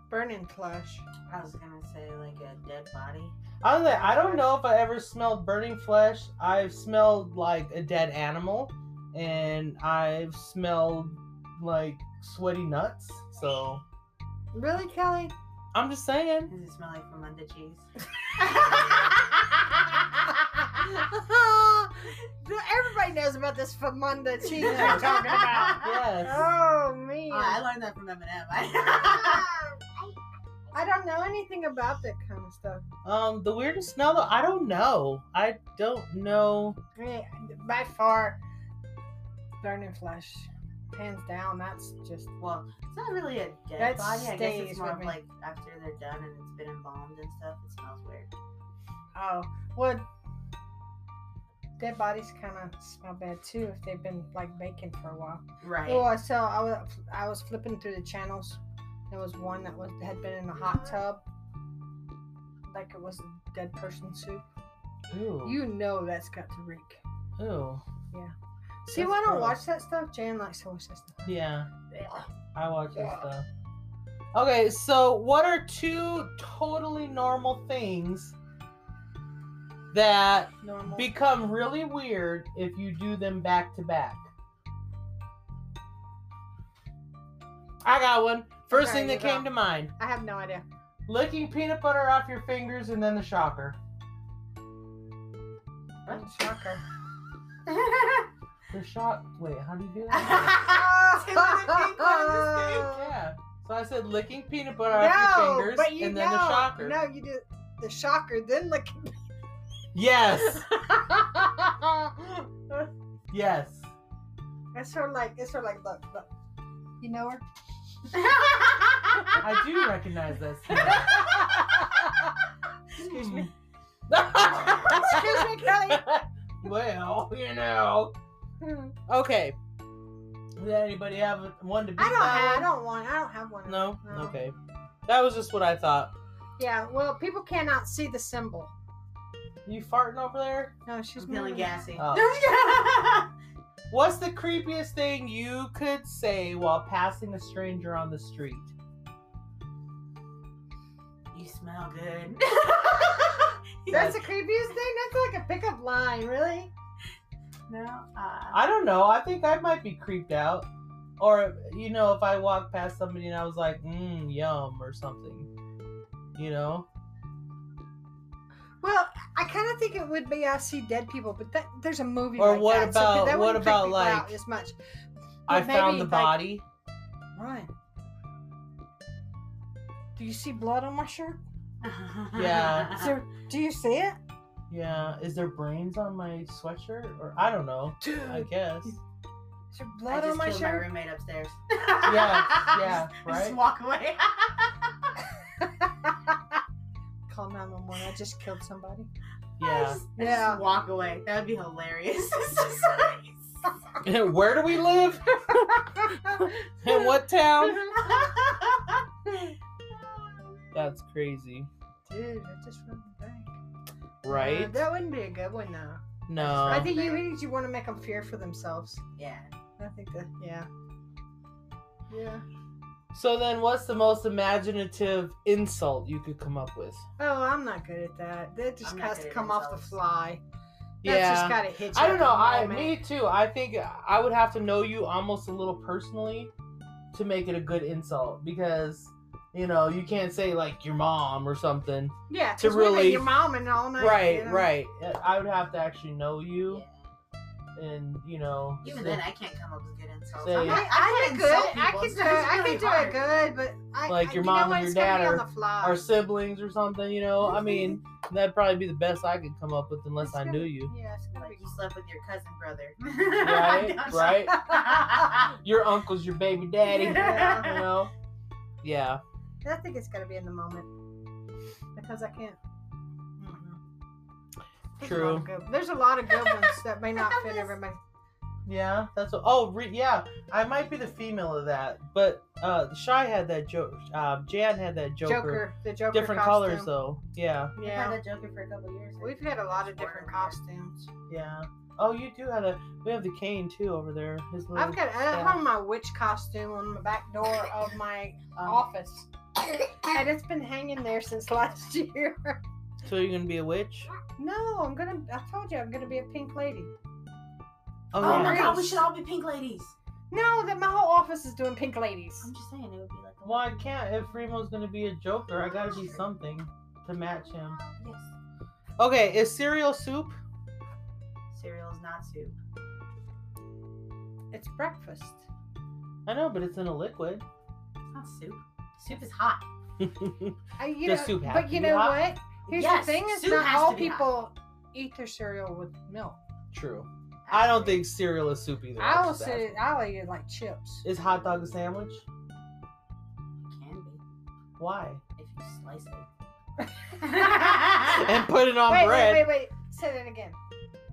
[SPEAKER 2] Burning flesh.
[SPEAKER 3] I was gonna say like a dead body.
[SPEAKER 1] I was like, I don't know if I ever smelled burning flesh. I've smelled like a dead animal, and I've smelled like sweaty nuts. So
[SPEAKER 2] Really, Kelly?
[SPEAKER 1] I'm just saying.
[SPEAKER 3] Does it smell like Ramunda cheese?
[SPEAKER 2] Everybody knows about this Famunda cheese you're talking about.
[SPEAKER 1] Yes.
[SPEAKER 2] Oh man.
[SPEAKER 3] Oh, I learned that from Eminem. I,
[SPEAKER 2] I don't know anything about that kind of stuff.
[SPEAKER 1] Um, the weirdest smell though, I don't know. I don't know.
[SPEAKER 2] I mean, by far, burning flesh, hands down. That's just
[SPEAKER 3] Well, it's not really a dead
[SPEAKER 2] That
[SPEAKER 3] body. I guess
[SPEAKER 2] stays
[SPEAKER 3] it's more
[SPEAKER 2] with
[SPEAKER 3] of
[SPEAKER 2] me.
[SPEAKER 3] like after they're done and it's been embalmed and stuff. It smells weird.
[SPEAKER 2] oh, well, dead bodies kind of smell bad too if they've been like baking for a while.
[SPEAKER 3] Right.
[SPEAKER 2] Oh, I saw. I was I was flipping through the channels. There was one that was had been in the hot
[SPEAKER 1] Mm-hmm.
[SPEAKER 2] tub, like it was a dead person soup.
[SPEAKER 1] Ooh.
[SPEAKER 2] You know that's got to reek.
[SPEAKER 1] Ooh.
[SPEAKER 2] See,
[SPEAKER 1] That's
[SPEAKER 2] why I don't
[SPEAKER 1] gross.
[SPEAKER 2] watch that stuff. Jan likes to watch that stuff.
[SPEAKER 1] Yeah.
[SPEAKER 2] Ugh.
[SPEAKER 1] I watch this stuff. Okay, so what are two totally normal things that
[SPEAKER 2] Normal.
[SPEAKER 1] become really weird if you do them back to back? I got one. First
[SPEAKER 2] Okay,
[SPEAKER 1] thing that
[SPEAKER 2] you go.
[SPEAKER 1] came to mind
[SPEAKER 2] I have no idea.
[SPEAKER 1] licking peanut butter off your fingers and then the shocker. What?
[SPEAKER 2] Shocker.
[SPEAKER 1] The shock. Wait, how do you do that?
[SPEAKER 2] no,
[SPEAKER 1] yeah. So I said licking peanut butter off your fingers
[SPEAKER 2] but you
[SPEAKER 1] and
[SPEAKER 2] know,
[SPEAKER 1] then the shocker.
[SPEAKER 2] no, you do the shocker, then the.
[SPEAKER 1] Yes. Yes.
[SPEAKER 2] It's sort of like it's sort of like look, look. You know her.
[SPEAKER 1] I do recognize that smell.
[SPEAKER 2] Excuse me.
[SPEAKER 1] Excuse
[SPEAKER 2] Excuse me, Kelly.
[SPEAKER 1] Well, you know. Okay. Did anybody have one to beat
[SPEAKER 2] I don't
[SPEAKER 1] that
[SPEAKER 2] have. I
[SPEAKER 1] one?
[SPEAKER 2] don't want. I don't have one.
[SPEAKER 1] No?
[SPEAKER 2] No.
[SPEAKER 1] Okay. That was just what I thought.
[SPEAKER 2] Yeah. Well, people cannot see the symbol.
[SPEAKER 1] You farting over there?
[SPEAKER 2] No, she's
[SPEAKER 3] I'm feeling
[SPEAKER 2] moving.
[SPEAKER 3] gassy.
[SPEAKER 1] Oh. What's the creepiest thing you could say while passing a stranger on the street?
[SPEAKER 3] You smell good.
[SPEAKER 2] That's the creepiest thing. That's like a pickup line, really.
[SPEAKER 3] no. Uh,
[SPEAKER 1] I don't know. I think I might be creeped out. Or, you know, if I walk past somebody and I was like, mmm, yum, or something. You know?
[SPEAKER 2] Well, I kind of think it would be I see dead people, but that, there's a movie.
[SPEAKER 1] Or
[SPEAKER 2] like
[SPEAKER 1] what
[SPEAKER 2] that, so
[SPEAKER 1] about-
[SPEAKER 2] that
[SPEAKER 1] what
[SPEAKER 2] wouldn't creep
[SPEAKER 1] about,
[SPEAKER 2] people out
[SPEAKER 1] like-
[SPEAKER 2] as much?
[SPEAKER 1] I
[SPEAKER 2] But
[SPEAKER 1] found
[SPEAKER 2] maybe,
[SPEAKER 1] the
[SPEAKER 2] like-
[SPEAKER 1] body.
[SPEAKER 2] Run. Do you see blood on my shirt?
[SPEAKER 1] Yeah.
[SPEAKER 2] Is there, do you see it?
[SPEAKER 1] Yeah. Is there brains on my sweatshirt? Or I don't know.
[SPEAKER 2] Dude,
[SPEAKER 1] I guess.
[SPEAKER 2] is there
[SPEAKER 3] I
[SPEAKER 2] blood
[SPEAKER 3] just
[SPEAKER 2] on my
[SPEAKER 3] killed my
[SPEAKER 2] shirt?
[SPEAKER 3] roommate upstairs.
[SPEAKER 1] Yeah, yeah, right?
[SPEAKER 3] Just walk away.
[SPEAKER 2] Call 911. I just killed somebody.
[SPEAKER 1] Yeah.
[SPEAKER 3] Just,
[SPEAKER 2] Yeah.
[SPEAKER 3] just walk away. That'd be hilarious.
[SPEAKER 1] Where do we live? In what town? That's crazy.
[SPEAKER 2] Dude, I just robbed the bank. Uh,
[SPEAKER 1] Right?
[SPEAKER 2] that wouldn't be a good one, though. I
[SPEAKER 1] No.
[SPEAKER 2] think you you want to make them fear for themselves.
[SPEAKER 3] yeah.
[SPEAKER 2] I think that yeah. Yeah.
[SPEAKER 1] So then, what's the most imaginative insult you could come up with?
[SPEAKER 2] Oh, I'm not good at that. That just
[SPEAKER 3] I'm not
[SPEAKER 2] has to
[SPEAKER 3] good at
[SPEAKER 2] come off the
[SPEAKER 3] insults.
[SPEAKER 2] fly.
[SPEAKER 1] yeah.
[SPEAKER 2] That's just gotta hit you.
[SPEAKER 1] I don't
[SPEAKER 2] at
[SPEAKER 1] know.
[SPEAKER 2] the
[SPEAKER 1] I
[SPEAKER 2] moment.
[SPEAKER 1] me too. I think I would have to know you almost a little personally to make it a good insult because you know you can't say like your mom or something.
[SPEAKER 2] yeah,
[SPEAKER 1] to
[SPEAKER 2] 'cause we met
[SPEAKER 1] really-
[SPEAKER 2] your mom and all night.
[SPEAKER 1] Right,
[SPEAKER 2] you know?
[SPEAKER 1] right. eh, I would have to actually know
[SPEAKER 3] yeah.
[SPEAKER 1] you and you know.
[SPEAKER 3] Even
[SPEAKER 1] say-
[SPEAKER 3] then, I can't come up with good insults.
[SPEAKER 1] Say-
[SPEAKER 3] I'm
[SPEAKER 2] I,
[SPEAKER 3] not-
[SPEAKER 2] I, could
[SPEAKER 3] can't
[SPEAKER 2] good.
[SPEAKER 3] insult
[SPEAKER 2] I
[SPEAKER 3] people.
[SPEAKER 2] could
[SPEAKER 3] It's
[SPEAKER 2] do it. I
[SPEAKER 3] really
[SPEAKER 2] could do
[SPEAKER 3] hard.
[SPEAKER 2] it good, but I
[SPEAKER 1] Like
[SPEAKER 2] I-
[SPEAKER 1] your
[SPEAKER 2] you know
[SPEAKER 1] mom
[SPEAKER 2] what,
[SPEAKER 1] and
[SPEAKER 2] it's
[SPEAKER 1] your
[SPEAKER 2] gotta be
[SPEAKER 1] dad
[SPEAKER 2] on the fly.
[SPEAKER 1] our siblings or something. You know. I mean,
[SPEAKER 3] Mm-hmm.
[SPEAKER 1] that'd probably be the best I could come up with unless
[SPEAKER 2] It's
[SPEAKER 1] I
[SPEAKER 2] gotta-
[SPEAKER 1] knew you.
[SPEAKER 2] Yeah, it's gotta
[SPEAKER 3] Like
[SPEAKER 2] be-
[SPEAKER 3] you slept with your cousin brother.
[SPEAKER 1] Right, right. Your uncle's your baby daddy. you
[SPEAKER 2] Yeah.
[SPEAKER 3] Mm-hmm.
[SPEAKER 1] know. Yeah.
[SPEAKER 2] I think it's gotta be in the moment because I can't. Mm-mm. There's a lot
[SPEAKER 1] True.
[SPEAKER 2] of good- There's a lot of good ones that may not fit everybody.
[SPEAKER 1] Yeah, that's what, oh re, yeah. I might be the female of that, but uh, Shy had that joke. Uh, Jan had that Joker.
[SPEAKER 2] Joker, the Joker
[SPEAKER 1] Different
[SPEAKER 2] costume.
[SPEAKER 1] colors though. Yeah,
[SPEAKER 3] We've
[SPEAKER 2] Yeah,
[SPEAKER 3] had a Joker for a couple years. I
[SPEAKER 2] we've
[SPEAKER 3] think.
[SPEAKER 2] had a lot of
[SPEAKER 3] Or-
[SPEAKER 2] different costumes.
[SPEAKER 1] yeah. Oh, you do have a. We have the cane too over there. His little.
[SPEAKER 2] I've got I
[SPEAKER 1] staff.
[SPEAKER 2] hung my witch costume on the back door of my
[SPEAKER 1] um,
[SPEAKER 2] office, and it's been hanging there since last year.
[SPEAKER 1] So you're gonna be a witch?
[SPEAKER 2] No, I'm gonna. I told you I'm gonna be a pink lady.
[SPEAKER 1] Oh,
[SPEAKER 3] Oh my
[SPEAKER 1] yeah.
[SPEAKER 3] god, we should all be pink ladies.
[SPEAKER 2] No, that my whole office is doing pink ladies.
[SPEAKER 3] I'm just saying it would be like. a-
[SPEAKER 1] Well, I can't. If Remo's gonna be a Joker, I gotta be something to match him.
[SPEAKER 3] Um, Yes.
[SPEAKER 1] Okay, is cereal soup?
[SPEAKER 3] Cereal is not soup.
[SPEAKER 2] It's breakfast.
[SPEAKER 1] I know, but it's in a liquid.
[SPEAKER 3] It's not soup. Soup is hot.
[SPEAKER 2] I, you
[SPEAKER 1] Does
[SPEAKER 2] know,
[SPEAKER 1] soup have
[SPEAKER 2] but
[SPEAKER 1] to
[SPEAKER 2] you
[SPEAKER 1] be
[SPEAKER 2] know
[SPEAKER 1] hot?
[SPEAKER 2] what? Here's
[SPEAKER 3] Yes,
[SPEAKER 2] the thing: is
[SPEAKER 3] soup
[SPEAKER 2] not
[SPEAKER 3] has
[SPEAKER 2] all
[SPEAKER 3] to be
[SPEAKER 2] people eat their cereal with milk.
[SPEAKER 1] True. I don't think cereal is soup either.
[SPEAKER 2] I
[SPEAKER 1] That's
[SPEAKER 2] will
[SPEAKER 1] just
[SPEAKER 2] say
[SPEAKER 1] asking.
[SPEAKER 2] I like it like chips.
[SPEAKER 1] Is hot dog a sandwich?
[SPEAKER 7] Can be
[SPEAKER 1] Why?
[SPEAKER 7] if you slice it.
[SPEAKER 1] And put it on
[SPEAKER 2] wait,
[SPEAKER 1] bread.
[SPEAKER 2] wait, wait, wait. Say that again.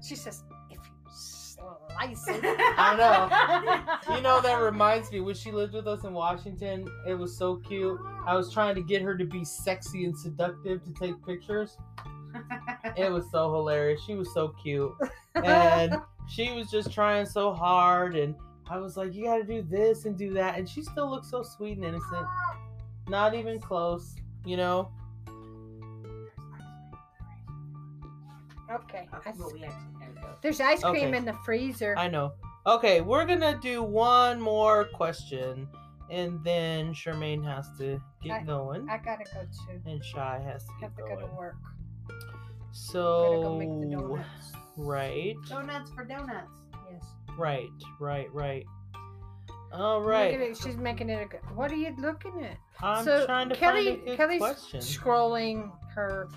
[SPEAKER 2] She says, if you slice it.
[SPEAKER 1] I know. You know that reminds me when she lived with us in Washington. It was so cute. I was trying to get her to be sexy and seductive to take pictures. It was so hilarious. She was so cute. and she was just trying so hard and i was like you gotta do this and do that and she still looks so sweet and innocent not even close you know
[SPEAKER 2] okay. I s-
[SPEAKER 7] Well, we actually there we go.
[SPEAKER 2] There's ice cream
[SPEAKER 1] Okay.
[SPEAKER 2] in the freezer.
[SPEAKER 1] i know okay we're gonna do one more question and then charmaine has to get
[SPEAKER 2] I-
[SPEAKER 1] going
[SPEAKER 2] I gotta go to
[SPEAKER 1] and shy has to
[SPEAKER 2] have
[SPEAKER 1] get
[SPEAKER 2] to go to
[SPEAKER 1] going
[SPEAKER 2] work. Gotta go make the
[SPEAKER 1] so
[SPEAKER 2] donuts. Oh.
[SPEAKER 1] right
[SPEAKER 3] donuts for donuts.
[SPEAKER 2] Yes.
[SPEAKER 1] right right right all
[SPEAKER 2] Look at
[SPEAKER 1] right
[SPEAKER 2] it, she's making it a good. What are you looking at?
[SPEAKER 1] i'm
[SPEAKER 2] so
[SPEAKER 1] trying to
[SPEAKER 2] Kelly,
[SPEAKER 1] find a good
[SPEAKER 2] Kelly's
[SPEAKER 1] question
[SPEAKER 2] scrolling her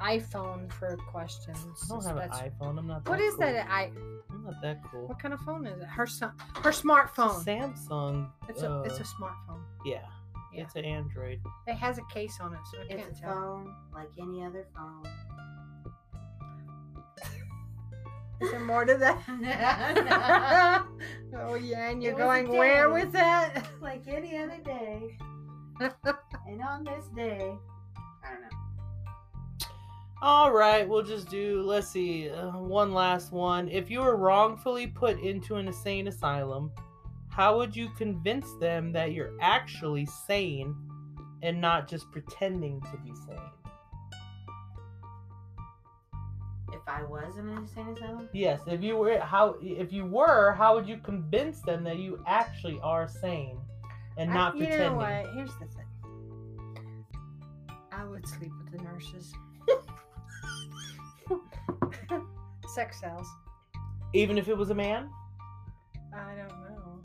[SPEAKER 2] iPhone for questions.
[SPEAKER 1] i don't
[SPEAKER 2] So
[SPEAKER 1] have an
[SPEAKER 2] that's-
[SPEAKER 1] iphone i'm not
[SPEAKER 2] What
[SPEAKER 1] that
[SPEAKER 2] is that?
[SPEAKER 1] cool.
[SPEAKER 2] I.
[SPEAKER 1] I'm not that cool.
[SPEAKER 2] What kind of phone is it? Her son, her smartphone.
[SPEAKER 1] Samsung.
[SPEAKER 2] It's a it's a
[SPEAKER 1] uh,
[SPEAKER 2] smartphone.
[SPEAKER 1] yeah.
[SPEAKER 2] Yeah.
[SPEAKER 1] It's an Android.
[SPEAKER 2] It has a case on it, so I can't
[SPEAKER 7] It's a
[SPEAKER 2] tell.
[SPEAKER 7] phone like any other phone.
[SPEAKER 2] Is there more to
[SPEAKER 3] like
[SPEAKER 2] that? oh yeah, and you're
[SPEAKER 3] It was a
[SPEAKER 2] going where
[SPEAKER 3] day.
[SPEAKER 2] with that?
[SPEAKER 3] any other day. and on this day, I don't know.
[SPEAKER 1] All right, we'll just do. Let's see, uh, one last one. If you were wrongfully put into an insane asylum, how would you convince them that you're actually sane and not just pretending to be sane?
[SPEAKER 3] If I was in an insane asylum,
[SPEAKER 1] Yes, if you were how if you were, how would you convince them that you actually are sane and
[SPEAKER 2] I-
[SPEAKER 1] not
[SPEAKER 2] you
[SPEAKER 1] pretending?
[SPEAKER 2] know what? Here's the thing. I would sleep with the nurses. Sex cells.
[SPEAKER 1] Even if it was a man?
[SPEAKER 2] I don't know.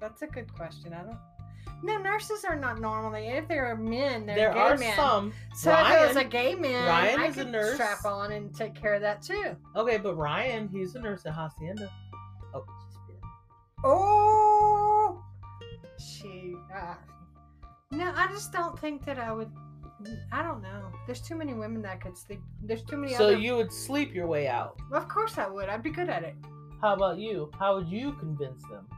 [SPEAKER 2] That's a good question. I don't. No, nurses are not normally. If they're men, they're
[SPEAKER 1] there
[SPEAKER 2] gay
[SPEAKER 1] are
[SPEAKER 2] men.
[SPEAKER 1] some.
[SPEAKER 2] So if it was a
[SPEAKER 1] Ryan-
[SPEAKER 2] gay man,
[SPEAKER 1] Ryan
[SPEAKER 2] I
[SPEAKER 1] is a
[SPEAKER 2] could
[SPEAKER 1] nurse.
[SPEAKER 2] strap on and take care of that too.
[SPEAKER 1] Okay, but Ryan, he's a nurse at Hacienda.
[SPEAKER 2] Oh, she. Uh, no, I just don't think that I would. I don't know. There's too many women that could sleep. There's too many.
[SPEAKER 1] So
[SPEAKER 2] other,
[SPEAKER 1] you would sleep your way out.
[SPEAKER 2] Of course I would. I'd be good at it.
[SPEAKER 1] How about you? How would you convince them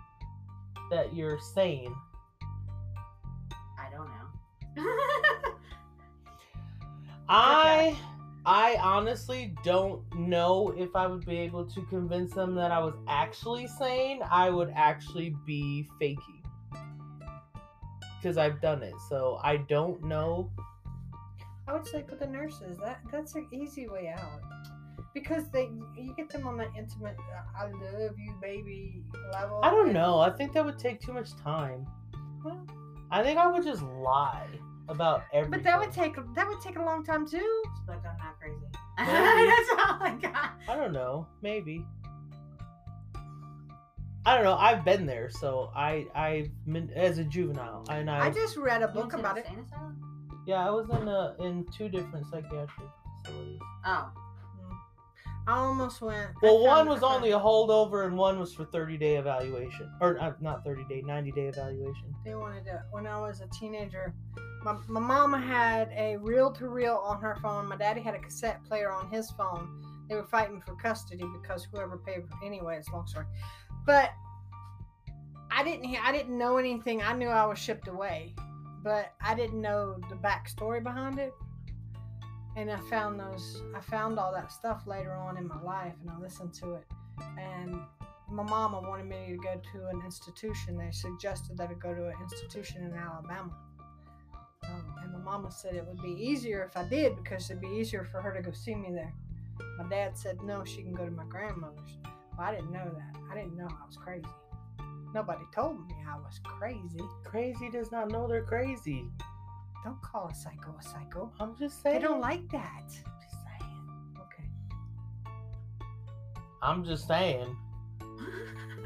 [SPEAKER 1] that you're sane?
[SPEAKER 7] I don't know.
[SPEAKER 1] I I honestly don't know if I would be able to convince them that I was actually sane. I would actually be faking. Cuz I've done it. So I don't know.
[SPEAKER 2] I would sleep with the nurses. That that's an easy way out because they you get them on that intimate "I love you, baby" level.
[SPEAKER 1] I don't know. I think that would take too much time.
[SPEAKER 2] Well-
[SPEAKER 1] I think I would just lie about everything.
[SPEAKER 2] But that would take that would take a long time too.
[SPEAKER 3] Just like I'm not crazy.
[SPEAKER 1] Maybe.
[SPEAKER 3] That's all I got.
[SPEAKER 1] I don't know. Maybe. I don't know. I've been there, so I I min- as a juvenile, and I,
[SPEAKER 2] I just read a
[SPEAKER 7] You went
[SPEAKER 2] book
[SPEAKER 7] to an
[SPEAKER 2] about it.
[SPEAKER 7] insane asylum?
[SPEAKER 1] yeah, I was in a in two different psychiatric facilities.
[SPEAKER 7] Oh,
[SPEAKER 2] I almost went. I
[SPEAKER 1] Well, one
[SPEAKER 2] found-
[SPEAKER 1] was
[SPEAKER 2] I found-
[SPEAKER 1] only a holdover, and one was for thirty day evaluation, or uh, not thirty day, ninety day evaluation.
[SPEAKER 2] they wanted to when i was a teenager my, my mama had a reel-to-reel on her phone my daddy had a cassette player on his phone they were fighting for custody because whoever paid anyway it's a long story but i didn't hear i didn't know anything i knew i was shipped away but i didn't know the backstory behind it and i found those i found all that stuff later on in my life and i listened to it and my mama wanted me to go to an institution. They suggested that I go to an institution in Alabama. Um, and my mama said it would be easier if I did because it'd be easier for her to go see me there. My dad said no, she can go to my grandmother's. Well, I didn't know that. I didn't know I was crazy. Nobody told me I was crazy.
[SPEAKER 1] Crazy does not know they're crazy.
[SPEAKER 2] Don't call a psycho a psycho.
[SPEAKER 1] I'm just saying.
[SPEAKER 2] They don't like that. Okay.
[SPEAKER 1] I'm just saying.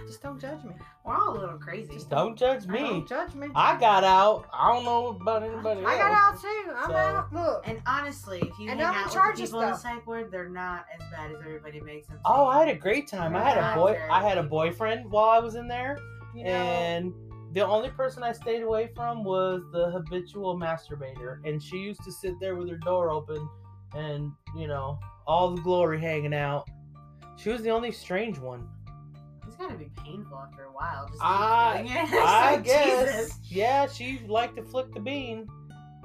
[SPEAKER 2] Just don't judge me.
[SPEAKER 7] We're all a little crazy.
[SPEAKER 1] Just don't judge
[SPEAKER 2] I
[SPEAKER 1] me.
[SPEAKER 2] Don't judge me.
[SPEAKER 1] I got out. I don't know about anybody
[SPEAKER 2] I got
[SPEAKER 1] else.
[SPEAKER 2] out too. I'm
[SPEAKER 1] So-
[SPEAKER 2] out. Look.
[SPEAKER 7] And honestly, if you
[SPEAKER 2] And
[SPEAKER 7] hang
[SPEAKER 2] I'm in
[SPEAKER 7] out
[SPEAKER 2] charge
[SPEAKER 7] with
[SPEAKER 2] of
[SPEAKER 7] the people on the
[SPEAKER 2] stuff.
[SPEAKER 7] psych ward, they're not as bad as everybody makes them.
[SPEAKER 1] Oh,
[SPEAKER 7] seem.
[SPEAKER 1] I had a great time. I had a boy.
[SPEAKER 7] Relaxer.
[SPEAKER 1] I had a boyfriend while I was in there,
[SPEAKER 2] You know,
[SPEAKER 1] and the only person I stayed away from was the habitual masturbator, and she used to sit there with her door open, and you know all the glory hanging out. She was the only strange one.
[SPEAKER 7] It's gotta be painful after a while. Just keep
[SPEAKER 1] I-
[SPEAKER 7] doing it. It's
[SPEAKER 1] I
[SPEAKER 7] like,
[SPEAKER 1] guess.
[SPEAKER 7] Jesus.
[SPEAKER 1] Yeah, she liked to flick the bean.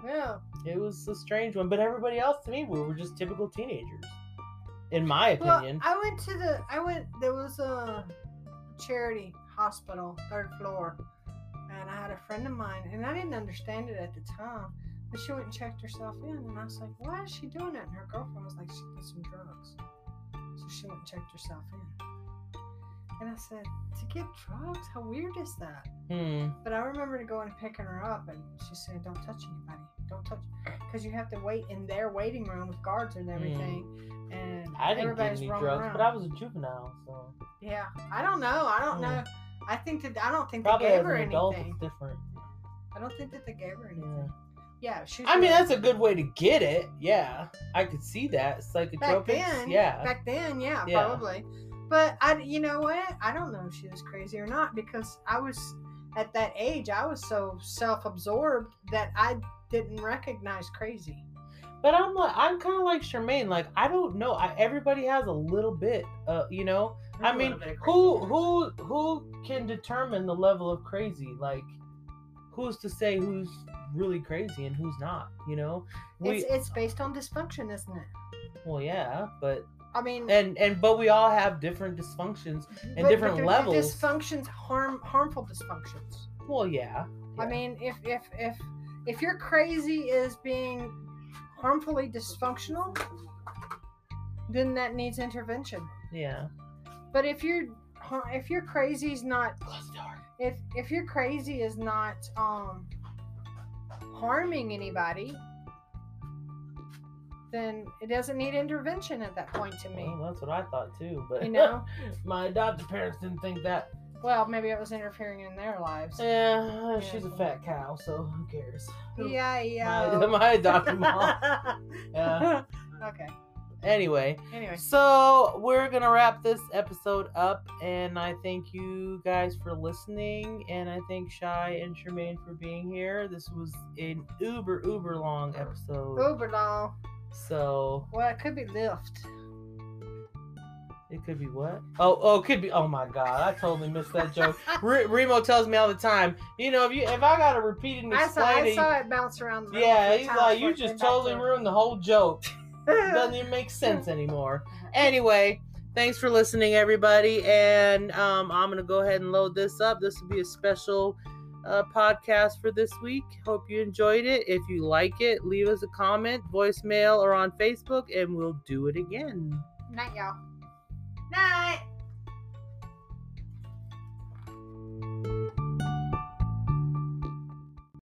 [SPEAKER 2] yeah.
[SPEAKER 1] It was a strange one, but everybody else to me, we were just typical teenagers, in my
[SPEAKER 2] Well,
[SPEAKER 1] opinion.
[SPEAKER 2] I went to the. I went. There was a charity hospital, third floor, and I had a friend of mine, and I didn't understand it at the time. But she went and checked herself in, and I was like, "Why is she doing that?" And her girlfriend was like, "She did some drugs," so she went and checked herself in. And I said, "To get drugs? How weird is that?"
[SPEAKER 1] hmm.
[SPEAKER 2] But I remember going and picking her up, and she said, "Don't touch anybody. Don't touch, because you have to wait in their waiting room with guards and everything." And
[SPEAKER 1] Hmm. I didn't get
[SPEAKER 2] everybody's
[SPEAKER 1] any
[SPEAKER 2] roaming
[SPEAKER 1] drugs, but I
[SPEAKER 2] around.
[SPEAKER 1] was a juvenile, so
[SPEAKER 2] yeah. I don't know. I don't
[SPEAKER 1] Mm.
[SPEAKER 2] know. I think that I don't think
[SPEAKER 1] probably
[SPEAKER 2] they
[SPEAKER 1] as
[SPEAKER 2] gave
[SPEAKER 1] an
[SPEAKER 2] her
[SPEAKER 1] adult,
[SPEAKER 2] anything.
[SPEAKER 1] it's different.
[SPEAKER 2] I don't think that they gave her
[SPEAKER 1] Yeah.
[SPEAKER 2] anything. Yeah, she. was
[SPEAKER 1] I mean,
[SPEAKER 2] really-
[SPEAKER 1] that's a good way to get it. Yeah, I could see that. It's like a
[SPEAKER 2] back
[SPEAKER 1] trophy.
[SPEAKER 2] then.
[SPEAKER 1] Yeah.
[SPEAKER 2] back then, yeah,
[SPEAKER 1] Yeah.
[SPEAKER 2] probably. But I, you know what? I don't know if she was crazy or not because I was at that age. I was so self-absorbed that I didn't recognize crazy.
[SPEAKER 1] but I'm like, I'm kind of like Charmaine. Like, I don't know. I, everybody has a little bit. Uh, you know. I
[SPEAKER 7] There's a
[SPEAKER 1] mean,
[SPEAKER 7] little bit of
[SPEAKER 1] who
[SPEAKER 7] craziness.
[SPEAKER 1] who who can determine the level of crazy? Like, who's to say who's really crazy and who's not? You know. We
[SPEAKER 2] it's, it's based on dysfunction, isn't it?
[SPEAKER 1] well, yeah, but
[SPEAKER 2] I mean,
[SPEAKER 1] and and but we all have different dysfunctions. and different
[SPEAKER 2] they're- they're
[SPEAKER 1] levels.
[SPEAKER 2] Dysfunctions harm harmful dysfunctions.
[SPEAKER 1] Well, yeah.
[SPEAKER 2] I
[SPEAKER 1] Yeah.
[SPEAKER 2] mean, if if if if your crazy is being harmfully dysfunctional, then that needs intervention.
[SPEAKER 1] Yeah.
[SPEAKER 2] But if you're har- if your crazy is not
[SPEAKER 1] Close the door.
[SPEAKER 2] if if your crazy is not um harming anybody, then it doesn't need intervention at that point to me.
[SPEAKER 1] Well, that's what I thought too, but
[SPEAKER 2] You know.
[SPEAKER 1] my adoptive parents didn't think that.
[SPEAKER 2] Well, maybe it was interfering in their lives.
[SPEAKER 1] Yeah, uh, she's a fat cow, so who cares?
[SPEAKER 2] Yeah,
[SPEAKER 1] My,
[SPEAKER 2] yeah.
[SPEAKER 1] my adoptive mom. Yeah.
[SPEAKER 2] okay.
[SPEAKER 1] Anyway,
[SPEAKER 2] Anyway,
[SPEAKER 1] so we're gonna wrap this episode up, and I thank you guys for listening, and I thank Shy and Charmaine for being here. This was an uber uber long episode,
[SPEAKER 2] Uber law.
[SPEAKER 1] so
[SPEAKER 2] Well, it could be Lyft.
[SPEAKER 1] it could be what? Oh, oh, it could be. Oh my God, I totally missed that joke. Re- Remo tells me all the time, you know, if you if I gotta repeat it and
[SPEAKER 2] I saw,
[SPEAKER 1] explain
[SPEAKER 2] I
[SPEAKER 1] it,
[SPEAKER 2] saw it bounce around. the room a
[SPEAKER 1] Yeah,
[SPEAKER 2] few
[SPEAKER 1] he's
[SPEAKER 2] times
[SPEAKER 1] like,
[SPEAKER 2] before
[SPEAKER 1] you
[SPEAKER 2] it came
[SPEAKER 1] just
[SPEAKER 2] back
[SPEAKER 1] totally
[SPEAKER 2] to
[SPEAKER 1] ruined the whole joke. It doesn't
[SPEAKER 2] me.
[SPEAKER 1] even make sense anymore. Anyway, thanks for listening, everybody. And um, I'm going to go ahead and load this up. This will be a special uh, podcast for this week. Hope you enjoyed it. If you like it, leave us a comment, voicemail, or on Facebook, and we'll do it again.
[SPEAKER 2] Night, y'all.
[SPEAKER 7] Night.